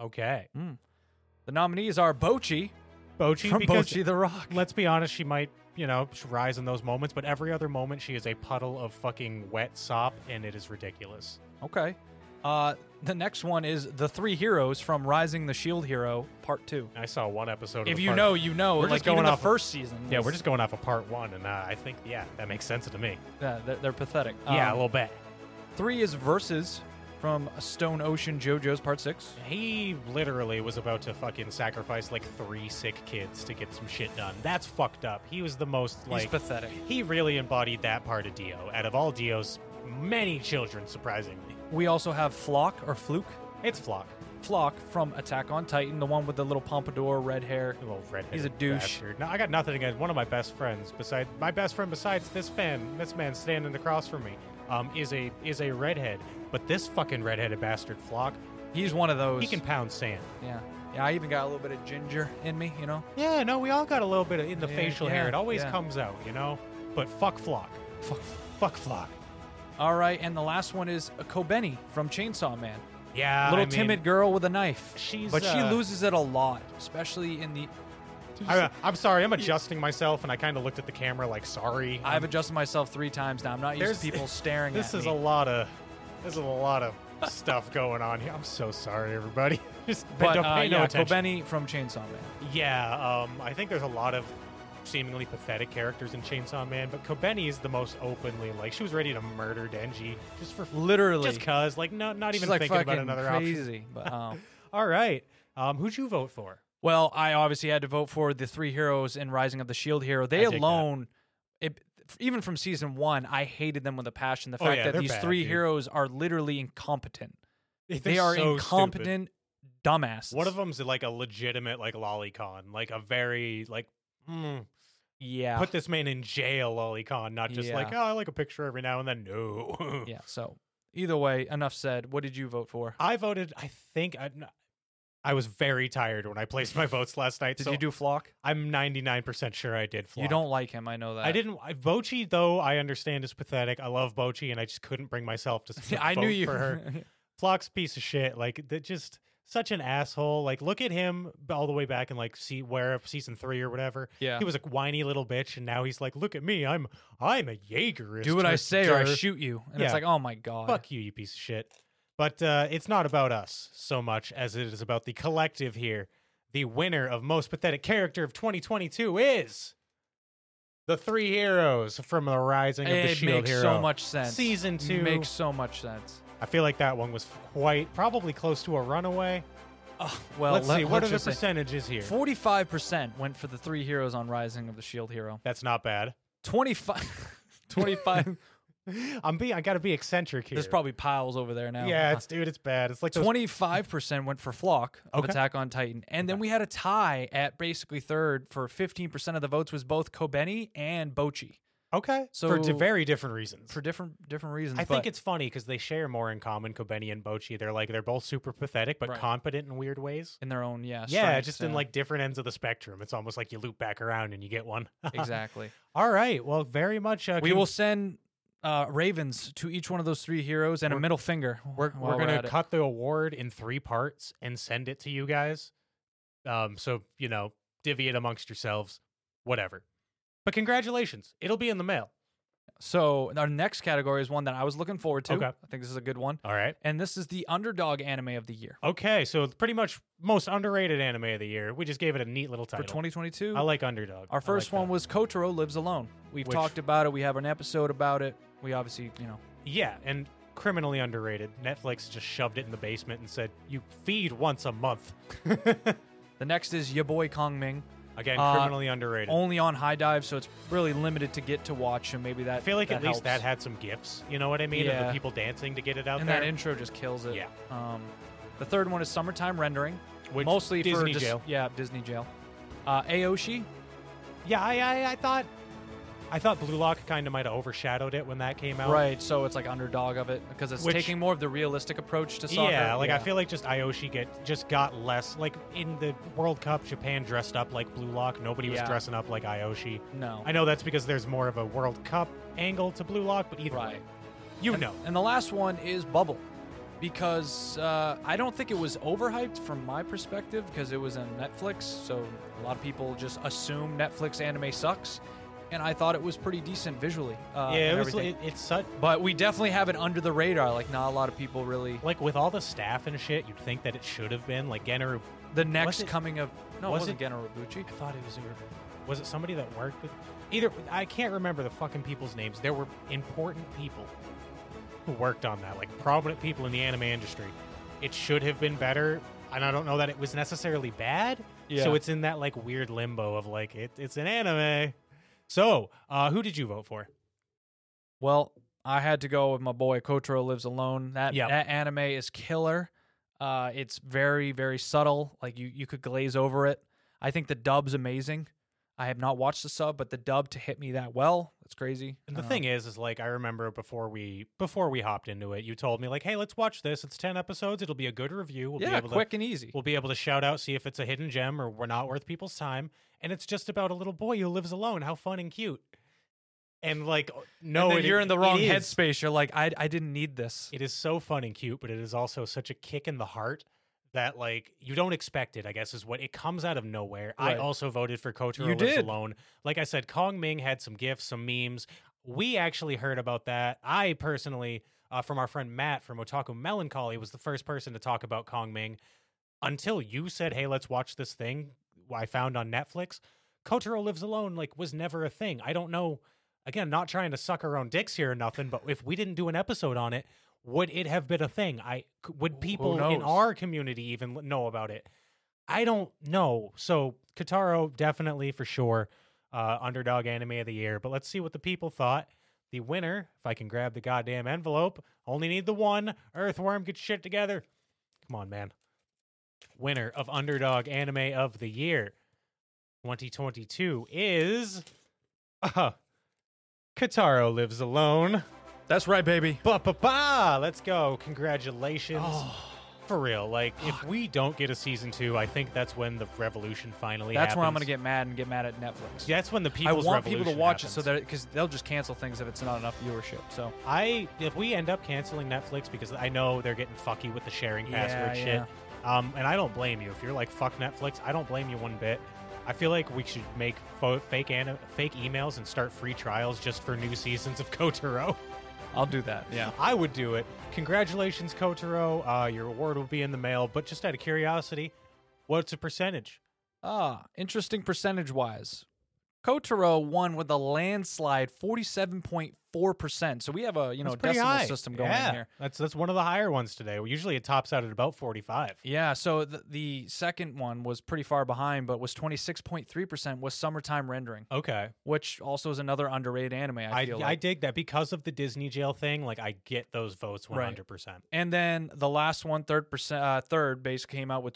[SPEAKER 2] Okay,
[SPEAKER 1] The nominees are Bochi
[SPEAKER 2] Bochi.
[SPEAKER 1] from
[SPEAKER 2] because
[SPEAKER 1] Bochi the Rock.
[SPEAKER 2] Let's be honest, she might, you know, sh- rise in those moments, but every other moment she is a puddle of fucking wet sop, and it is ridiculous.
[SPEAKER 1] Okay. Uh, the next one is The Three Heroes from Rising the Shield Hero, Part 2.
[SPEAKER 2] I saw one episode. of
[SPEAKER 1] If
[SPEAKER 2] the
[SPEAKER 1] you
[SPEAKER 2] part-
[SPEAKER 1] know, you know.
[SPEAKER 2] We're
[SPEAKER 1] like
[SPEAKER 2] just going
[SPEAKER 1] even
[SPEAKER 2] off of-
[SPEAKER 1] the first season.
[SPEAKER 2] yeah,
[SPEAKER 1] was-
[SPEAKER 2] we're just going off of part one, and uh, I think yeah, that makes sense to me.
[SPEAKER 1] Yeah, uh, they're, they're pathetic.
[SPEAKER 2] yeah, a
[SPEAKER 1] Um,
[SPEAKER 2] little bit.
[SPEAKER 1] three is Versus from Stone Ocean JoJo's Part 6.
[SPEAKER 2] He literally was about to fucking sacrifice like three sick kids to get some shit done. That's fucked up. He was the most
[SPEAKER 1] He's
[SPEAKER 2] like
[SPEAKER 1] pathetic.
[SPEAKER 2] he really embodied that part of Dio. Out of all Dio's many children, surprisingly,
[SPEAKER 1] We also have Flock or Fluke.
[SPEAKER 2] it's Flock,
[SPEAKER 1] Flock from Attack on Titan, the one with the little pompadour, red hair.
[SPEAKER 2] the little redhead.
[SPEAKER 1] He's a douche.
[SPEAKER 2] No, I got nothing against one of my best friends. Besides my best friend, besides this fan, this man standing across from me, um, is a is a redhead. But this fucking redheaded bastard Flock.
[SPEAKER 1] He's one of those.
[SPEAKER 2] He can pound sand.
[SPEAKER 1] yeah. Yeah, I even got a little bit of ginger in me, you know?
[SPEAKER 2] Yeah, no, we all got a little bit of in the
[SPEAKER 1] Yeah,
[SPEAKER 2] facial hair.
[SPEAKER 1] yeah,
[SPEAKER 2] It always
[SPEAKER 1] yeah.
[SPEAKER 2] comes out, you know. But fuck flock,
[SPEAKER 1] Fuck.
[SPEAKER 2] fuck flock.
[SPEAKER 1] All right, and the last one is a Kobeni from Chainsaw Man.
[SPEAKER 2] Yeah,
[SPEAKER 1] little
[SPEAKER 2] I mean,
[SPEAKER 1] timid girl with a knife.
[SPEAKER 2] She's,
[SPEAKER 1] but she
[SPEAKER 2] uh,
[SPEAKER 1] loses it a lot, especially in the.
[SPEAKER 2] I, am sorry, I'm adjusting myself, and I kind of looked at the camera like, sorry.
[SPEAKER 1] I've adjusted myself three times now. I'm not used
[SPEAKER 2] Um, There's-
[SPEAKER 1] to people staring
[SPEAKER 2] this
[SPEAKER 1] at
[SPEAKER 2] is
[SPEAKER 1] me.
[SPEAKER 2] a lot of this is a lot of stuff going on here. I'm so sorry, everybody. Just
[SPEAKER 1] but
[SPEAKER 2] don't
[SPEAKER 1] uh,
[SPEAKER 2] pay no
[SPEAKER 1] yeah,
[SPEAKER 2] attention.
[SPEAKER 1] Kobeni from Chainsaw Man.
[SPEAKER 2] Yeah, um, I think there's a lot of seemingly pathetic characters in Chainsaw Man, but Kobeni is the most openly like she was ready to murder Denji just for
[SPEAKER 1] Literally,
[SPEAKER 2] just cause like no, not
[SPEAKER 1] she's
[SPEAKER 2] even
[SPEAKER 1] like
[SPEAKER 2] thinking
[SPEAKER 1] fucking
[SPEAKER 2] about another option.
[SPEAKER 1] crazy. But um,
[SPEAKER 2] All right. Um, who'd you vote for?
[SPEAKER 1] Well, I obviously had to vote for the three heroes in Rising of the Shield Hero. They
[SPEAKER 2] dig that.
[SPEAKER 1] alone, it, even from season one, I hated them with a passion. The
[SPEAKER 2] Oh,
[SPEAKER 1] fact
[SPEAKER 2] yeah,
[SPEAKER 1] that
[SPEAKER 2] they're
[SPEAKER 1] these
[SPEAKER 2] bad,
[SPEAKER 1] three
[SPEAKER 2] dude.
[SPEAKER 1] heroes are literally incompetent.
[SPEAKER 2] They're
[SPEAKER 1] they are
[SPEAKER 2] so stupid.
[SPEAKER 1] incompetent dumbasses.
[SPEAKER 2] One of them's like a legitimate like lolicon, like a very like mm,
[SPEAKER 1] yeah,
[SPEAKER 2] put this man in jail, lolicon, not just like, oh,
[SPEAKER 1] Yeah.
[SPEAKER 2] I like a picture every now and then. No.
[SPEAKER 1] yeah. So either way, enough said. What did you vote for?
[SPEAKER 2] I voted, I think, I, I was very tired when I placed my votes last night.
[SPEAKER 1] Did
[SPEAKER 2] so
[SPEAKER 1] you do Flock?
[SPEAKER 2] I'm 99% sure I did flop.
[SPEAKER 1] You don't uh like him. I know that.
[SPEAKER 2] I didn't. I, Bochi, though, I understand is pathetic. I love Bochi, and I just couldn't bring myself to. s-
[SPEAKER 1] I
[SPEAKER 2] vote
[SPEAKER 1] knew you.
[SPEAKER 2] for her. Flock's piece of shit. Like that, just such an asshole. Like look at him b- all the way back in like see where season three or whatever.
[SPEAKER 1] yeah.
[SPEAKER 2] He was a whiny little bitch, and now he's like, look at me. I'm I'm a Jaegerist.
[SPEAKER 1] do what I say or I
[SPEAKER 2] der."
[SPEAKER 1] shoot you. And it's
[SPEAKER 2] Yeah.
[SPEAKER 1] like, oh my god.
[SPEAKER 2] Fuck you, you piece of shit. But uh, it's not about us so much as it is about the collective here. The winner of most pathetic character of 2022 is the three heroes from the Rising of the
[SPEAKER 1] It
[SPEAKER 2] Shield
[SPEAKER 1] makes
[SPEAKER 2] Hero.
[SPEAKER 1] so much sense.
[SPEAKER 2] Season two.
[SPEAKER 1] makes so much sense.
[SPEAKER 2] I feel like that one was quite probably close to a runaway.
[SPEAKER 1] well,
[SPEAKER 2] let's
[SPEAKER 1] let-
[SPEAKER 2] see. What are
[SPEAKER 1] let's
[SPEAKER 2] the
[SPEAKER 1] just say-
[SPEAKER 2] percentages here?
[SPEAKER 1] Forty-five percent went for the three heroes on Rising of the Shield Hero.
[SPEAKER 2] That's not bad.
[SPEAKER 1] 25 25
[SPEAKER 2] I'm be. I got to be eccentric here.
[SPEAKER 1] There's probably piles over there now.
[SPEAKER 2] yeah, it's dude, it's bad. It's like those-
[SPEAKER 1] 25% went for Flock of
[SPEAKER 2] Okay.
[SPEAKER 1] Attack on Titan. And then we had a tie at basically third for 15% of the votes was both Kobeni and Bochi
[SPEAKER 2] okay.
[SPEAKER 1] So-
[SPEAKER 2] for d- very different reasons.
[SPEAKER 1] for different different reasons.
[SPEAKER 2] I think
[SPEAKER 1] but-
[SPEAKER 2] it's funny because they share more in common. Kobeni and Bochi. They're like they're both super pathetic but
[SPEAKER 1] Right.
[SPEAKER 2] competent in weird ways.
[SPEAKER 1] in their own, yeah. uh,
[SPEAKER 2] yeah,
[SPEAKER 1] strengths,
[SPEAKER 2] just in
[SPEAKER 1] yeah.
[SPEAKER 2] like different ends of the spectrum. It's almost like you loop back around and you get one.
[SPEAKER 1] exactly.
[SPEAKER 2] All right. Well, very much. Uh,
[SPEAKER 1] We
[SPEAKER 2] con-
[SPEAKER 1] will send uh, ravens to each one of those three heroes and a
[SPEAKER 2] We're-
[SPEAKER 1] middle finger.
[SPEAKER 2] We're,
[SPEAKER 1] while
[SPEAKER 2] we're gonna
[SPEAKER 1] at it.
[SPEAKER 2] cut the award in three parts and send it to you guys. Um, so you know, divvy it amongst yourselves, whatever. But congratulations, it'll be in the mail.
[SPEAKER 1] So our next category is one that I was looking forward to.
[SPEAKER 2] Okay.
[SPEAKER 1] I think this is a good one.
[SPEAKER 2] All right.
[SPEAKER 1] And this is the underdog anime of the year
[SPEAKER 2] Okay, so it's pretty much most underrated anime of the year. We just gave it a neat little title.
[SPEAKER 1] for 2022.
[SPEAKER 2] I like Underdog.
[SPEAKER 1] Our first one was Kotaro Lives Alone. We've
[SPEAKER 2] Which-
[SPEAKER 1] talked about it. We have an episode about it. We obviously, you know,
[SPEAKER 2] yeah, and criminally underrated. Netflix just shoved it in the basement and said, "You feed once a month."
[SPEAKER 1] the next is Ya Boy Kong Ming.
[SPEAKER 2] Again,
[SPEAKER 1] Uh,
[SPEAKER 2] criminally underrated.
[SPEAKER 1] Only on High Dive, so it's really limited to get to watch. And maybe that
[SPEAKER 2] I feel like at least that
[SPEAKER 1] helps.
[SPEAKER 2] had some gifts. You know what I mean? Of
[SPEAKER 1] Yeah.
[SPEAKER 2] the people dancing to get it out
[SPEAKER 1] and
[SPEAKER 2] there.
[SPEAKER 1] that intro just kills it.
[SPEAKER 2] Yeah.
[SPEAKER 1] Um, the third one is Summertime Rendering,
[SPEAKER 2] Which-
[SPEAKER 1] mostly for
[SPEAKER 2] Disney
[SPEAKER 1] just-
[SPEAKER 2] jail.
[SPEAKER 1] Yeah, Disney Jail. Uh, Aoshi,
[SPEAKER 2] Yeah, I, I, I thought, I thought Blue Lock kind of might have overshadowed it when that came out.
[SPEAKER 1] right? So it's like underdog of it because it's
[SPEAKER 2] Oh. Which-
[SPEAKER 1] taking more of the realistic approach to soccer.
[SPEAKER 2] Yeah, like I feel like just Ayoshi get just got less like in the World Cup. Japan dressed up like Blue Lock. Nobody
[SPEAKER 1] Yeah.
[SPEAKER 2] was dressing up like Ayoshi.
[SPEAKER 1] no.
[SPEAKER 2] I know that's because there's more of a World Cup angle to Blue Lock, but either way,
[SPEAKER 1] Right.
[SPEAKER 2] you
[SPEAKER 1] and,
[SPEAKER 2] know.
[SPEAKER 1] And the last one is Bubble, because uh, I don't think it was overhyped from my perspective because it was on Netflix, so a lot of people just assume Netflix anime sucks, and I thought it was pretty decent visually. Uh,
[SPEAKER 2] yeah, it
[SPEAKER 1] and
[SPEAKER 2] was
[SPEAKER 1] everything.
[SPEAKER 2] it, it's such
[SPEAKER 1] but we definitely have it under the radar. Like not a lot of people really.
[SPEAKER 2] like with all the staff and shit. You'd think that it should have been like Genru.
[SPEAKER 1] The next
[SPEAKER 2] it-
[SPEAKER 1] coming of no, it
[SPEAKER 2] was
[SPEAKER 1] wasn't Gennaro Bucci.
[SPEAKER 2] I thought it was a- was it somebody that worked with either I can't remember the fucking people's names. There were important people who worked on that, like prominent people in the anime industry. It should have been better, and I don't know that it was necessarily bad. So it's in that like weird limbo of like it, it's an anime. So, uh, who did you vote for?
[SPEAKER 1] Well, I had to go with my boy Kotaro Lives Alone. That
[SPEAKER 2] Yep.
[SPEAKER 1] that anime is killer. Uh, it's very very subtle. Like you you could glaze over it. I think the dub's amazing. I have not watched the sub, but the dub to hit me that well, that's crazy.
[SPEAKER 2] And the
[SPEAKER 1] Uh,
[SPEAKER 2] thing is, is like I remember before we before we hopped into it, you told me like, "Hey, let's watch this. It's ten episodes. It'll be a good review. We'll be
[SPEAKER 1] yeah,
[SPEAKER 2] able to
[SPEAKER 1] quick and easy.
[SPEAKER 2] We'll be able to shout out, see if it's a hidden gem or we're not worth people's time. And it's just about a little boy who lives alone. How fun and cute. And like, no,
[SPEAKER 1] and then
[SPEAKER 2] it-
[SPEAKER 1] you're in the
[SPEAKER 2] it
[SPEAKER 1] wrong
[SPEAKER 2] is-
[SPEAKER 1] headspace. You're like, I I didn't need this.
[SPEAKER 2] It is so fun and cute, but it is also such a kick in the heart that like you don't expect it. I guess is what it comes out of nowhere. I
[SPEAKER 1] Right.
[SPEAKER 2] also voted for Kotaro
[SPEAKER 1] You
[SPEAKER 2] Lives
[SPEAKER 1] did.
[SPEAKER 2] Alone. Like I said, Kong Ming had some gifts, some memes. We actually heard about that. I personally, uh, from our friend Matt from Otaku Melancholy, was the first person to talk about Kong Ming until you said, "Hey, let's watch this thing I found on Netflix." Kotaro Lives Alone like was never a thing. I don't know. Again, not trying to suck our own dicks here or nothing, but if we didn't do an episode on it, would it have been a thing? I c- would
[SPEAKER 1] Who
[SPEAKER 2] people in
[SPEAKER 1] knows?
[SPEAKER 2] our community even l- know about it? I don't know. So Kataro definitely for sure uh, underdog anime of the year. But let's see what the people thought. The winner, if I can grab the goddamn envelope, only need the one. Earthworm, get your shit together. Come on, man. Winner of underdog anime of the year 2022 is Uh, Kataro lives alone.
[SPEAKER 1] That's right, baby.
[SPEAKER 2] Ba ba ba! Let's go. Congratulations.
[SPEAKER 1] Oh,
[SPEAKER 2] For real. Like, if we don't get a season two, I think that's when the revolution finally
[SPEAKER 1] that's where I'm
[SPEAKER 2] happens.
[SPEAKER 1] gonna get mad and get mad at Netflix.
[SPEAKER 2] That's when the
[SPEAKER 1] I
[SPEAKER 2] people's
[SPEAKER 1] want people to
[SPEAKER 2] revolution
[SPEAKER 1] watch it
[SPEAKER 2] happens.
[SPEAKER 1] so that because they'll just cancel things if it's not enough viewership. So
[SPEAKER 2] I if we end up canceling Netflix because I know they're getting fucky with the sharing
[SPEAKER 1] Yeah,
[SPEAKER 2] password
[SPEAKER 1] yeah.
[SPEAKER 2] shit. Um, and I don't blame you if you're like fuck Netflix. I don't blame you one bit. I feel like we should make fo- fake ana- fake emails and start free trials just for new seasons of Kotaro.
[SPEAKER 1] I'll do that. Yeah.
[SPEAKER 2] I would do it. Congratulations, Kotaro. Uh, your award will be in the mail. But just out of curiosity, what's the percentage?
[SPEAKER 1] Ah, interesting percentage wise. Kotaro won with a landslide, forty-seven point four percent. So we have a you know
[SPEAKER 2] That's pretty
[SPEAKER 1] Oh, decimal
[SPEAKER 2] high.
[SPEAKER 1] system going
[SPEAKER 2] yeah,
[SPEAKER 1] in here.
[SPEAKER 2] That's that's one of the higher ones today. Usually it tops out at about forty five.
[SPEAKER 1] Yeah, so the, the second one was pretty far behind, but was 26.3% was Summertime Rendering,
[SPEAKER 2] Okay.
[SPEAKER 1] which also is another underrated anime, I
[SPEAKER 2] I,
[SPEAKER 1] feel
[SPEAKER 2] I
[SPEAKER 1] like.
[SPEAKER 2] dig that because of the Disney jail thing. Like I get those votes one
[SPEAKER 1] Right.
[SPEAKER 2] hundred percent.
[SPEAKER 1] and then the last one, third, percent, uh, third base came out with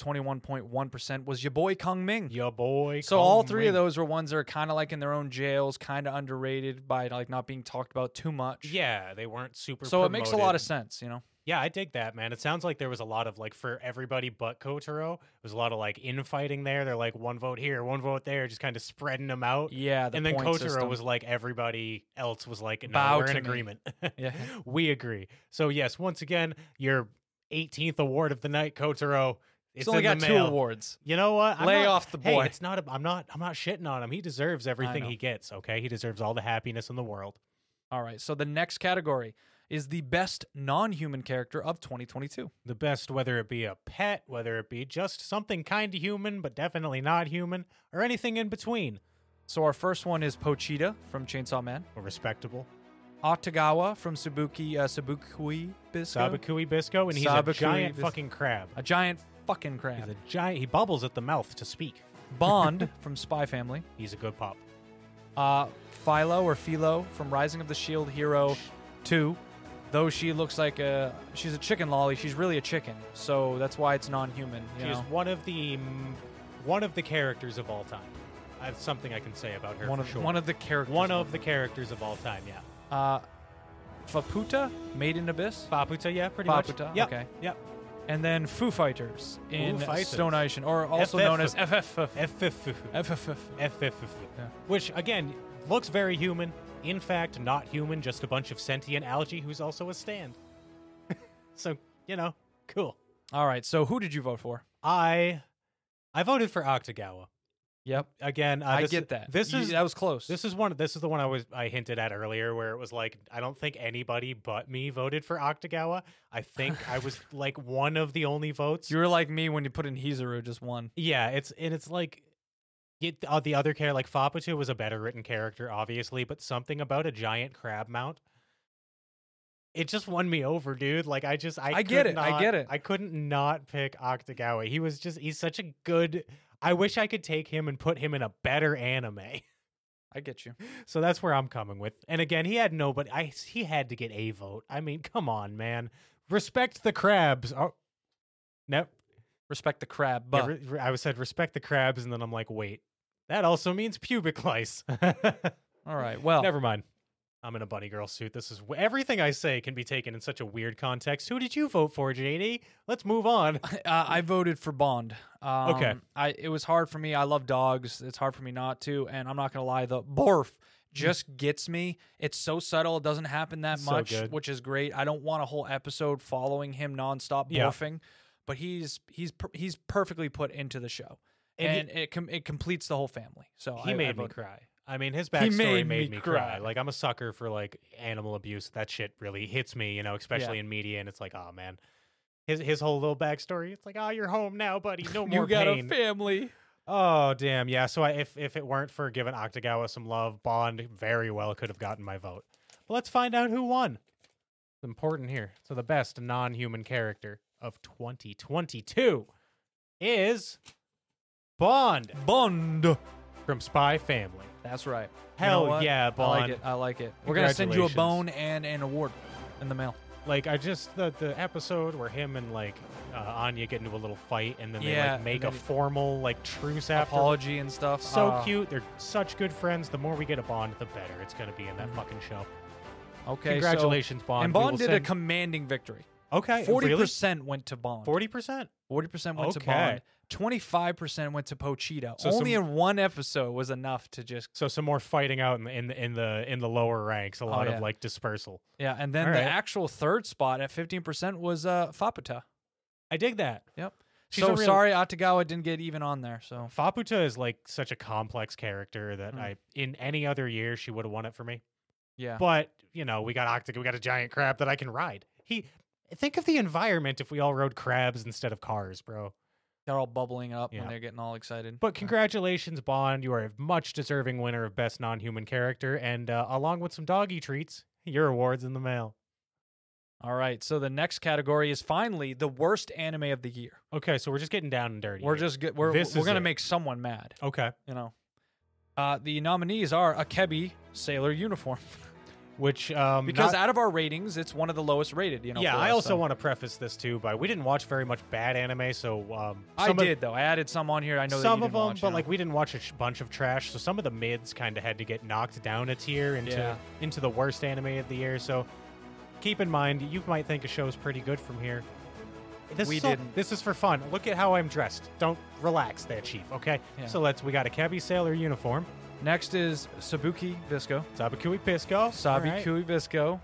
[SPEAKER 1] 21.1% was your boy Kung Ming.
[SPEAKER 2] Yo boy.
[SPEAKER 1] so all
[SPEAKER 2] Kong
[SPEAKER 1] three of
[SPEAKER 2] Ring.
[SPEAKER 1] those were ones that are kind of like in their own jails, kind of underrated by like not being talked about too much.
[SPEAKER 2] Yeah, they weren't super.
[SPEAKER 1] So it makes a lot of
[SPEAKER 2] promoted.
[SPEAKER 1] sense, you know?
[SPEAKER 2] Yeah, I dig that, man. It sounds like there was a lot of like for everybody but Kotaro. There was a lot of like infighting there. They're like one vote here, one vote there, just kind of spreading them out.
[SPEAKER 1] Yeah. The
[SPEAKER 2] and then
[SPEAKER 1] point
[SPEAKER 2] Kotaro
[SPEAKER 1] system.
[SPEAKER 2] was like everybody else was like, no,
[SPEAKER 1] Bow
[SPEAKER 2] we're in
[SPEAKER 1] to me."
[SPEAKER 2] agreement.
[SPEAKER 1] Yeah.
[SPEAKER 2] we agree. So yes, once again, your 18th award of the night, Kotaro. It's
[SPEAKER 1] It's only
[SPEAKER 2] in the
[SPEAKER 1] got two
[SPEAKER 2] mail.
[SPEAKER 1] awards.
[SPEAKER 2] You know what? I'm
[SPEAKER 1] Lay
[SPEAKER 2] not-
[SPEAKER 1] off the
[SPEAKER 2] Hey,
[SPEAKER 1] boy.
[SPEAKER 2] it's not. A, I'm not. I'm not shitting on him. He deserves everything
[SPEAKER 1] know.
[SPEAKER 2] he gets. Okay, he deserves all the happiness in the world.
[SPEAKER 1] All right. So the next category is the best non human character of 2022.
[SPEAKER 2] The best, whether it be a pet, whether it be just something kind of human but definitely not human, or anything in between.
[SPEAKER 1] So our first one is Pochita from Chainsaw Man,
[SPEAKER 2] A respectable
[SPEAKER 1] Otagawa from Subuki uh, Subukui Bisco,
[SPEAKER 2] Sabakui Bisco, and he's a
[SPEAKER 1] Sabakui
[SPEAKER 2] giant
[SPEAKER 1] Bis-
[SPEAKER 2] fucking crab.
[SPEAKER 1] a giant fucking
[SPEAKER 2] He's
[SPEAKER 1] crab,
[SPEAKER 2] a giant. He bubbles at the mouth to speak.
[SPEAKER 1] Bond from Spy Family,
[SPEAKER 2] He's a good pop.
[SPEAKER 1] uh, Philo or Philo from Rising of the Shield Hero 2. Though she looks like a she's a chicken lolly, she's really a chicken. So that's why it's non-human, you
[SPEAKER 2] She is
[SPEAKER 1] know.
[SPEAKER 2] one of the mm, one of the characters of all time. I have something I can say about her.
[SPEAKER 1] One
[SPEAKER 2] for
[SPEAKER 1] of
[SPEAKER 2] sure.
[SPEAKER 1] one of the characters.
[SPEAKER 2] one of the characters of all time. Yeah.
[SPEAKER 1] uh Faputa, Made in Abyss,
[SPEAKER 2] Paputa, yeah, pretty
[SPEAKER 1] Paputa,
[SPEAKER 2] much. Yep,
[SPEAKER 1] okay.
[SPEAKER 2] Yep.
[SPEAKER 1] and then Foo Fighters in
[SPEAKER 2] Foo Fighters.
[SPEAKER 1] Stone Ocean or also known as FFF.
[SPEAKER 2] FFF.
[SPEAKER 1] FFF.
[SPEAKER 2] FFF.
[SPEAKER 1] Yeah.
[SPEAKER 2] Which, again, looks very human. In fact, not human, just a bunch of sentient algae who's also a stand. so, you know, cool.
[SPEAKER 1] All right, so who did you vote for?
[SPEAKER 2] I I voted for Octagawa.
[SPEAKER 1] Yep.
[SPEAKER 2] Again, uh,
[SPEAKER 1] I
[SPEAKER 2] this-
[SPEAKER 1] get that.
[SPEAKER 2] This
[SPEAKER 1] You-
[SPEAKER 2] is
[SPEAKER 1] that was close.
[SPEAKER 2] this is one this is the one I was I hinted at earlier where it was like I don't think anybody but me voted for Octagawa. I think I was like one of the only votes.
[SPEAKER 1] you were like me when you put in Hizuru, just one.
[SPEAKER 2] Yeah, it's and it's like it, uh, the other character, like Faputu, was a better written character, obviously, but something about a giant crab mount. It just won me over, dude. Like I just, I,
[SPEAKER 1] I get
[SPEAKER 2] could
[SPEAKER 1] it, I
[SPEAKER 2] not-
[SPEAKER 1] get it.
[SPEAKER 2] I couldn't not pick Octagawa. He was just, he's such a good. I wish I could take him and put him in a better anime.
[SPEAKER 1] I get you.
[SPEAKER 2] So that's where I'm coming with. And again, he had nobody. I he had to get a vote. I mean, come on, man. Respect the crabs. Oh, no,
[SPEAKER 1] Respect the crab,
[SPEAKER 2] yeah,
[SPEAKER 1] but
[SPEAKER 2] re- re- I said respect the crabs, and then I'm like, wait, that also means pubic lice. Oh.
[SPEAKER 1] all right. Well,
[SPEAKER 2] Never mind. I'm in a bunny girl suit. This is w- everything I say can be taken in such a weird context. Who did you vote for, JD? Let's move on.
[SPEAKER 1] uh, I voted for Bond. Um,
[SPEAKER 2] Okay.
[SPEAKER 1] I it was hard for me. I love dogs. It's hard for me not to, and I'm not gonna lie. The barf just gets me. It's so subtle. It doesn't happen that
[SPEAKER 2] So
[SPEAKER 1] much,
[SPEAKER 2] good.
[SPEAKER 1] which is great. I don't want a whole episode following him nonstop
[SPEAKER 2] Yeah.
[SPEAKER 1] barfing, but he's he's per- he's perfectly put into the show,
[SPEAKER 2] And
[SPEAKER 1] and, it com- it completes the whole family. So
[SPEAKER 2] He
[SPEAKER 1] I,
[SPEAKER 2] made
[SPEAKER 1] I
[SPEAKER 2] me
[SPEAKER 1] voted-
[SPEAKER 2] cry. I mean, his
[SPEAKER 1] He
[SPEAKER 2] backstory
[SPEAKER 1] made
[SPEAKER 2] made,
[SPEAKER 1] me
[SPEAKER 2] me cry.
[SPEAKER 1] cry.
[SPEAKER 2] Like I'm a sucker for like animal abuse. That shit really hits me, you know, especially in media. And it's like, oh man, his his whole little backstory. It's like, oh, you're home now, buddy. No more
[SPEAKER 1] you got
[SPEAKER 2] pain.
[SPEAKER 1] a family.
[SPEAKER 2] Oh damn, yeah. So I, if if it weren't for giving Octagawa some love, Bond very well could have gotten my vote. But let's find out who won. It's important here. So the best non-human character of 2022 is Bond
[SPEAKER 1] Bond.
[SPEAKER 2] from Spy Family.
[SPEAKER 1] That's right. You know
[SPEAKER 2] Hell
[SPEAKER 1] what?
[SPEAKER 2] yeah,
[SPEAKER 1] I like
[SPEAKER 2] Bond.
[SPEAKER 1] it. I like it. We're gonna send you a
[SPEAKER 2] Congratulations.
[SPEAKER 1] bone and an award in the mail.
[SPEAKER 2] Like I just the the episode where him and like uh, Anya get into a little fight and then they
[SPEAKER 1] Yeah,
[SPEAKER 2] like
[SPEAKER 1] and
[SPEAKER 2] make a
[SPEAKER 1] then-
[SPEAKER 2] formal like truce after.
[SPEAKER 1] Apology and stuff.
[SPEAKER 2] So
[SPEAKER 1] Uh,
[SPEAKER 2] cute. They're such good friends. The more we get a Bond, the better it's going to be in that
[SPEAKER 1] Mhm.
[SPEAKER 2] fucking show.
[SPEAKER 1] Okay, so-
[SPEAKER 2] Congratulations, Bond.
[SPEAKER 1] and
[SPEAKER 2] We will
[SPEAKER 1] Bond did a
[SPEAKER 2] send-
[SPEAKER 1] commanding victory.
[SPEAKER 2] okay
[SPEAKER 1] Forty
[SPEAKER 2] really
[SPEAKER 1] percent went to Bond.
[SPEAKER 2] forty percent.
[SPEAKER 1] Forty percent went to
[SPEAKER 2] Okay.
[SPEAKER 1] Bond. Twenty-five percent went to Pochita.
[SPEAKER 2] So
[SPEAKER 1] Only
[SPEAKER 2] some-
[SPEAKER 1] in one episode was enough to just
[SPEAKER 2] So some more fighting out in the in the in the, in the lower ranks. A lot
[SPEAKER 1] yeah.
[SPEAKER 2] of like dispersal.
[SPEAKER 1] yeah. And then
[SPEAKER 2] All
[SPEAKER 1] the
[SPEAKER 2] right.
[SPEAKER 1] actual third spot at fifteen percent was uh, Faputa.
[SPEAKER 2] I dig that.
[SPEAKER 1] Yep.
[SPEAKER 2] She's
[SPEAKER 1] so
[SPEAKER 2] a real-
[SPEAKER 1] sorry, Atagawa didn't get even on there. So
[SPEAKER 2] Faputa is like such a complex character that
[SPEAKER 1] Mm.
[SPEAKER 2] I in any other year she would have won it for me.
[SPEAKER 1] yeah,
[SPEAKER 2] But you know, we got Octagon, we got a giant crab that I can ride. He think of the environment if we all rode crabs instead of cars, bro.
[SPEAKER 1] they're all bubbling up when
[SPEAKER 2] Yeah.
[SPEAKER 1] they're getting all excited.
[SPEAKER 2] But congratulations, Bond. You are a much deserving winner of Best Non Human Character, and uh, along with some doggy treats, your award's in the mail.
[SPEAKER 1] all right, so the next category is finally the worst anime of the year.
[SPEAKER 2] Okay, so we're just getting down and dirty.
[SPEAKER 1] We're
[SPEAKER 2] here.
[SPEAKER 1] just get, we're
[SPEAKER 2] This
[SPEAKER 1] we're
[SPEAKER 2] is
[SPEAKER 1] gonna
[SPEAKER 2] it.
[SPEAKER 1] make someone mad.
[SPEAKER 2] okay.
[SPEAKER 1] You know, uh, the nominees are Akebi Sailor Uniform
[SPEAKER 2] Which um,
[SPEAKER 1] because
[SPEAKER 2] not-
[SPEAKER 1] out of our ratings, it's one of the lowest rated. You know,
[SPEAKER 2] yeah,
[SPEAKER 1] for
[SPEAKER 2] I
[SPEAKER 1] us,
[SPEAKER 2] also
[SPEAKER 1] so.
[SPEAKER 2] want to preface this too by we didn't watch very much bad anime, so um,
[SPEAKER 1] I
[SPEAKER 2] some of-
[SPEAKER 1] did though. I added some on here. I know
[SPEAKER 2] some
[SPEAKER 1] that you
[SPEAKER 2] of
[SPEAKER 1] didn't
[SPEAKER 2] them,
[SPEAKER 1] watch,
[SPEAKER 2] but
[SPEAKER 1] you know.
[SPEAKER 2] like we didn't watch a sh- bunch of trash, so some of the mids kind of had to get knocked down a tier into
[SPEAKER 1] Yeah.
[SPEAKER 2] into the worst anime of the year. So keep in mind, you might think a show's pretty good from here. This
[SPEAKER 1] We
[SPEAKER 2] is all-
[SPEAKER 1] didn't.
[SPEAKER 2] This is for fun. Look at how I'm dressed. Don't relax, there, chief. Okay.
[SPEAKER 1] Yeah.
[SPEAKER 2] So let's. We got a cabbie sailor uniform,
[SPEAKER 1] next is Sabuki Visco,
[SPEAKER 2] Sabakui Pisco,
[SPEAKER 1] Sabi
[SPEAKER 2] alright,
[SPEAKER 1] Kui Visco,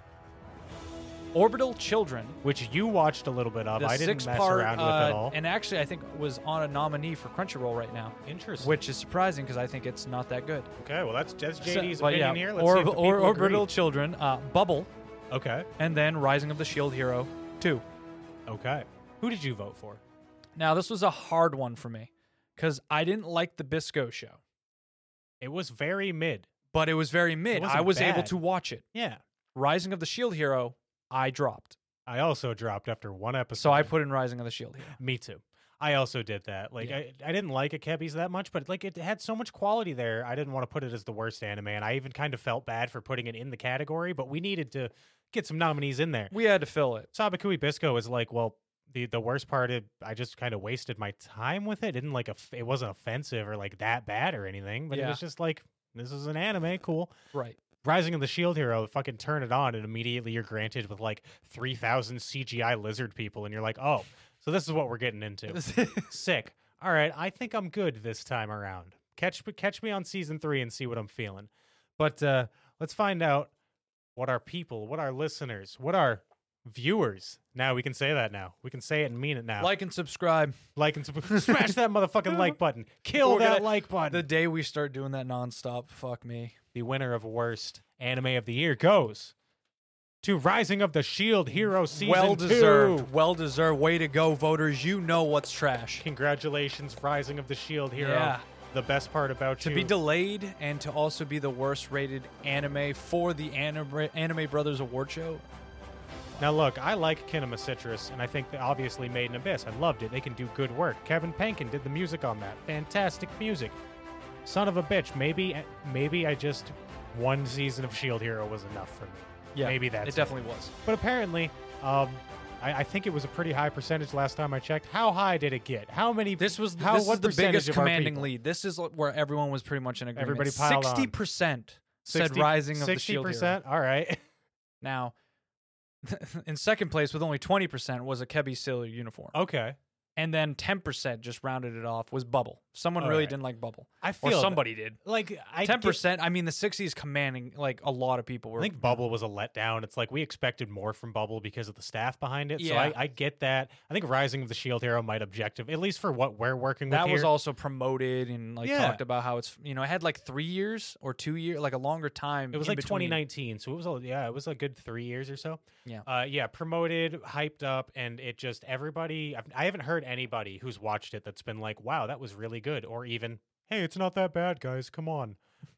[SPEAKER 1] Orbital Children.
[SPEAKER 2] which you watched a little bit of.
[SPEAKER 1] The
[SPEAKER 2] I didn't
[SPEAKER 1] six
[SPEAKER 2] mess
[SPEAKER 1] part,
[SPEAKER 2] around
[SPEAKER 1] uh,
[SPEAKER 2] with at all.
[SPEAKER 1] and actually I think was on a nominee for Crunchyroll right now,
[SPEAKER 2] Interesting.
[SPEAKER 1] which is surprising because I think it's not that good.
[SPEAKER 2] okay, well that's that's
[SPEAKER 1] So-
[SPEAKER 2] JD's
[SPEAKER 1] but yeah,
[SPEAKER 2] opinion here. Let's
[SPEAKER 1] or,
[SPEAKER 2] see if the
[SPEAKER 1] or
[SPEAKER 2] people
[SPEAKER 1] Orbital
[SPEAKER 2] agree.
[SPEAKER 1] Children, uh, Bubble,
[SPEAKER 2] Okay.
[SPEAKER 1] and then Rising of the Shield Hero two.
[SPEAKER 2] Okay. Who did you vote for?
[SPEAKER 1] Now this was a hard one for me because I didn't like the Bisco show,
[SPEAKER 2] It was very mid.
[SPEAKER 1] but it was very mid. I
[SPEAKER 2] wasn't
[SPEAKER 1] was able
[SPEAKER 2] bad.
[SPEAKER 1] to watch it.
[SPEAKER 2] Yeah.
[SPEAKER 1] Rising of the Shield Hero, I dropped.
[SPEAKER 2] I also dropped after one episode.
[SPEAKER 1] So I put in Rising of the Shield Hero.
[SPEAKER 2] Me too. I also did that. Like
[SPEAKER 1] Yeah.
[SPEAKER 2] I, I didn't like Akebi's that much, but like it had so much quality there. I didn't want to put it as the worst anime, and I even kind of felt bad for putting it in the category. But we needed to get some nominees in there.
[SPEAKER 1] We had to fill it.
[SPEAKER 2] Sabakui Bisco is like, well, the the worst part. Of, I just kind of wasted my time with it. Didn't like off- it wasn't offensive or like that bad or anything, but
[SPEAKER 1] Yeah.
[SPEAKER 2] it was just like this is an anime, cool.
[SPEAKER 1] Right.
[SPEAKER 2] Rising of the Shield Hero, fucking turn it on, and immediately you're granted with like 3,000 CGI lizard people, and you're like, oh, so this is what we're getting into. Sick. All right, I think I'm good this time around. Catch, catch me on season three and see what I'm feeling. But uh, let's find out what our people, what our listeners, what our viewers. Now we can say that now. We can say it and mean it now.
[SPEAKER 1] like and subscribe.
[SPEAKER 2] like and sub- smash that motherfucking like button. Kill
[SPEAKER 1] We're
[SPEAKER 2] that
[SPEAKER 1] gonna-
[SPEAKER 2] like button.
[SPEAKER 1] The day we start doing that nonstop, fuck me.
[SPEAKER 2] the winner of worst anime of the year goes to Rising of the Shield Hero Season
[SPEAKER 1] well deserved.
[SPEAKER 2] 2.
[SPEAKER 1] Well deserved. Way to go, voters. You know what's trash.
[SPEAKER 2] Congratulations, Rising of the Shield Hero.
[SPEAKER 1] Yeah.
[SPEAKER 2] The best part about
[SPEAKER 1] To
[SPEAKER 2] you.
[SPEAKER 1] be delayed and to also be the worst rated anime for the Anime, anime Brothers Award Show.
[SPEAKER 2] now, look, I like Kinema Citrus, and I think that obviously Made in Abyss. I loved it. They can do good work. Kevin Pankin did the music on that. Fantastic music. Son of a bitch. Maybe, maybe I just one season of Shield E Hero was enough for me. maybe that's
[SPEAKER 1] it. Definitely was.
[SPEAKER 2] But apparently, um, I, I think it was a pretty high percentage last time I checked. How high did it get? How many?
[SPEAKER 1] This was
[SPEAKER 2] how,
[SPEAKER 1] this is
[SPEAKER 2] what
[SPEAKER 1] the
[SPEAKER 2] percentage
[SPEAKER 1] biggest
[SPEAKER 2] of our
[SPEAKER 1] commanding
[SPEAKER 2] people?
[SPEAKER 1] lead. This is where everyone was pretty much in agreement.
[SPEAKER 2] Everybody piled on.
[SPEAKER 1] Sixty percent said
[SPEAKER 2] 60
[SPEAKER 1] Rising of the Shield E Hero.
[SPEAKER 2] 60%? All right.
[SPEAKER 1] Now, in second place with only 20% was a Kebby Sailor uniform.
[SPEAKER 2] okay.
[SPEAKER 1] And then 10% just rounded it off was Bubble. Someone
[SPEAKER 2] All
[SPEAKER 1] really
[SPEAKER 2] right.
[SPEAKER 1] didn't like Bubble.
[SPEAKER 2] I
[SPEAKER 1] Or
[SPEAKER 2] feel
[SPEAKER 1] somebody did.
[SPEAKER 2] like I get-
[SPEAKER 1] 10%, I mean, the 60s commanding, like a lot of people were.
[SPEAKER 2] I think Bubble was a letdown. It's like we expected more from Bubble because of the staff behind it.
[SPEAKER 1] Yeah.
[SPEAKER 2] So I, I get that. I think Rising of the Shield Hero might objective, at least for what we're working with.
[SPEAKER 1] that was
[SPEAKER 2] here.
[SPEAKER 1] also promoted and like
[SPEAKER 2] Yeah.
[SPEAKER 1] talked about how it's, you know, it had like three years or two years, like a longer time.
[SPEAKER 2] It was
[SPEAKER 1] in
[SPEAKER 2] like
[SPEAKER 1] between.
[SPEAKER 2] 2019, so it was a, yeah, it was a good three years or so.
[SPEAKER 1] Yeah.
[SPEAKER 2] uh, yeah, promoted, hyped up, and it just everybody. I've, I haven't heard anybody who's watched it that's been like, "Wow, that was really good," or even, "Hey, it's not that bad, guys. Come on."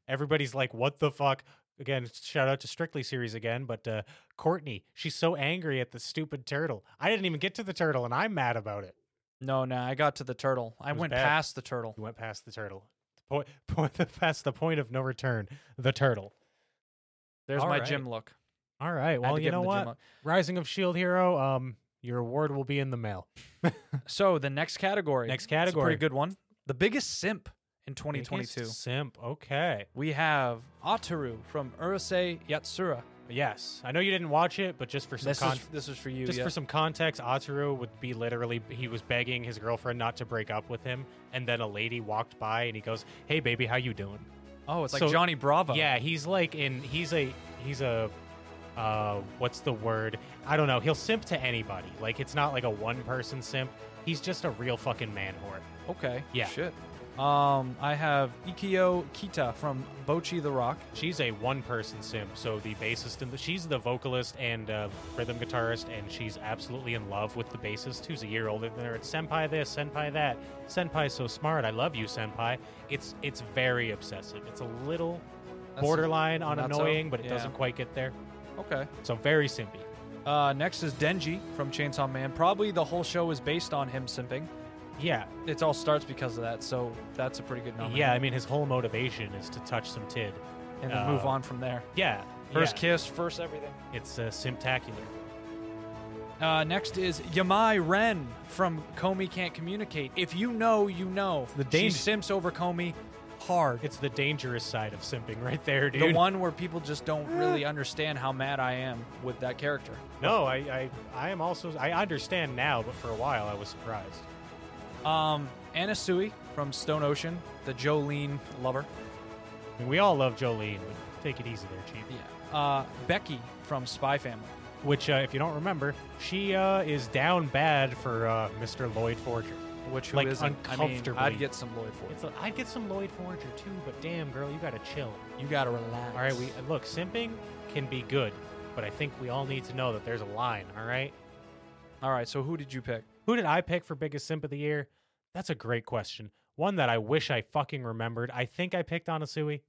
[SPEAKER 2] Everybody's like, "What the fuck?" Again, shout out to Strictly series again, but uh, Courtney, she's so angry at the stupid turtle. I didn't even get to the turtle, and I'm mad about it.
[SPEAKER 1] No, no, I got to the turtle. I
[SPEAKER 2] It was
[SPEAKER 1] went
[SPEAKER 2] bad.
[SPEAKER 1] past the turtle.
[SPEAKER 2] You went past the turtle. Point, point, past the point of no return. The turtle.
[SPEAKER 1] There's
[SPEAKER 2] All
[SPEAKER 1] my
[SPEAKER 2] right.
[SPEAKER 1] gym look.
[SPEAKER 2] All right.
[SPEAKER 1] I had
[SPEAKER 2] Well,
[SPEAKER 1] to
[SPEAKER 2] you
[SPEAKER 1] give
[SPEAKER 2] know
[SPEAKER 1] him the
[SPEAKER 2] what?
[SPEAKER 1] Jim Lo-
[SPEAKER 2] Rising of Shield Hero. Um, your award will be in the mail.
[SPEAKER 1] So the next category.
[SPEAKER 2] Next
[SPEAKER 1] It's a
[SPEAKER 2] category.
[SPEAKER 1] pretty good one. The biggest simp in 2022.
[SPEAKER 2] Biggest Simp. Okay.
[SPEAKER 1] We have Ataru from Urusei Yatsura.
[SPEAKER 2] Yes. I know you didn't watch it, but just for some
[SPEAKER 1] This
[SPEAKER 2] con-
[SPEAKER 1] is this is for you.
[SPEAKER 2] just
[SPEAKER 1] yeah.
[SPEAKER 2] for some context, Ataru would be literally he was begging his girlfriend not to break up with him, and then a lady walked by and he goes, "Hey, baby, how you doing?"
[SPEAKER 1] oh, it's like
[SPEAKER 2] so-
[SPEAKER 1] Johnny Bravo.
[SPEAKER 2] Yeah, he's like in he's a he's a uh what's the word? I don't know. He'll simp to anybody. Like it's not like a one person simp. He's just a real fucking man whore.
[SPEAKER 1] Okay.
[SPEAKER 2] Yeah.
[SPEAKER 1] Shit. Um, I have Ikio Kita from Bochi the Rock.
[SPEAKER 2] She's a one person simp, so the bassist and the, she's the vocalist and uh, rhythm guitarist, and she's absolutely in love with the bassist, who's a year older than her. It's senpai this, senpai that, senpai so smart, I love you, senpai. It's it's very obsessive. It's a little
[SPEAKER 1] That's-
[SPEAKER 2] borderline on
[SPEAKER 1] not so-
[SPEAKER 2] annoying, but it
[SPEAKER 1] yeah.
[SPEAKER 2] doesn't quite get there.
[SPEAKER 1] Okay.
[SPEAKER 2] So very simpy.
[SPEAKER 1] Uh, next is Denji from Chainsaw Man. Probably the whole show is based on him simping.
[SPEAKER 2] Yeah,
[SPEAKER 1] It all starts because of that, so that's a pretty good number.
[SPEAKER 2] yeah. I mean, his whole motivation is to touch some tid.
[SPEAKER 1] And then
[SPEAKER 2] uh,
[SPEAKER 1] move on from there.
[SPEAKER 2] Yeah,
[SPEAKER 1] First
[SPEAKER 2] yeah.
[SPEAKER 1] kiss, first everything.
[SPEAKER 2] It's uh, simptacular.
[SPEAKER 1] Uh, next is Yamai Ren from Comey Can't Communicate. If you know, you know.
[SPEAKER 2] the
[SPEAKER 1] she
[SPEAKER 2] danger-
[SPEAKER 1] simps over Comey hard.
[SPEAKER 2] It's the dangerous side of simping, right there, dude.
[SPEAKER 1] the one where people just don't really understand how mad I am with that character.
[SPEAKER 2] No, I, I, I am also. I understand now, but for a while I was surprised.
[SPEAKER 1] Um, Anasui from Stone Ocean, the Jolene lover.
[SPEAKER 2] I mean, we all love Jolene, but take it easy there, Chief.
[SPEAKER 1] Yeah. Uh, Becky from Spy Family.
[SPEAKER 2] Which, uh, if you don't remember, she uh, is down bad for uh, Mr. Lloyd Forger.
[SPEAKER 1] Which who
[SPEAKER 2] Like,
[SPEAKER 1] isn't? I mean,
[SPEAKER 2] uncomfortably.
[SPEAKER 1] I'd get some Lloyd for it.
[SPEAKER 2] It's a, I'd get some Lloyd Forger too, but damn, girl, you gotta chill.
[SPEAKER 1] You gotta relax.
[SPEAKER 2] All right, we look. Simping can be good, but I think we all need to know that there's a line. All right.
[SPEAKER 1] All right. So who did you pick?
[SPEAKER 2] Who did I pick for biggest simp of the year? That's a great question. One that I wish I fucking remembered. I think I picked Anasui.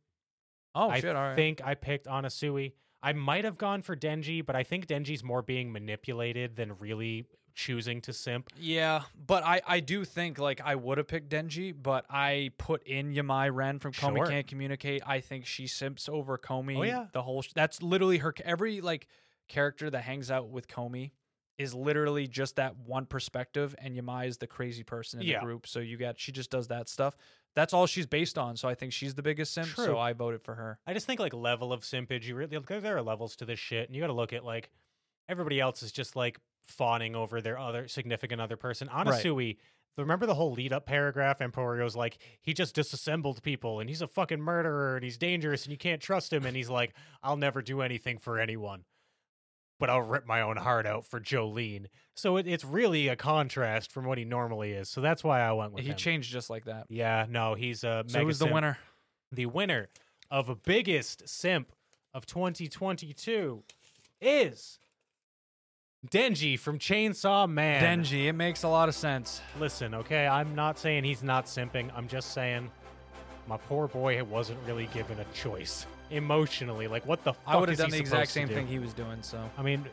[SPEAKER 1] Oh
[SPEAKER 2] I
[SPEAKER 1] shit! All right.
[SPEAKER 2] think I picked Anasui. I might have gone for Denji, but I think Denji's more being manipulated than really choosing to simp.
[SPEAKER 1] Yeah, but I I do think like I would have picked Denji, but I put in Yamai Ren from Comey
[SPEAKER 2] Sure.
[SPEAKER 1] Can't Communicate. I think she simps over Comey.
[SPEAKER 2] Oh, yeah.
[SPEAKER 1] the whole sh- that's literally her every like character that hangs out with Comey is literally just that one perspective, and Yamai is the crazy person in
[SPEAKER 2] Yeah.
[SPEAKER 1] the group. So you got she just does that stuff. That's all she's based on. So I think she's the biggest simp. So
[SPEAKER 2] True.
[SPEAKER 1] I voted for her.
[SPEAKER 2] I just think like level of simpage. You really there are levels to this shit, and you got to look at like everybody else is just like fawning over their other significant other person. Anasui, remember the whole lead up paragraph? Emporio's like he just disassembled people, and he's a fucking murderer, and he's dangerous, and you can't trust him, and he's like, I'll never do anything for anyone. But I'll rip my own heart out for Jolene. So it, it's really a contrast from what he normally is. So that's why I went with
[SPEAKER 1] he
[SPEAKER 2] him.
[SPEAKER 1] changed just like that.
[SPEAKER 2] yeah, no, he's a.
[SPEAKER 1] So who's the
[SPEAKER 2] mega simp
[SPEAKER 1] winner?
[SPEAKER 2] the winner of a biggest simp of 2022 is Denji from Chainsaw Man.
[SPEAKER 1] Denji. It makes a lot of sense.
[SPEAKER 2] Listen, okay, I'm not saying he's not simping. I'm just saying my poor boy wasn't really given a choice emotionally. Like, what the fuck
[SPEAKER 1] I would have
[SPEAKER 2] is
[SPEAKER 1] done
[SPEAKER 2] he
[SPEAKER 1] the exact
[SPEAKER 2] supposed to
[SPEAKER 1] same
[SPEAKER 2] do?
[SPEAKER 1] thing he was doing. So
[SPEAKER 2] I mean,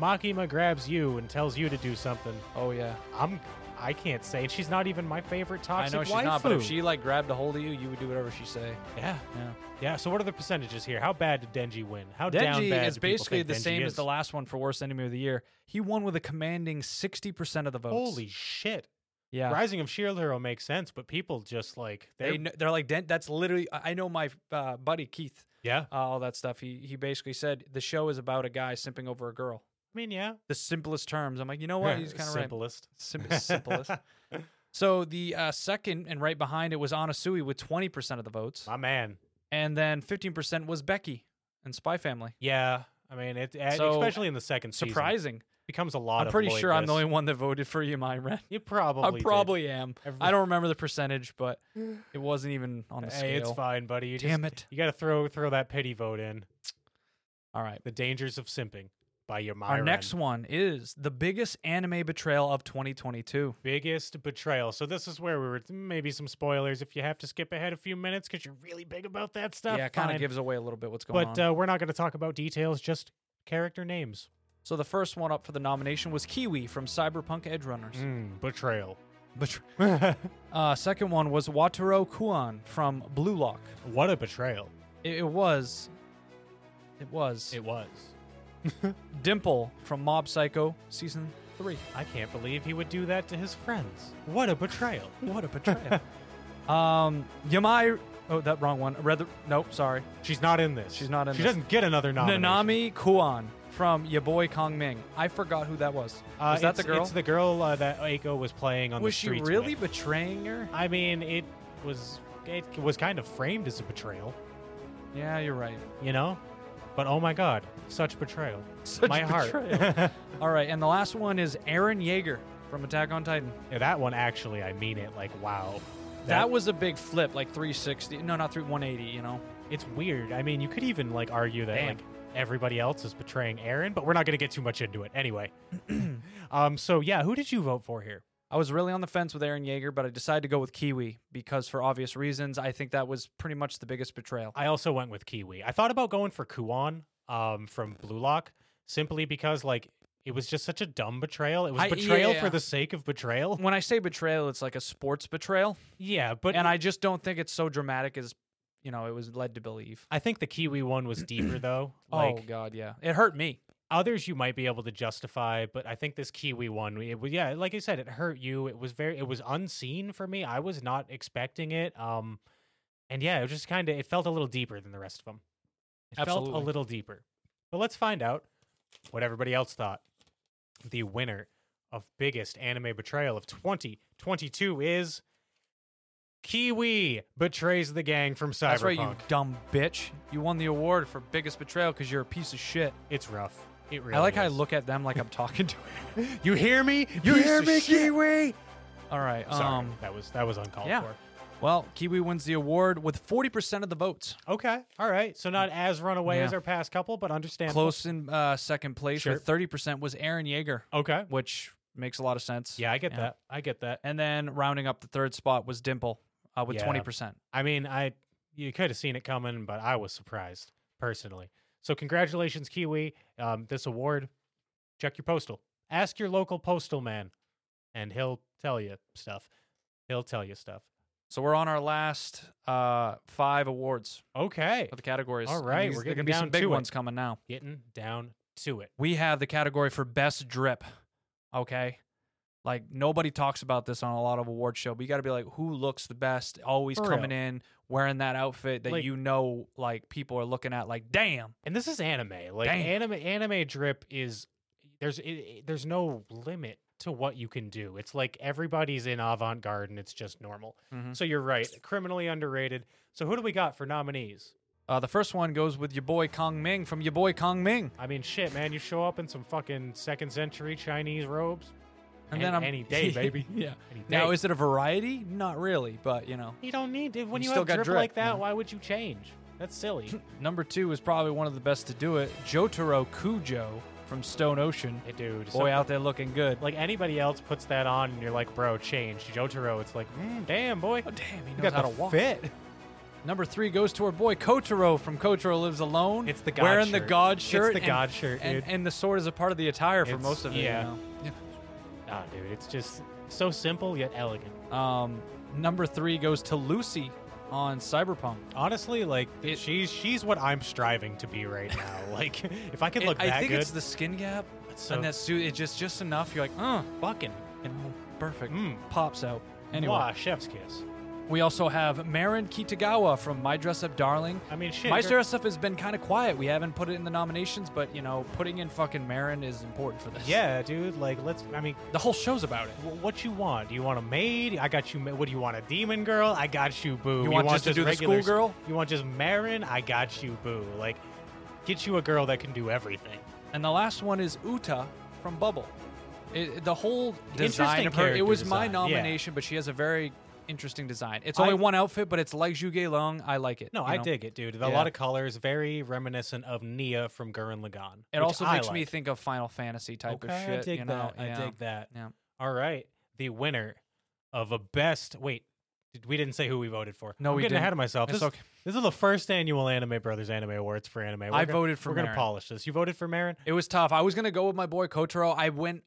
[SPEAKER 2] Makima grabs you and tells you to do something.
[SPEAKER 1] oh yeah.
[SPEAKER 2] I'm. I can't say. And she's not even my favorite
[SPEAKER 1] I
[SPEAKER 2] toxic
[SPEAKER 1] know she's
[SPEAKER 2] waifu.
[SPEAKER 1] not, but if she like grabbed a hold of you, you would do whatever she say.
[SPEAKER 2] yeah.
[SPEAKER 1] Yeah.
[SPEAKER 2] Yeah, so what are the percentages here? How bad did Denji win? How down
[SPEAKER 1] Denji
[SPEAKER 2] bad
[SPEAKER 1] is
[SPEAKER 2] do people
[SPEAKER 1] basically
[SPEAKER 2] think
[SPEAKER 1] the
[SPEAKER 2] Denji
[SPEAKER 1] same
[SPEAKER 2] is?
[SPEAKER 1] as the last one for worst enemy of the year. He won with a commanding sixty percent of the votes.
[SPEAKER 2] Holy shit.
[SPEAKER 1] yeah.
[SPEAKER 2] Rising of Shield Hero makes sense, but people just like they're,
[SPEAKER 1] They, kn- they're like Den- that's literally. I I know my uh, buddy Keith,
[SPEAKER 2] yeah.
[SPEAKER 1] uh, all that stuff. He he basically said the show is about a guy simping over a girl.
[SPEAKER 2] I mean, yeah.
[SPEAKER 1] The simplest terms. I'm like, you know what? He's kind of right.
[SPEAKER 2] simplest.
[SPEAKER 1] Sim- simplest. So the uh, second and right behind it was Anasui with twenty percent of the votes,
[SPEAKER 2] My man.
[SPEAKER 1] and then fifteen percent was Becky and Spy Family.
[SPEAKER 2] Yeah. I mean, it, and
[SPEAKER 1] So,
[SPEAKER 2] especially in the second season,
[SPEAKER 1] Surprising.
[SPEAKER 2] it becomes a lot.
[SPEAKER 1] I'm
[SPEAKER 2] of
[SPEAKER 1] pretty
[SPEAKER 2] Lloyd
[SPEAKER 1] sure I'm the
[SPEAKER 2] lists.
[SPEAKER 1] only one that voted for Yamai Ren.
[SPEAKER 2] You probably.
[SPEAKER 1] I
[SPEAKER 2] did.
[SPEAKER 1] probably am.
[SPEAKER 2] Every-
[SPEAKER 1] I don't remember the percentage, but it wasn't even on the scale.
[SPEAKER 2] Hey, it's fine, buddy. You
[SPEAKER 1] Damn
[SPEAKER 2] just,
[SPEAKER 1] it.
[SPEAKER 2] You got to throw throw that pity vote in.
[SPEAKER 1] All right.
[SPEAKER 2] The dangers of simping by your
[SPEAKER 1] Our next one is the biggest anime betrayal of 2022.
[SPEAKER 2] biggest betrayal. So this is where we were maybe some spoilers if you have to skip ahead a few minutes because you're really big about that stuff.
[SPEAKER 1] yeah, it kind
[SPEAKER 2] fine.
[SPEAKER 1] of gives away a little bit what's going
[SPEAKER 2] But
[SPEAKER 1] on.
[SPEAKER 2] uh, we're not going to talk about details, just character names.
[SPEAKER 1] so the first one up for the nomination was Kiwi from Cyberpunk Edge Runners.
[SPEAKER 2] Mm. betrayal.
[SPEAKER 1] Uh, second one was Wataru Kuan from Blue Lock.
[SPEAKER 2] what a betrayal
[SPEAKER 1] It, it was. It was.
[SPEAKER 2] it was.
[SPEAKER 1] Dimple from Mob Psycho season three.
[SPEAKER 2] I can't believe he would do that to his friends. What a betrayal.
[SPEAKER 1] What a betrayal. um, Yamai. Oh, that wrong one. Rather, nope. Sorry.
[SPEAKER 2] She's not in this.
[SPEAKER 1] She's not in
[SPEAKER 2] She
[SPEAKER 1] this.
[SPEAKER 2] doesn't get another nomination.
[SPEAKER 1] Nanami Kuan from your boy Kong Ming. I forgot who that was.
[SPEAKER 2] Uh,
[SPEAKER 1] Was that
[SPEAKER 2] it's-
[SPEAKER 1] the girl?
[SPEAKER 2] It's the girl uh, that Aiko was playing on
[SPEAKER 1] was
[SPEAKER 2] the
[SPEAKER 1] she
[SPEAKER 2] streets.
[SPEAKER 1] really
[SPEAKER 2] with.
[SPEAKER 1] betraying her?
[SPEAKER 2] I mean, it was it was kind of framed as a betrayal,
[SPEAKER 1] Yeah, you're right.
[SPEAKER 2] you know. But oh my god, such betrayal!
[SPEAKER 1] Such
[SPEAKER 2] my
[SPEAKER 1] betrayal.
[SPEAKER 2] heart.
[SPEAKER 1] All right, and the last one is Aaron Yeager from Attack on Titan.
[SPEAKER 2] Yeah, that one actually, I mean it. Like wow,
[SPEAKER 1] That, was a big flip, like 360. No, not 3 180. You know.
[SPEAKER 2] it's weird. I mean, you could even like argue that
[SPEAKER 1] Damn.
[SPEAKER 2] like everybody else is betraying Aaron, but we're not going to get too much into it anyway. um, so yeah, who did you vote for here?
[SPEAKER 1] I was really on the fence with Aaron Yeager, but I decided to go with Kiwi because, for obvious reasons, I think that was pretty much the biggest betrayal.
[SPEAKER 2] I also went with Kiwi. I thought about going for Kuan um, from Blue Lock simply because like it was just such a dumb betrayal. It was
[SPEAKER 1] I-
[SPEAKER 2] betrayal
[SPEAKER 1] yeah.
[SPEAKER 2] for the sake of betrayal.
[SPEAKER 1] When I say betrayal, it's like a sports betrayal,
[SPEAKER 2] Yeah, but
[SPEAKER 1] and I just don't think it's so dramatic as you know it was led to believe.
[SPEAKER 2] I think the Kiwi one was deeper though.
[SPEAKER 1] oh
[SPEAKER 2] Like
[SPEAKER 1] God, yeah, it hurt me.
[SPEAKER 2] others you might be able to justify, but I think this Kiwi one, it was yeah, like I said, it hurt you. It was very it was unseen for me. I was not expecting it. Um and yeah, it was just kind of it felt a little deeper than the rest of them. It felt
[SPEAKER 1] Absolutely.
[SPEAKER 2] a little deeper. But let's find out what everybody else thought. The winner of biggest anime betrayal of 2022 is Kiwi betrays the gang from Cyberpunk.
[SPEAKER 1] That's right, you dumb bitch. You won the award for biggest betrayal because you're a piece of shit.
[SPEAKER 2] It's rough. It really
[SPEAKER 1] I like how I
[SPEAKER 2] is.
[SPEAKER 1] look at them like I'm talking to. Him.
[SPEAKER 2] You hear me?
[SPEAKER 1] You hear me,
[SPEAKER 2] Kiwi?
[SPEAKER 1] All right,
[SPEAKER 2] Sorry,
[SPEAKER 1] um,
[SPEAKER 2] that was that was uncalled
[SPEAKER 1] yeah.
[SPEAKER 2] for.
[SPEAKER 1] Well, Kiwi wins the award with 40% of the votes.
[SPEAKER 2] Okay, all right. So not as runaway
[SPEAKER 1] Yeah.
[SPEAKER 2] as our past couple, but understandable.
[SPEAKER 1] Close in uh, second place
[SPEAKER 2] Sure.
[SPEAKER 1] with 30% was Aaron Yeager,
[SPEAKER 2] Okay.
[SPEAKER 1] which makes a lot of sense.
[SPEAKER 2] Yeah, I get
[SPEAKER 1] Yeah.
[SPEAKER 2] that. I get that.
[SPEAKER 1] And then rounding up the third spot was Dimple uh, with
[SPEAKER 2] Yeah.
[SPEAKER 1] 20%.
[SPEAKER 2] I mean, I you could have seen it coming, but I was surprised personally. So congratulations, Kiwi. Um, this award. Check your postal. Ask your local postal man, and he'll tell you stuff. He'll tell you stuff.
[SPEAKER 1] So we're on our last uh, five awards
[SPEAKER 2] Okay,
[SPEAKER 1] for the categories.
[SPEAKER 2] All
[SPEAKER 1] And
[SPEAKER 2] right,
[SPEAKER 1] these-
[SPEAKER 2] we're
[SPEAKER 1] there are gonna
[SPEAKER 2] getting
[SPEAKER 1] be some
[SPEAKER 2] down
[SPEAKER 1] big
[SPEAKER 2] to it.
[SPEAKER 1] ones coming now.
[SPEAKER 2] getting down to it.
[SPEAKER 1] We have the category for best drip. Okay. Like nobody talks about this on a lot of award show, but you got to be like, who looks the best? Always
[SPEAKER 2] For
[SPEAKER 1] coming in wearing that outfit that
[SPEAKER 2] Like-
[SPEAKER 1] you know, like people are looking at, like, damn.
[SPEAKER 2] And this is anime. Like
[SPEAKER 1] Damn.
[SPEAKER 2] anime, anime drip is there's it, it- there's no limit to what you can do. It's like everybody's in avant garde, and it's just normal.
[SPEAKER 1] Mhm.
[SPEAKER 2] So you're right, criminally underrated. So who do we got for nominees?
[SPEAKER 1] Uh, the first one goes with your boy Kong Ming from your boy Kong Ming,
[SPEAKER 2] I mean, shit, man, you show up in some fucking second century Chinese robes.
[SPEAKER 1] and
[SPEAKER 2] An-
[SPEAKER 1] then I'm
[SPEAKER 2] any day, baby.
[SPEAKER 1] yeah.
[SPEAKER 2] and you
[SPEAKER 1] Now
[SPEAKER 2] date.
[SPEAKER 1] is it a variety? Not really, but you know,
[SPEAKER 2] you don't need it. When
[SPEAKER 1] You
[SPEAKER 2] you,
[SPEAKER 1] still
[SPEAKER 2] have
[SPEAKER 1] got
[SPEAKER 2] drip,
[SPEAKER 1] drip,
[SPEAKER 2] like that,
[SPEAKER 1] yeah.
[SPEAKER 2] why would you change? That's silly.
[SPEAKER 1] number two is probably one of the best to do it. Jotaro Kujo from Stone Ocean,
[SPEAKER 2] Hey, dude.
[SPEAKER 1] boy
[SPEAKER 2] some-
[SPEAKER 1] out there looking good.
[SPEAKER 2] like anybody else puts that on, and you're like, bro, change. Jotaro, it's like, mm, damn, boy.
[SPEAKER 1] Oh damn, he
[SPEAKER 2] You
[SPEAKER 1] knows
[SPEAKER 2] got
[SPEAKER 1] how to
[SPEAKER 2] the
[SPEAKER 1] walk.
[SPEAKER 2] fit.
[SPEAKER 1] Number three goes to our boy Kotaro from Kotaro Lives Alone.
[SPEAKER 2] It's the God
[SPEAKER 1] wearing the
[SPEAKER 2] shirt.
[SPEAKER 1] God
[SPEAKER 2] It's
[SPEAKER 1] shirt.
[SPEAKER 2] the
[SPEAKER 1] and-
[SPEAKER 2] God shirt,
[SPEAKER 1] and,
[SPEAKER 2] dude.
[SPEAKER 1] and the sword is a part of the attire for
[SPEAKER 2] It's-
[SPEAKER 1] most of it.
[SPEAKER 2] yeah.
[SPEAKER 1] You know?
[SPEAKER 2] Nah, dude, it's just so simple yet elegant.
[SPEAKER 1] Um, number three goes to Lucy on Cyberpunk.
[SPEAKER 2] Honestly, like
[SPEAKER 1] It-
[SPEAKER 2] she's she's what I'm striving to be right now. like if I could look
[SPEAKER 1] I
[SPEAKER 2] that
[SPEAKER 1] think
[SPEAKER 2] good,
[SPEAKER 1] it's the skin gap
[SPEAKER 2] it's so
[SPEAKER 1] and that suit. It's just just enough. You're like, uh,
[SPEAKER 2] fucking
[SPEAKER 1] you know, perfect.
[SPEAKER 2] mm,
[SPEAKER 1] Pops out. Anyway,
[SPEAKER 2] mwah, chef's kiss.
[SPEAKER 1] we also have Marin Kitagawa from My Dress Up Darling.
[SPEAKER 2] I mean, shit.
[SPEAKER 1] My
[SPEAKER 2] girl-
[SPEAKER 1] Dress Up has been kind of quiet. We haven't put it in the nominations, but you know, putting in fucking Marin is important for this.
[SPEAKER 2] Yeah, dude. Like, let's. I mean,
[SPEAKER 1] the whole show's about it.
[SPEAKER 2] wh- what you want? Do you want a maid? I got you. ma- What do you want? A demon girl? I got you, boo.
[SPEAKER 1] You want just to do the
[SPEAKER 2] regular s-
[SPEAKER 1] schoolgirl?
[SPEAKER 2] You want just Marin? I got you, boo. Like, get you a girl that can do everything.
[SPEAKER 1] And the last one is Uta from Bubble. It, the whole design
[SPEAKER 2] Interesting
[SPEAKER 1] of her, it
[SPEAKER 2] character
[SPEAKER 1] was my
[SPEAKER 2] design, yeah.
[SPEAKER 1] nomination, but she has a very interesting design. It's
[SPEAKER 2] I-
[SPEAKER 1] only one outfit, but it's like Zhuge Long. I like it.
[SPEAKER 2] No,
[SPEAKER 1] you
[SPEAKER 2] I
[SPEAKER 1] know?
[SPEAKER 2] dig it, dude.
[SPEAKER 1] Yeah.
[SPEAKER 2] A lot of colors, very reminiscent of Nia from Gurren Lagann.
[SPEAKER 1] It
[SPEAKER 2] which
[SPEAKER 1] also
[SPEAKER 2] I
[SPEAKER 1] makes me
[SPEAKER 2] like.
[SPEAKER 1] think of Final Fantasy type
[SPEAKER 2] okay,
[SPEAKER 1] of shit.
[SPEAKER 2] I dig
[SPEAKER 1] you know?
[SPEAKER 2] that.
[SPEAKER 1] Yeah.
[SPEAKER 2] I dig that.
[SPEAKER 1] Yeah.
[SPEAKER 2] All right, the winner of a best. Wait, did- we didn't say who we voted for.
[SPEAKER 1] No,
[SPEAKER 2] I'm
[SPEAKER 1] we
[SPEAKER 2] getting ahead
[SPEAKER 1] didn't.
[SPEAKER 2] of myself.
[SPEAKER 1] It's
[SPEAKER 2] This,
[SPEAKER 1] okay.
[SPEAKER 2] this is the first annual Anime Brothers Anime Awards for anime. We're
[SPEAKER 1] I
[SPEAKER 2] gonna-
[SPEAKER 1] voted for
[SPEAKER 2] We're gonna
[SPEAKER 1] Marin.
[SPEAKER 2] polish this. You voted for Marin.
[SPEAKER 1] It was tough. I was gonna go with my boy Kotaro. I went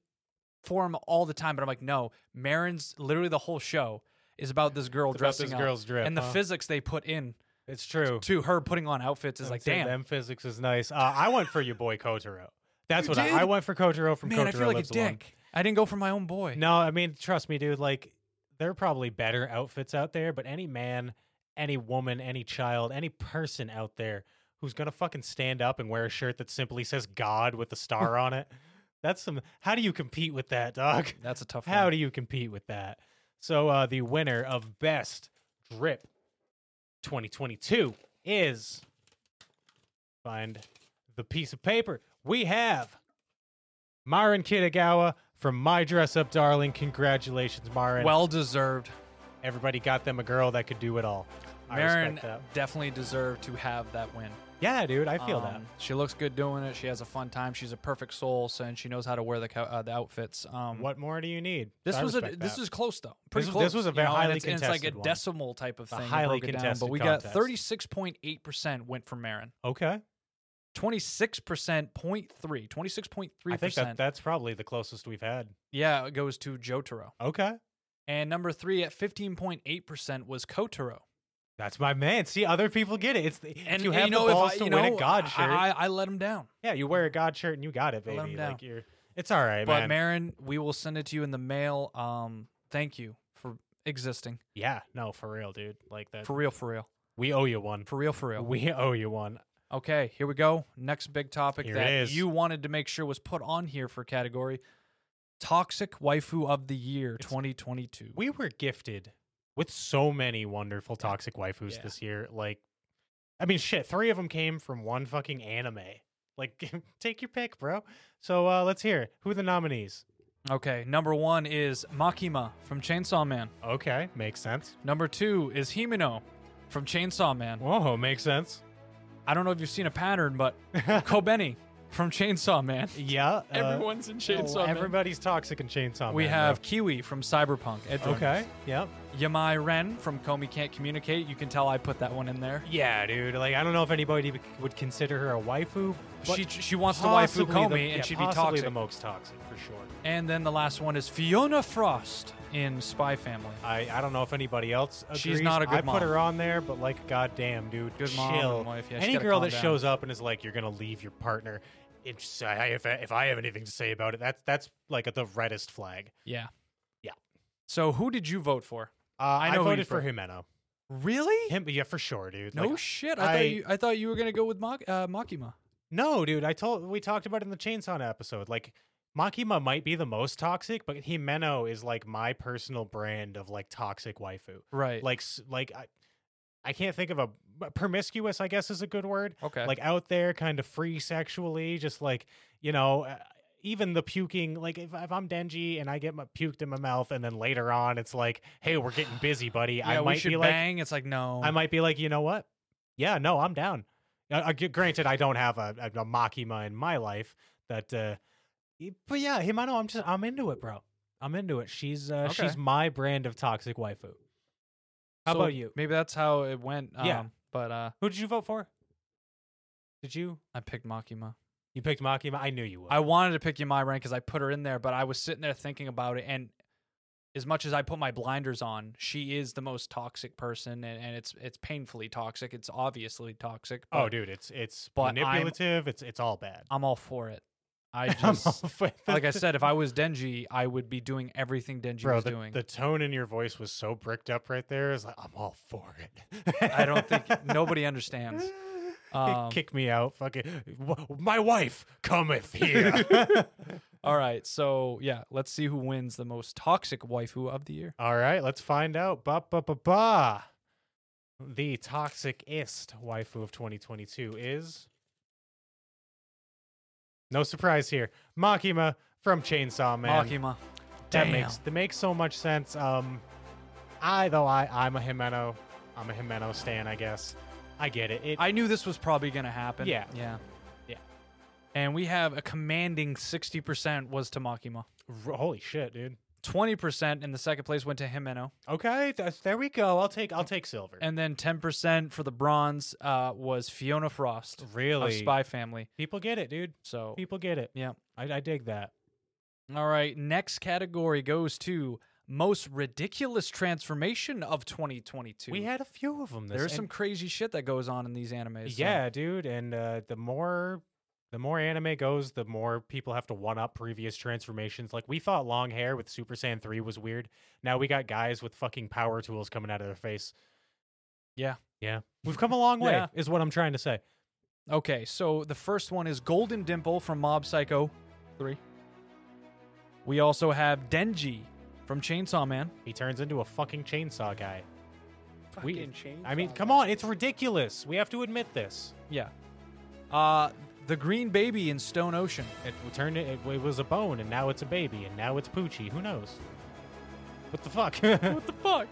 [SPEAKER 1] for him all the time, but I'm like, no. Marin's literally the whole show is about this girl
[SPEAKER 2] It's about
[SPEAKER 1] dressing
[SPEAKER 2] this
[SPEAKER 1] up,
[SPEAKER 2] girl's drip,
[SPEAKER 1] and the
[SPEAKER 2] huh?
[SPEAKER 1] physics they put in
[SPEAKER 2] It's true.
[SPEAKER 1] to her putting on outfits is like,
[SPEAKER 2] Them-
[SPEAKER 1] damn.
[SPEAKER 2] them physics is nice. Uh, I went for your boy Kotaro. That's
[SPEAKER 1] You
[SPEAKER 2] what I, I
[SPEAKER 1] did?
[SPEAKER 2] went for Kotaro from
[SPEAKER 1] Man,
[SPEAKER 2] Kotaro
[SPEAKER 1] I feel like a
[SPEAKER 2] Lives Alone.
[SPEAKER 1] dick. I didn't go for my own boy.
[SPEAKER 2] No, I mean, trust me, dude. Like, there are probably better outfits out there, but any man, any woman, any child, any person out there who's gonna fucking stand up and wear a shirt that simply says God with a star on it, that's some. How do you compete with that, dog?
[SPEAKER 1] That's a tough
[SPEAKER 2] How
[SPEAKER 1] one.
[SPEAKER 2] do you compete with that? So, uh, the winner of Best Drip 2022 is find the piece of paper. We have Marin Kitagawa from My Dress Up Darling. Congratulations, Marin.
[SPEAKER 1] Well deserved.
[SPEAKER 2] everybody got them a girl that could do it all. I
[SPEAKER 1] Marin
[SPEAKER 2] respect that.
[SPEAKER 1] definitely deserved to have that win.
[SPEAKER 2] Yeah, dude, I feel that.
[SPEAKER 1] Um, She looks good doing it. She has a fun time. She's a perfect soul, so- and she knows how to wear the co- uh, the outfits. Um,
[SPEAKER 2] What more do you need?
[SPEAKER 1] This
[SPEAKER 2] I
[SPEAKER 1] was a
[SPEAKER 2] respect
[SPEAKER 1] this
[SPEAKER 2] that.
[SPEAKER 1] is close though. Pretty
[SPEAKER 2] was-
[SPEAKER 1] close.
[SPEAKER 2] this was a
[SPEAKER 1] you
[SPEAKER 2] very
[SPEAKER 1] know, and
[SPEAKER 2] highly
[SPEAKER 1] it's, and it's like a
[SPEAKER 2] contested one.
[SPEAKER 1] decimal type of
[SPEAKER 2] A
[SPEAKER 1] thing. that
[SPEAKER 2] highly
[SPEAKER 1] broke it down,
[SPEAKER 2] contested
[SPEAKER 1] but we got
[SPEAKER 2] contest.
[SPEAKER 1] thirty six point eight percent went for Marin.
[SPEAKER 2] okay.
[SPEAKER 1] 26% 0.3 26.3%
[SPEAKER 2] I think that that's probably the closest we've had.
[SPEAKER 1] yeah it goes to jotaro
[SPEAKER 2] Okay.
[SPEAKER 1] and number three at 15.8% was kotaro
[SPEAKER 2] That's my man. See, other people get it. It's the,
[SPEAKER 1] and
[SPEAKER 2] if you
[SPEAKER 1] and
[SPEAKER 2] have
[SPEAKER 1] know if
[SPEAKER 2] the balls
[SPEAKER 1] I,
[SPEAKER 2] to
[SPEAKER 1] you
[SPEAKER 2] win
[SPEAKER 1] know,
[SPEAKER 2] a God
[SPEAKER 1] I-
[SPEAKER 2] shirt.
[SPEAKER 1] I, I let him down
[SPEAKER 2] yeah, you wear a God shirt and you got it,
[SPEAKER 1] I let 'em
[SPEAKER 2] baby.
[SPEAKER 1] down.
[SPEAKER 2] Like you're, it's all right,
[SPEAKER 1] but
[SPEAKER 2] man.
[SPEAKER 1] marin we will send it to you in the mail um thank you for existing
[SPEAKER 2] yeah, no, for real, dude. Like that,
[SPEAKER 1] for real for real
[SPEAKER 2] we owe you one.
[SPEAKER 1] for real for real
[SPEAKER 2] We owe you one.
[SPEAKER 1] Okay, here we go. Next big topic
[SPEAKER 2] Here it
[SPEAKER 1] that
[SPEAKER 2] is.
[SPEAKER 1] you wanted to make sure was put on here for category Toxic Waifu of the Year 2022.
[SPEAKER 2] We were gifted with so many wonderful toxic waifus
[SPEAKER 1] Yeah.
[SPEAKER 2] this year. Like, I mean, shit, three of them came from one fucking anime. Like, take your pick, bro. So uh, let's hear it. who are the nominees.
[SPEAKER 1] Okay, number one is Makima from Chainsaw Man.
[SPEAKER 2] Okay, makes sense.
[SPEAKER 1] Number two is Himeno from Chainsaw Man.
[SPEAKER 2] Whoa, makes sense.
[SPEAKER 1] I don't know if you've seen a pattern, but Kobeni from Chainsaw Man.
[SPEAKER 2] yeah, uh,
[SPEAKER 1] Everyone's in
[SPEAKER 2] oh,
[SPEAKER 1] Chainsaw Man.
[SPEAKER 2] everybody's toxic in Chainsaw.
[SPEAKER 1] We
[SPEAKER 2] Man, bro.
[SPEAKER 1] have Kiwi from Cyberpunk. Ed Jordan.
[SPEAKER 2] Okay. Yep.
[SPEAKER 1] Yamai Ren from Komi Can't Communicate. You can tell I put that one in there.
[SPEAKER 2] Yeah, dude. Like, I don't know if anybody would- would consider her a waifu. but
[SPEAKER 1] She she wants to
[SPEAKER 2] possibly
[SPEAKER 1] waifu Komi,
[SPEAKER 2] the- yeah,
[SPEAKER 1] and she'd be
[SPEAKER 2] possibly
[SPEAKER 1] toxic.
[SPEAKER 2] the most toxic for sure.
[SPEAKER 1] And then the last one is Fiona Frost in Spy Family.
[SPEAKER 2] I, I don't know if anybody else. Agrees.
[SPEAKER 1] She's not a good
[SPEAKER 2] I
[SPEAKER 1] mom.
[SPEAKER 2] put her on there, but like, goddamn, dude,
[SPEAKER 1] Good
[SPEAKER 2] chill.
[SPEAKER 1] mom and wife, yeah, she
[SPEAKER 2] Any
[SPEAKER 1] gotta
[SPEAKER 2] girl
[SPEAKER 1] calm
[SPEAKER 2] that
[SPEAKER 1] down.
[SPEAKER 2] shows up and is like, "You're gonna leave your partner," it's, I, if I, if I have anything to say about it, that's that's like the reddest flag.
[SPEAKER 1] Yeah.
[SPEAKER 2] Yeah.
[SPEAKER 1] So who did you vote for?
[SPEAKER 2] Uh, I,
[SPEAKER 1] know who you
[SPEAKER 2] voted for
[SPEAKER 1] put.
[SPEAKER 2] Jimeno.
[SPEAKER 1] Really?
[SPEAKER 2] Him, yeah, for sure, dude.
[SPEAKER 1] No
[SPEAKER 2] Like,
[SPEAKER 1] shit. I, thought
[SPEAKER 2] I-
[SPEAKER 1] you I thought you were gonna go with Mak- uh, Makima.
[SPEAKER 2] No, dude, I told we talked about it in the chainsaw episode. Like Makima might be the most toxic, but Himeno is like my personal brand of like toxic waifu.
[SPEAKER 1] Right.
[SPEAKER 2] Like s- like I I can't think of a but promiscuous, I guess is a good word.
[SPEAKER 1] okay.
[SPEAKER 2] Like out there kind of free sexually, just like, you know, uh, even the puking, like if, if I'm Denji and I get my, puked in my mouth, and then later on it's like, hey, we're getting busy, buddy.
[SPEAKER 1] yeah,
[SPEAKER 2] I
[SPEAKER 1] we
[SPEAKER 2] might
[SPEAKER 1] should
[SPEAKER 2] be like,
[SPEAKER 1] bang. it's like no.
[SPEAKER 2] I might be like, you know what? Yeah, no, I'm down. Uh, uh, g- granted, I don't have a, a, a Makima in my life that, uh, y- but yeah, Himano, I'm just, I'm into it, bro. I'm into it. She's, uh,
[SPEAKER 1] Okay.
[SPEAKER 2] she's my brand of toxic waifu. How
[SPEAKER 1] So
[SPEAKER 2] about you?
[SPEAKER 1] Maybe that's how it went. Um,
[SPEAKER 2] Yeah.
[SPEAKER 1] But uh,
[SPEAKER 2] Who did you vote for? Did you?
[SPEAKER 1] I picked Makima.
[SPEAKER 2] You picked Makima. I knew you would.
[SPEAKER 1] I wanted to pick Yamai Ren because I put her in there, but I was sitting there thinking about it, and as much as I put my blinders on, she is the most toxic person, and, and it's it's painfully toxic. It's obviously toxic. But
[SPEAKER 2] oh, dude, it's it's
[SPEAKER 1] but I'm-
[SPEAKER 2] manipulative. it's it's all bad.
[SPEAKER 1] I'm all for it. I
[SPEAKER 2] I'm
[SPEAKER 1] just
[SPEAKER 2] all for
[SPEAKER 1] like I
[SPEAKER 2] the-
[SPEAKER 1] said, if I was Denji, I would be doing everything Denji
[SPEAKER 2] bro,
[SPEAKER 1] was
[SPEAKER 2] the,
[SPEAKER 1] doing.
[SPEAKER 2] the tone in your voice was so bricked up right there. It's like I'm all for it.
[SPEAKER 1] I don't think nobody understands.
[SPEAKER 2] Hey,
[SPEAKER 1] Um,
[SPEAKER 2] Kick me out, fucking. wh- My wife cometh here.
[SPEAKER 1] All right, so yeah, let's see who wins the most toxic waifu of the year.
[SPEAKER 2] All right, let's find out. Ba ba ba ba. The toxicist waifu of 2022 is. No surprise here, Makima from Chainsaw Man.
[SPEAKER 1] Makima.
[SPEAKER 2] that
[SPEAKER 1] Damn.
[SPEAKER 2] makes that makes so much sense. Um, I though I I'm a Himeno, I'm a Himeno stan, I guess. I get it. It
[SPEAKER 1] I knew this was probably going to happen.
[SPEAKER 2] Yeah.
[SPEAKER 1] Yeah.
[SPEAKER 2] Yeah.
[SPEAKER 1] And we have a commanding 60% was to Makima.
[SPEAKER 2] r- holy shit, dude.
[SPEAKER 1] 20% in the second place went to Jimeno.
[SPEAKER 2] Okay, that's, there we go. I'll take I'll take silver.
[SPEAKER 1] And then 10% for the bronze uh, was Fiona Frost
[SPEAKER 2] really,
[SPEAKER 1] of Spy Family.
[SPEAKER 2] people get it, dude.
[SPEAKER 1] So,
[SPEAKER 2] People get it.
[SPEAKER 1] yeah.
[SPEAKER 2] I, I dig that.
[SPEAKER 1] All right. Next category goes to most ridiculous transformation of 2022.
[SPEAKER 2] We had a few of them. This
[SPEAKER 1] There's some
[SPEAKER 2] and-
[SPEAKER 1] crazy shit that goes on in these animes. so-
[SPEAKER 2] yeah, dude. And uh, the more The more anime goes, the more people have to one up previous transformations. Like we thought long hair with Super Saiyan 3 was weird. Now we got guys with fucking power tools coming out of their face.
[SPEAKER 1] Yeah.
[SPEAKER 2] Yeah. We've come a long way,
[SPEAKER 1] Yeah.
[SPEAKER 2] is what I'm trying to say.
[SPEAKER 1] Okay, so the first one is Golden Dimple from Mob Psycho 3. We also have Denji from Chainsaw Man.
[SPEAKER 2] He turns into a fucking chainsaw guy. We-
[SPEAKER 3] Fucking chainsaw
[SPEAKER 2] I mean, come
[SPEAKER 3] guy.
[SPEAKER 2] on, it's ridiculous. We have to admit this.
[SPEAKER 1] Yeah. Uh, the Green Baby in Stone Ocean.
[SPEAKER 2] It w- turned it, it, it was a bone, and now it's a baby, and now it's Poochie. Who knows? What the fuck?
[SPEAKER 1] the fuck?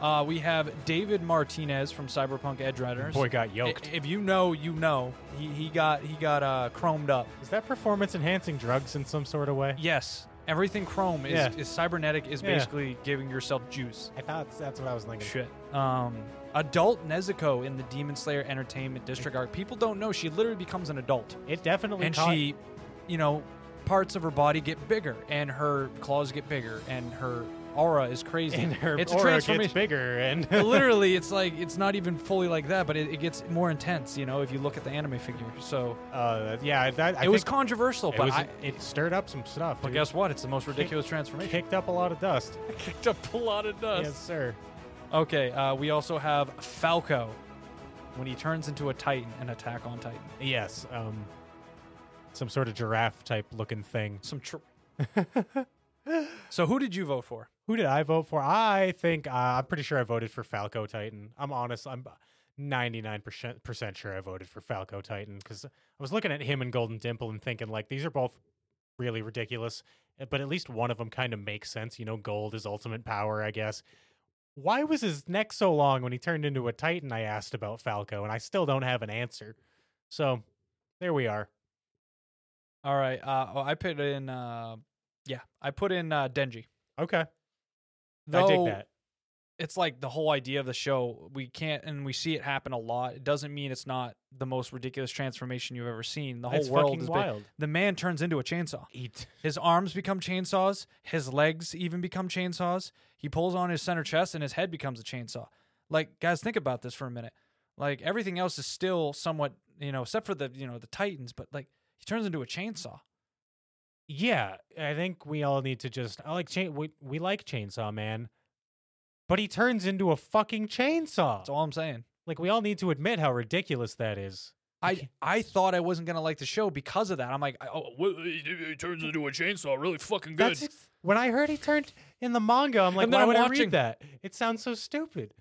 [SPEAKER 1] Uh, we have David Martinez from Cyberpunk Edge Runners.
[SPEAKER 2] Boy got
[SPEAKER 1] I-
[SPEAKER 2] yoked.
[SPEAKER 1] If you know, you know. He, he got he got uh, chromed up.
[SPEAKER 2] Is that performance enhancing drugs in some sort of way?
[SPEAKER 1] Yes, everything chrome is,
[SPEAKER 2] Yeah.
[SPEAKER 1] is cybernetic. Is
[SPEAKER 2] Yeah.
[SPEAKER 1] basically giving yourself juice.
[SPEAKER 2] I thought that's what I was thinking.
[SPEAKER 1] Shit. Um, adult Nezuko in the Demon Slayer Entertainment District arc. People don't know she literally becomes an adult,
[SPEAKER 2] It definitely
[SPEAKER 1] and
[SPEAKER 2] caught-
[SPEAKER 1] she, you know, parts of her body get bigger, and her claws get bigger, and her aura is crazy.
[SPEAKER 2] and her
[SPEAKER 1] it's a
[SPEAKER 2] aura gets
[SPEAKER 1] transformation.
[SPEAKER 2] bigger, and
[SPEAKER 1] literally, it's like it's not even fully like that, but it, it gets more intense. You know, if you look at the anime figure. So
[SPEAKER 2] uh, yeah, that, I
[SPEAKER 1] it was
[SPEAKER 2] think
[SPEAKER 1] controversial,
[SPEAKER 2] it
[SPEAKER 1] but
[SPEAKER 2] was-
[SPEAKER 1] I,
[SPEAKER 2] it stirred up some stuff.
[SPEAKER 1] but
[SPEAKER 2] dude.
[SPEAKER 1] guess what? It's the most ridiculous transformation.
[SPEAKER 2] kicked up a lot of dust.
[SPEAKER 1] Kicked up a lot of dust.
[SPEAKER 2] Yes, sir.
[SPEAKER 1] Okay, uh, we also have Falco when he turns into a Titan and Attack on Titan.
[SPEAKER 2] Yes. Um, some sort of giraffe type looking thing.
[SPEAKER 1] Some tr- So who did you vote for?
[SPEAKER 2] Who did I vote for? I think uh, I'm pretty sure I voted for Falco Titan. I'm honest. I'm 99% percent sure I voted for Falco Titan because I was looking at him and Golden Dimple and thinking like these are both really ridiculous, uh, but at least one of them kind of makes sense. You know, gold is ultimate power, I guess. Why was his neck so long when he turned into a Titan? I asked about Falco, and I still don't have an answer. So there we are.
[SPEAKER 1] All right, uh, well, I put in, uh, yeah, I put in uh, Denji.
[SPEAKER 2] Okay, I dig
[SPEAKER 1] Though
[SPEAKER 2] that.
[SPEAKER 1] It's like the whole idea of the show. We can't, and we see it happen a lot. It doesn't mean it's not the most ridiculous transformation you've ever seen. The whole
[SPEAKER 2] That's
[SPEAKER 1] world
[SPEAKER 2] fucking
[SPEAKER 1] is big.
[SPEAKER 2] wild.
[SPEAKER 1] The man turns into a chainsaw.
[SPEAKER 2] Eat.
[SPEAKER 1] His arms become chainsaws. His legs even become chainsaws. He pulls on his center chest and his head becomes a chainsaw. Like, guys, think about this for a minute. Like, everything else is still somewhat, you know, except for the, you know, the Titans, but like, he turns into a chainsaw.
[SPEAKER 2] Yeah, I think we all need to just I like chain. We, we like Chainsaw Man, but he turns into a fucking chainsaw.
[SPEAKER 1] That's all I'm saying.
[SPEAKER 2] Like we all need to admit how ridiculous that is.
[SPEAKER 1] I, I thought I wasn't going to like the show because of that. I'm like, oh, well, he, he turns into a chainsaw really fucking good.
[SPEAKER 2] That's ex- when I heard he turned in the manga. I'm like,
[SPEAKER 1] And then
[SPEAKER 2] why
[SPEAKER 1] I'm
[SPEAKER 2] would I
[SPEAKER 1] watching-
[SPEAKER 2] read that? It sounds so stupid,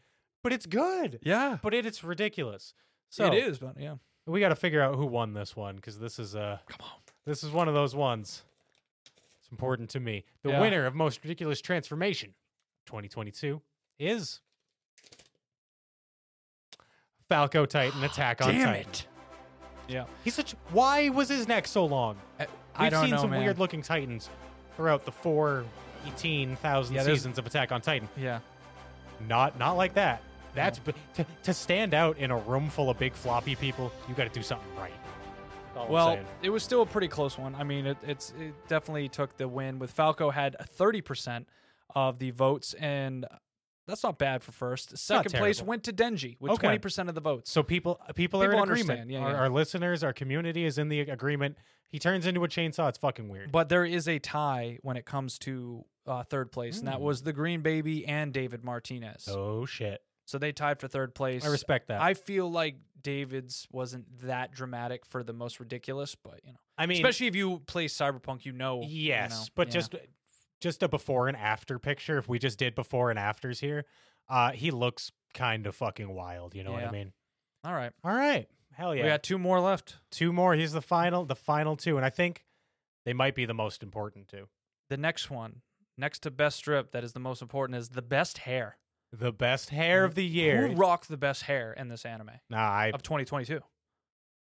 [SPEAKER 2] but it's good.
[SPEAKER 1] yeah.
[SPEAKER 2] But it, it's ridiculous. So
[SPEAKER 1] it is, but yeah.
[SPEAKER 2] We got to figure out who won this one because this is uh,
[SPEAKER 1] Come on.
[SPEAKER 2] this is one of those ones. It's important to me. The
[SPEAKER 1] Yeah.
[SPEAKER 2] winner of most ridiculous transformation, 2022, is Falco Titan Attack on Titan.
[SPEAKER 1] it. Yeah.
[SPEAKER 2] He's such. Why was his neck so long?
[SPEAKER 1] I,
[SPEAKER 2] We've
[SPEAKER 1] I don't
[SPEAKER 2] seen
[SPEAKER 1] know,
[SPEAKER 2] some
[SPEAKER 1] man.
[SPEAKER 2] weird looking Titans throughout the four eighteen thousand
[SPEAKER 1] Yeah, there's-
[SPEAKER 2] seasons of Attack on Titan.
[SPEAKER 1] Yeah.
[SPEAKER 2] Not not like that. That's b- to, to stand out in a room full of big floppy people. You got to do something right. That's all I'm
[SPEAKER 1] Well,
[SPEAKER 2] saying.
[SPEAKER 1] it was still a pretty close one. I mean, it, it's it definitely took the win. With Falco had thirty percent of the votes, and that's not bad for first. Second place
[SPEAKER 2] terrible.
[SPEAKER 1] went to Denji with
[SPEAKER 2] Okay.
[SPEAKER 1] twenty percent of the votes.
[SPEAKER 2] So people uh, people are in
[SPEAKER 1] People
[SPEAKER 2] agreement.
[SPEAKER 1] understand, yeah,
[SPEAKER 2] our,
[SPEAKER 1] yeah.
[SPEAKER 2] our listeners, our community is in the agreement. He turns into a chainsaw. It's fucking weird.
[SPEAKER 1] But there is a tie when it comes to uh, third place, and that was the Green Baby and David Martinez.
[SPEAKER 2] Hmm. oh shit!
[SPEAKER 1] So they tied for third place.
[SPEAKER 2] I respect that. I,
[SPEAKER 1] I feel like David's wasn't that dramatic for the most ridiculous, but you know,
[SPEAKER 2] mean,
[SPEAKER 1] especially if you play Cyberpunk, you know.
[SPEAKER 2] yes,
[SPEAKER 1] you know,
[SPEAKER 2] but
[SPEAKER 1] yeah.
[SPEAKER 2] just just a before and after picture. If we just did before and afters here, uh, he looks kind of fucking wild. You know what
[SPEAKER 1] Yeah.
[SPEAKER 2] I mean?
[SPEAKER 1] all right.
[SPEAKER 2] All right, hell Oh, yeah!
[SPEAKER 1] We got two more left.
[SPEAKER 2] two more. He's the final, the final two, and I think they might be the most important two.
[SPEAKER 1] the next one, next to best strip, that is the most important, is the best hair.
[SPEAKER 2] The best hair of the year.
[SPEAKER 1] Who rocked the best hair in this anime
[SPEAKER 2] nah, I
[SPEAKER 1] of 2022?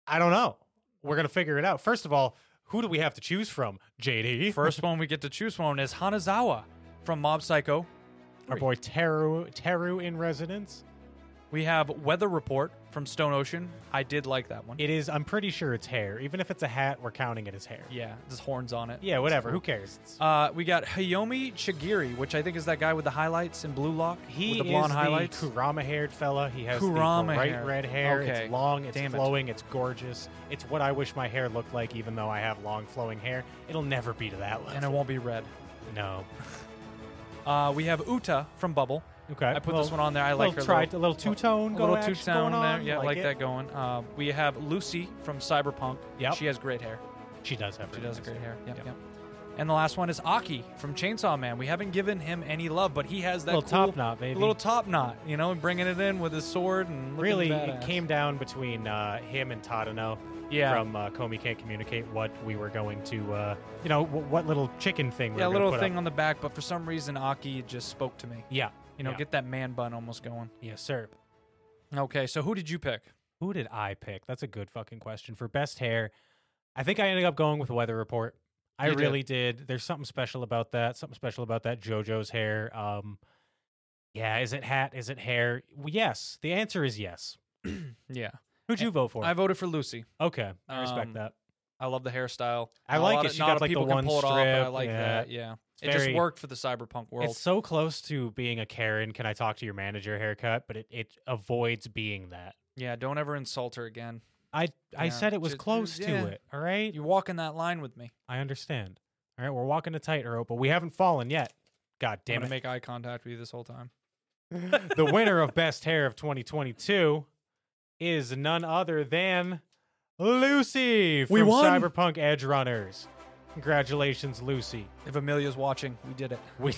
[SPEAKER 2] I don't know. We're gonna figure it out. First of all, who do we have to choose from? JD.
[SPEAKER 1] First one we get to choose from is Hanazawa from Mob Psycho.
[SPEAKER 2] Our boy Teru, Teru in residence.
[SPEAKER 1] We have Weather Report from Stone Ocean. I did like that one.
[SPEAKER 2] It is. I'm pretty sure it's hair. Even if it's a hat, we're counting it as hair.
[SPEAKER 1] yeah, there's horns on it.
[SPEAKER 2] Yeah, whatever. Who cares? It's-
[SPEAKER 1] Uh, we got Hayomi Chigiri, which I think is that guy with the highlights in blue lock.
[SPEAKER 2] he
[SPEAKER 1] with the blonde
[SPEAKER 2] is
[SPEAKER 1] highlights.
[SPEAKER 2] the Kurama-haired fella. He has
[SPEAKER 1] Kurama
[SPEAKER 2] the bright
[SPEAKER 1] hair.
[SPEAKER 2] red hair.
[SPEAKER 1] Okay.
[SPEAKER 2] It's long. It's
[SPEAKER 1] Damn it.
[SPEAKER 2] flowing. It's gorgeous. It's what I wish my hair looked like. Even though I have long flowing hair, it'll never be to that level.
[SPEAKER 1] and it won't be red.
[SPEAKER 2] no.
[SPEAKER 1] Uh, we have Uta from Bubble.
[SPEAKER 2] Okay.
[SPEAKER 1] I put this one on there. I
[SPEAKER 2] A
[SPEAKER 1] like her.
[SPEAKER 2] little tri-
[SPEAKER 1] little-
[SPEAKER 2] a little two tone.
[SPEAKER 1] a little two-tone there. Yeah, like, that going. Uh, we have Lucy from Cyberpunk.
[SPEAKER 2] Yep.
[SPEAKER 1] She has great hair.
[SPEAKER 2] She does have.
[SPEAKER 1] She
[SPEAKER 2] really
[SPEAKER 1] does a
[SPEAKER 2] nice
[SPEAKER 1] great hair. Yep, yep. And the last one is Aki from Chainsaw Man. We haven't given him any love, but he has that
[SPEAKER 2] Little
[SPEAKER 1] cool
[SPEAKER 2] top knot, baby.
[SPEAKER 1] Little top knot, you know, and bringing it in with his sword and looking
[SPEAKER 2] Really,
[SPEAKER 1] badass.
[SPEAKER 2] it came down between uh, him and Tadano
[SPEAKER 1] Yeah.
[SPEAKER 2] from uh, Comey Can't Communicate what we were going to, uh, you know, w- what little chicken thing we
[SPEAKER 1] yeah, a
[SPEAKER 2] were gonna
[SPEAKER 1] little
[SPEAKER 2] put
[SPEAKER 1] thing
[SPEAKER 2] Up.
[SPEAKER 1] on the back, but for some reason Aki just spoke to me.
[SPEAKER 2] Yeah.
[SPEAKER 1] You know,
[SPEAKER 2] yeah.
[SPEAKER 1] get that man bun almost going.
[SPEAKER 2] Yes, sir.
[SPEAKER 1] Okay, so who did you pick?
[SPEAKER 2] Who did I pick? That's a good fucking question. For best hair, I think I ended up going with Weather Report. I
[SPEAKER 1] You did.
[SPEAKER 2] really did. There's something special about that. Something special about that JoJo's hair. Um, yeah, is it hat? Is it hair? W- Yes. The answer is yes.
[SPEAKER 1] Yeah,
[SPEAKER 2] Who'd you vote for?
[SPEAKER 1] I voted for Lucy.
[SPEAKER 2] okay, I respect
[SPEAKER 1] Eh, um,
[SPEAKER 2] that.
[SPEAKER 1] I love the hairstyle.
[SPEAKER 2] I
[SPEAKER 1] A
[SPEAKER 2] like
[SPEAKER 1] lot
[SPEAKER 2] it.
[SPEAKER 1] Of,
[SPEAKER 2] She
[SPEAKER 1] not
[SPEAKER 2] got,
[SPEAKER 1] a lot
[SPEAKER 2] like,
[SPEAKER 1] of
[SPEAKER 2] the
[SPEAKER 1] people can
[SPEAKER 2] one
[SPEAKER 1] pull it off, but I
[SPEAKER 2] strip.
[SPEAKER 1] like
[SPEAKER 2] Yeah.
[SPEAKER 1] that. Yeah,
[SPEAKER 2] It's
[SPEAKER 1] it just
[SPEAKER 2] very-
[SPEAKER 1] worked for the cyberpunk world.
[SPEAKER 2] It's so close to being a Karen. Can I talk to your manager? Haircut, but it, it avoids being that.
[SPEAKER 1] yeah, don't ever insult her again.
[SPEAKER 2] I
[SPEAKER 1] Yeah,
[SPEAKER 2] I said it was
[SPEAKER 1] just-
[SPEAKER 2] close
[SPEAKER 1] yeah.
[SPEAKER 2] to it. All right,
[SPEAKER 1] You're walking that line with me.
[SPEAKER 2] I understand. All right, we're walking a tightrope, but we haven't fallen yet. God
[SPEAKER 1] I'm
[SPEAKER 2] damn
[SPEAKER 1] gonna
[SPEAKER 2] it!
[SPEAKER 1] make eye contact with you this whole time.
[SPEAKER 2] the winner of Best Hair of 2022 is none other than Lucy from
[SPEAKER 1] We won!
[SPEAKER 2] Cyberpunk Edge Runners. Congratulations, Lucy.
[SPEAKER 1] If Amelia's watching, we did it.
[SPEAKER 2] We-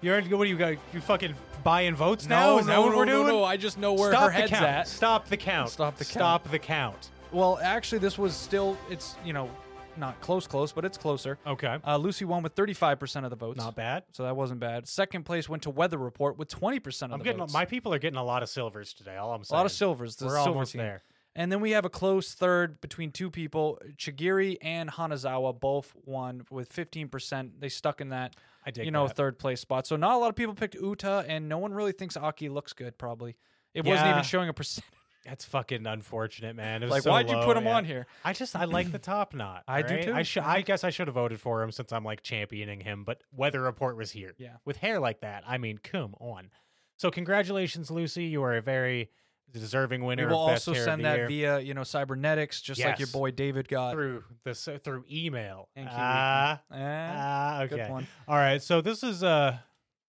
[SPEAKER 2] You're what do you got? You fucking buying votes now? Is that
[SPEAKER 1] no,
[SPEAKER 2] what
[SPEAKER 1] no,
[SPEAKER 2] we're
[SPEAKER 1] no,
[SPEAKER 2] doing?
[SPEAKER 1] no, I just know where
[SPEAKER 2] Stop
[SPEAKER 1] her
[SPEAKER 2] the
[SPEAKER 1] head's
[SPEAKER 2] count.
[SPEAKER 1] at.
[SPEAKER 2] Stop the count.
[SPEAKER 1] Stop the
[SPEAKER 2] Stop the count.
[SPEAKER 1] Well, actually, this was still it's you know not close, close, but it's closer.
[SPEAKER 2] Okay.
[SPEAKER 1] Uh, Lucy won with 35% of the votes.
[SPEAKER 2] Not bad.
[SPEAKER 1] So that wasn't bad. Second place went to Weather Report with 20% of
[SPEAKER 2] I'm
[SPEAKER 1] the
[SPEAKER 2] getting
[SPEAKER 1] votes.
[SPEAKER 2] my people are getting a lot of silvers today. All I'm
[SPEAKER 1] a
[SPEAKER 2] saying.
[SPEAKER 1] lot of silvers. The
[SPEAKER 2] We're
[SPEAKER 1] silver
[SPEAKER 2] almost
[SPEAKER 1] team.
[SPEAKER 2] there.
[SPEAKER 1] And then we have a close third between two people, Chigiri and Hanazawa, both won with 15%. They stuck in that,
[SPEAKER 2] I dig
[SPEAKER 1] you know,
[SPEAKER 2] that.
[SPEAKER 1] third place spot. So not a lot of people picked Uta, and no one really thinks Aki looks good, probably. It wasn't
[SPEAKER 2] Yeah.
[SPEAKER 1] even showing a percent.
[SPEAKER 2] That's fucking unfortunate, man. It was
[SPEAKER 1] Like,
[SPEAKER 2] so
[SPEAKER 1] why'd you
[SPEAKER 2] low,
[SPEAKER 1] put him
[SPEAKER 2] yeah.
[SPEAKER 1] on here?
[SPEAKER 2] I just I like the top knot.
[SPEAKER 1] I do
[SPEAKER 2] right?
[SPEAKER 1] too.
[SPEAKER 2] I should I guess I should have voted for him since I'm like championing him, but weather report was here.
[SPEAKER 1] Yeah.
[SPEAKER 2] With hair like that, I mean, come on. So congratulations, Lucy. You are a very deserving
[SPEAKER 1] We
[SPEAKER 2] winner.
[SPEAKER 1] will
[SPEAKER 2] of Best
[SPEAKER 1] also
[SPEAKER 2] Hair of
[SPEAKER 1] send
[SPEAKER 2] the
[SPEAKER 1] that
[SPEAKER 2] year
[SPEAKER 1] via, you know, cybernetics, just like your
[SPEAKER 2] Yes.
[SPEAKER 1] boy David got.
[SPEAKER 2] through this uh, through email.
[SPEAKER 1] Thank you,
[SPEAKER 2] Ah,
[SPEAKER 1] Eh,
[SPEAKER 2] ah, okay.
[SPEAKER 1] Good one.
[SPEAKER 2] All right. So this is uh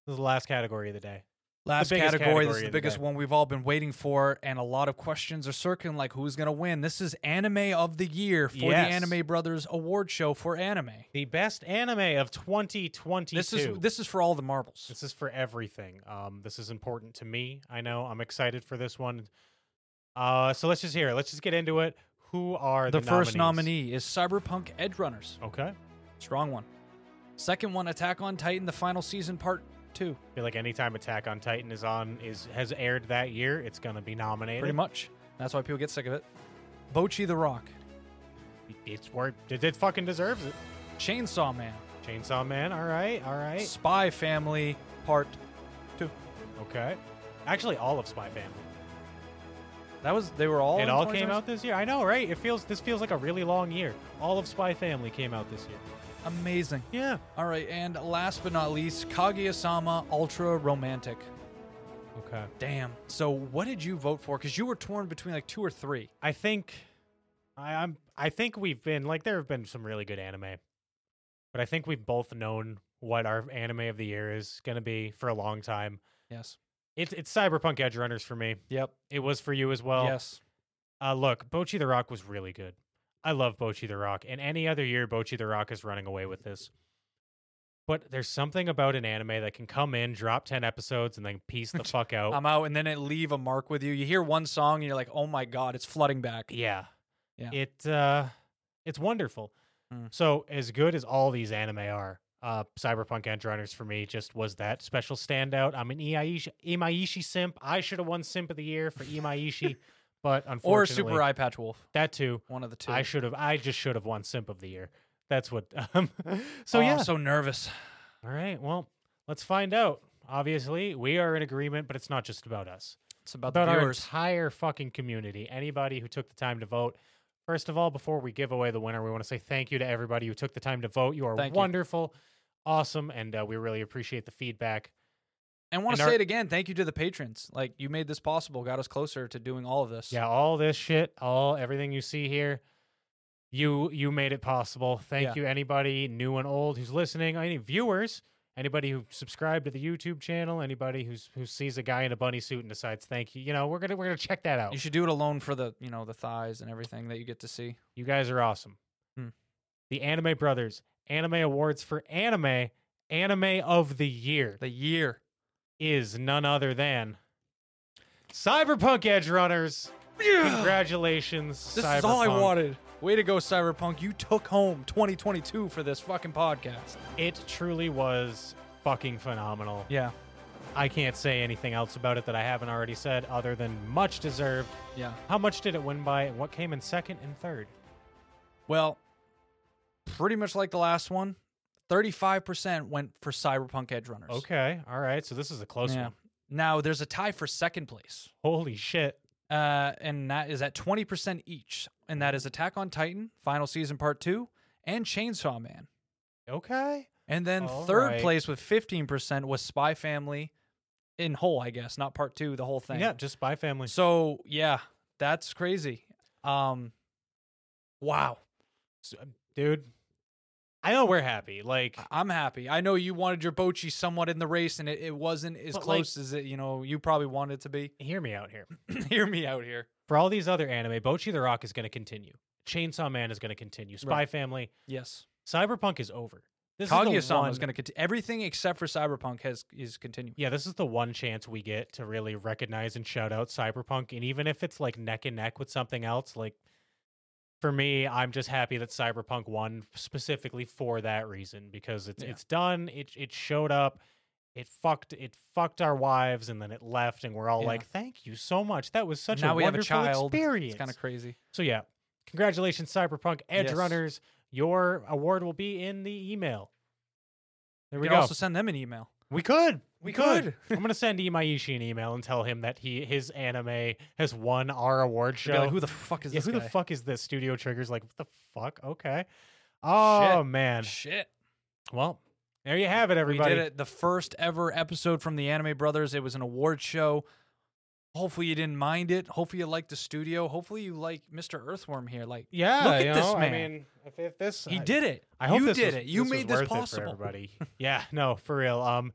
[SPEAKER 2] this is the last category of the day.
[SPEAKER 1] Last
[SPEAKER 2] biggest
[SPEAKER 1] category, this
[SPEAKER 2] category
[SPEAKER 1] is the
[SPEAKER 2] of the
[SPEAKER 1] biggest
[SPEAKER 2] day.
[SPEAKER 1] one we've all been waiting for, and a lot of questions are circling like who's gonna win. This is anime of the year for
[SPEAKER 2] Yes.
[SPEAKER 1] the Anime Brothers Award Show for anime.
[SPEAKER 2] The best anime of 2022.
[SPEAKER 1] This is this is for all the marbles.
[SPEAKER 2] This is for everything. Um, this is important to me. I know. I'm excited for this one. Uh, so let's just hear. it. Let's just get into it. Who are the,
[SPEAKER 1] The first
[SPEAKER 2] nominees?
[SPEAKER 1] nominee is Cyberpunk Edge Runners.
[SPEAKER 2] Okay.
[SPEAKER 1] Strong one. Second one, Attack on Titan, the final season part two.
[SPEAKER 2] I feel like anytime Attack on Titan is on is has aired that year, it's gonna be nominated.
[SPEAKER 1] Pretty much. That's why people get sick of it. Bochi the Rock.
[SPEAKER 2] It's worth. It, it fucking deserves it.
[SPEAKER 1] Chainsaw Man.
[SPEAKER 2] Chainsaw Man. All right. All right.
[SPEAKER 1] Spy Family Part Two.
[SPEAKER 2] Okay. Actually, all of Spy Family.
[SPEAKER 1] That was they were all
[SPEAKER 2] it
[SPEAKER 1] in
[SPEAKER 2] all came
[SPEAKER 1] 2022?
[SPEAKER 2] out this year. I know, right? It feels. This feels like a really long year. All of Spy Family came out this year.
[SPEAKER 1] Amazing.
[SPEAKER 2] Yeah.
[SPEAKER 1] All right, and last but not least, Kaguya-sama Ultra Romantic.
[SPEAKER 2] Okay.
[SPEAKER 1] Damn. So what did you vote for? Because you were torn between like two or three.
[SPEAKER 2] I think I, I'm I think we've been like there have been some really good anime. But I think we've both known what our anime of the year is gonna be for a long time.
[SPEAKER 1] Yes.
[SPEAKER 2] It's it's Cyberpunk Edge Runners for me.
[SPEAKER 1] Yep.
[SPEAKER 2] It was for you as well.
[SPEAKER 1] yes.
[SPEAKER 2] Uh look, Bochi the Rock was really good. I love Bochi the Rock, and any other year Bochi the Rock is running away with this. But there's something about an anime that can come in, drop ten episodes, and then piece the fuck out.
[SPEAKER 1] I'm out, and then it leave a mark with you. You hear one song, and you're like, "Oh my god, it's flooding back."
[SPEAKER 2] Yeah.
[SPEAKER 1] Yeah.
[SPEAKER 2] It uh it's wonderful.
[SPEAKER 1] Mm.
[SPEAKER 2] So as good as all these anime are, uh Cyberpunk Edge Runners for me just was that special standout. I'm an Iaishi, Imaishi simp. I should have won simp of the year for Imaishi, but
[SPEAKER 1] Or
[SPEAKER 2] unfortunately
[SPEAKER 1] Super Eye Patch Wolf,
[SPEAKER 2] that too.
[SPEAKER 1] one of the two.
[SPEAKER 2] I should have I just should have won simp of the year. That's what um so
[SPEAKER 1] Oh,
[SPEAKER 2] yeah.
[SPEAKER 1] I'm so nervous.
[SPEAKER 2] all right. Well, let's find out obviously, we are in agreement, but it's not just about us.
[SPEAKER 1] It's about,
[SPEAKER 2] about
[SPEAKER 1] the
[SPEAKER 2] our
[SPEAKER 1] viewers.
[SPEAKER 2] entire fucking community. Anybody who took the time to vote. First of all, before we give away the winner, we want to say thank you to everybody who took the time to vote. You are
[SPEAKER 1] Thank you.
[SPEAKER 2] wonderful, awesome, and uh, we really appreciate the feedback.
[SPEAKER 1] and want
[SPEAKER 2] and
[SPEAKER 1] to
[SPEAKER 2] our-
[SPEAKER 1] say it again. Thank you to the patrons. Like you made this possible, got us closer to doing all of this.
[SPEAKER 2] Yeah, all this shit, all everything you see here, you you made it possible. Thank
[SPEAKER 1] Yeah.
[SPEAKER 2] you, anybody new and old who's listening, any viewers, anybody who subscribed to the YouTube channel, anybody who's who sees a guy in a bunny suit and decides thank you. You know, we're gonna we're gonna check that out.
[SPEAKER 1] You
[SPEAKER 2] You,
[SPEAKER 1] should do it alone for the you know the thighs and everything that you get to see.
[SPEAKER 2] guys are awesome.
[SPEAKER 1] Hmm.
[SPEAKER 2] The Anime Brothers Anime Awards for Anime Anime of the Year
[SPEAKER 1] The year.
[SPEAKER 2] is none other than Cyberpunk Edge Runners. Congratulations,
[SPEAKER 1] This is all I
[SPEAKER 2] Cyberpunk.
[SPEAKER 1] wanted. Way to go, Cyberpunk. You took home 2022 for this fucking podcast.
[SPEAKER 2] It truly was fucking phenomenal.
[SPEAKER 1] Yeah.
[SPEAKER 2] I can't say anything else about it that I haven't already said other than much deserved.
[SPEAKER 1] Yeah.
[SPEAKER 2] How much did it win by? What came in second and third?
[SPEAKER 1] Well, pretty much like the last one, 35% went for Cyberpunk Edge Runners.
[SPEAKER 2] Okay, all right. So this is a close
[SPEAKER 1] Yeah.
[SPEAKER 2] one.
[SPEAKER 1] Now there's a tie for second place.
[SPEAKER 2] Holy shit.
[SPEAKER 1] Uh, and that is at 20% each. And that is Attack on Titan, Final Season Part 2, and Chainsaw Man.
[SPEAKER 2] Okay.
[SPEAKER 1] And then
[SPEAKER 2] All
[SPEAKER 1] third
[SPEAKER 2] right.
[SPEAKER 1] place with 15% was Spy Family in whole, I guess, not Part 2, the whole thing.
[SPEAKER 2] Yeah, just by family.
[SPEAKER 1] So yeah, that's crazy. Um, wow,
[SPEAKER 2] So, dude, I know we're happy. Like,
[SPEAKER 1] I- I'm happy. I know you wanted your Bochi somewhat in the race, and it, it wasn't as
[SPEAKER 2] But, like-
[SPEAKER 1] close as it you know you probably wanted it to be.
[SPEAKER 2] hear me out here.
[SPEAKER 1] Hear me out here.
[SPEAKER 2] For all these other anime, Bochi the Rock is going to continue. Chainsaw Man is going to continue. Spy
[SPEAKER 1] Right.
[SPEAKER 2] Family.
[SPEAKER 1] Yes,
[SPEAKER 2] Cyberpunk is over. This is the
[SPEAKER 1] Kaguya-sama
[SPEAKER 2] one.
[SPEAKER 1] is going to continue. Everything except for Cyberpunk has is continuing.
[SPEAKER 2] Yeah, this is the one chance we get to really recognize and shout out Cyberpunk. And even if it's like neck and neck with something else, like for me, I'm just happy that Cyberpunk won specifically for that reason because it's
[SPEAKER 1] Yeah.
[SPEAKER 2] it's done. It it showed up. It fucked it fucked our wives and then it left and we're all
[SPEAKER 1] Yeah.
[SPEAKER 2] like, "Thank you so much. That was such
[SPEAKER 1] now
[SPEAKER 2] a
[SPEAKER 1] we have a
[SPEAKER 2] wonderful
[SPEAKER 1] child.
[SPEAKER 2] experience."
[SPEAKER 1] It's kind of crazy.
[SPEAKER 2] so yeah. Congratulations Cyberpunk Edge
[SPEAKER 1] Yes.
[SPEAKER 2] Runners. Your award will be in the email. There
[SPEAKER 1] We
[SPEAKER 2] we
[SPEAKER 1] could
[SPEAKER 2] go.
[SPEAKER 1] also send them an email.
[SPEAKER 2] We could.
[SPEAKER 1] We
[SPEAKER 2] We,
[SPEAKER 1] could.
[SPEAKER 2] could. I'm gonna send Imaishi an email and tell him that he his anime has won our award
[SPEAKER 1] Be
[SPEAKER 2] show.
[SPEAKER 1] Like, who the fuck is
[SPEAKER 2] yeah,
[SPEAKER 1] this
[SPEAKER 2] who
[SPEAKER 1] guy?
[SPEAKER 2] the fuck is this? Studio Triggers like what the fuck? Okay. Oh man.
[SPEAKER 1] Shit.
[SPEAKER 2] Well, there you have it, everybody.
[SPEAKER 1] We did it. The first ever episode from the Anime Brothers. It was an award show. Hopefully you didn't mind it. Hopefully you liked the studio. Hopefully you like Mr. Earthworm here. Like
[SPEAKER 2] Yeah.
[SPEAKER 1] Look at
[SPEAKER 2] you
[SPEAKER 1] this
[SPEAKER 2] know, I
[SPEAKER 1] man.
[SPEAKER 2] mean, if, if this
[SPEAKER 1] he
[SPEAKER 2] I-
[SPEAKER 1] did it.
[SPEAKER 2] I hope
[SPEAKER 1] you
[SPEAKER 2] this
[SPEAKER 1] did
[SPEAKER 2] was-
[SPEAKER 1] it. You
[SPEAKER 2] this was
[SPEAKER 1] made this
[SPEAKER 2] worth it for
[SPEAKER 1] possible.
[SPEAKER 2] everybody. yeah, no, for real. Um,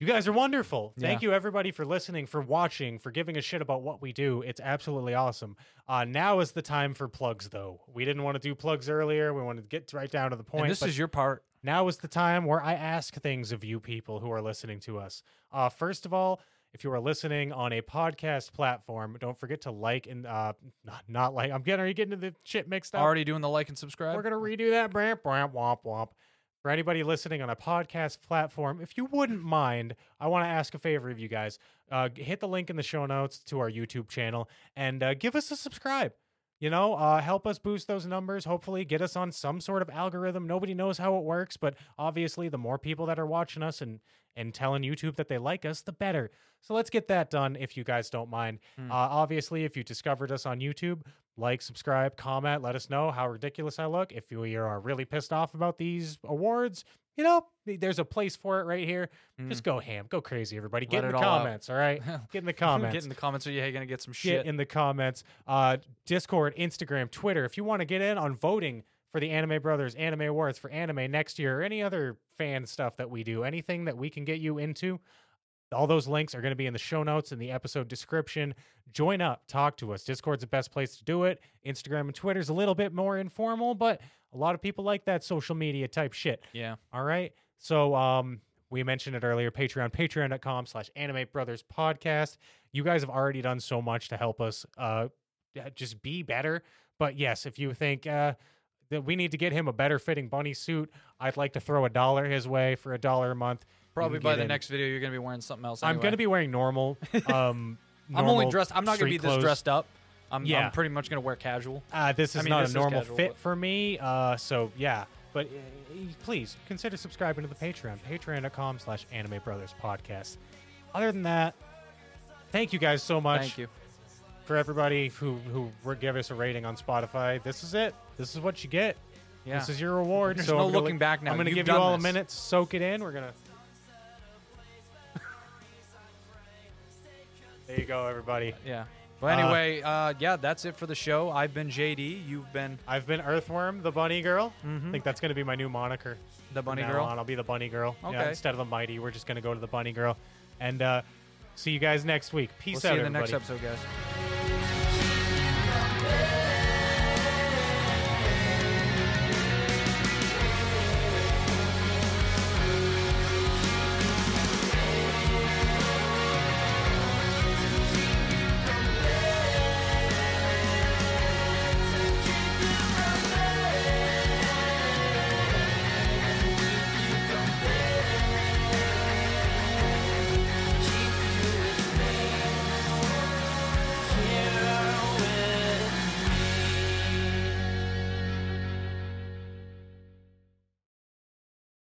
[SPEAKER 2] you guys are wonderful. Thank you, everybody, for listening, for watching, for giving a shit about what we do. It's absolutely awesome. Uh, now is the time for plugs, though. We didn't want to do plugs earlier. We wanted to get right down to the point.
[SPEAKER 1] and this
[SPEAKER 2] but
[SPEAKER 1] is your part.
[SPEAKER 2] now is the time where I ask things of you people who are listening to us. Uh, first of all, if you are listening on a podcast platform, don't forget to like and uh, not, not like. I'm getting, are you getting the shit mixed up?
[SPEAKER 1] Already doing the like and subscribe.
[SPEAKER 2] We're gonna redo that. Bramp, bramp, womp, womp. For anybody listening on a podcast platform, if you wouldn't mind, I want to ask a favor of you guys. Uh, g- hit the link in the show notes to our YouTube channel and uh, give us a subscribe. You know, uh, help us boost those numbers. Hopefully, get us on some sort of algorithm. Nobody knows how it works, but obviously, the more people that are watching us and and telling YouTube that they like us, the better. So let's get that done, if you guys don't mind.
[SPEAKER 1] Hmm.
[SPEAKER 2] Uh, obviously, if you discovered us on YouTube, like, subscribe, comment, let us know how ridiculous I look. If you are really pissed off about these awards, you know, th- there's a place for it right here. Just go ham, go crazy, everybody. Get
[SPEAKER 1] Hmm. Let
[SPEAKER 2] in
[SPEAKER 1] it
[SPEAKER 2] the
[SPEAKER 1] all out.
[SPEAKER 2] comments, all right? Get in the comments.
[SPEAKER 1] Get in the comments or you're gonna get some
[SPEAKER 2] Get
[SPEAKER 1] shit.
[SPEAKER 2] in the comments. Uh, Discord, Instagram, Twitter. If you want to get in on voting for the Anime Brothers Anime Awards for anime next year or any other fan stuff that we do, anything that we can get you into, all those links are going to be in the show notes and the episode description. Join up, talk to us. Discord's the best place to do it. Instagram and Twitter's a little bit more informal, but a lot of people like that social media type shit.
[SPEAKER 1] yeah.
[SPEAKER 2] All right. So um we mentioned it earlier, Patreon, patreon.com slash anime brothers podcast. You guys have already done so much to help us uh yeah, just be better. But yes, if you think uh that we need to get him a better fitting bunny suit, I'd like to throw a dollar his way for a dollar a month. You
[SPEAKER 1] Probably
[SPEAKER 2] can
[SPEAKER 1] by
[SPEAKER 2] get
[SPEAKER 1] the
[SPEAKER 2] in.
[SPEAKER 1] next video you're gonna be wearing something else.
[SPEAKER 2] I'm gonna be wearing normal um
[SPEAKER 1] I'm only
[SPEAKER 2] normal
[SPEAKER 1] dressed. I'm not gonna be
[SPEAKER 2] street
[SPEAKER 1] this
[SPEAKER 2] clothes.
[SPEAKER 1] dressed up. I'm,
[SPEAKER 2] Yeah.
[SPEAKER 1] I'm pretty much gonna wear casual.
[SPEAKER 2] Uh, this
[SPEAKER 1] I
[SPEAKER 2] is
[SPEAKER 1] mean,
[SPEAKER 2] not
[SPEAKER 1] this
[SPEAKER 2] a
[SPEAKER 1] is
[SPEAKER 2] normal
[SPEAKER 1] casual,
[SPEAKER 2] fit
[SPEAKER 1] but-
[SPEAKER 2] for me. Uh, so yeah, But uh, please consider subscribing to the Patreon, patreon.com slash anime brothers podcast. Other than that, thank you guys so much
[SPEAKER 1] Thank you.
[SPEAKER 2] for everybody who, who were- gave us a rating on Spotify. This is it. This is what you get.
[SPEAKER 1] Yeah.
[SPEAKER 2] This is your reward.
[SPEAKER 1] There's
[SPEAKER 2] so
[SPEAKER 1] no
[SPEAKER 2] I'm gonna
[SPEAKER 1] looking
[SPEAKER 2] let-
[SPEAKER 1] back now.
[SPEAKER 2] I'm going to
[SPEAKER 1] You've
[SPEAKER 2] give you
[SPEAKER 1] done
[SPEAKER 2] all
[SPEAKER 1] this.
[SPEAKER 2] a minute to soak it in. We're going to. There you go, everybody.
[SPEAKER 1] yeah. Well,
[SPEAKER 2] Uh,
[SPEAKER 1] anyway, uh, yeah, that's it for the show. I've been JD. You've been
[SPEAKER 2] I've been Earthworm, the bunny girl.
[SPEAKER 1] Mm-hmm.
[SPEAKER 2] I think that's going to be my new moniker.
[SPEAKER 1] the
[SPEAKER 2] From
[SPEAKER 1] bunny
[SPEAKER 2] now
[SPEAKER 1] girl.
[SPEAKER 2] On. I'll be the bunny girl. Yeah,
[SPEAKER 1] Okay.
[SPEAKER 2] instead of the mighty, we're just going to go to the bunny girl. And uh, see you guys next week. Peace
[SPEAKER 1] We'll
[SPEAKER 2] out,
[SPEAKER 1] see you in the
[SPEAKER 2] everybody.
[SPEAKER 1] next episode, guys.
[SPEAKER 3] 「君の声が聞こえる」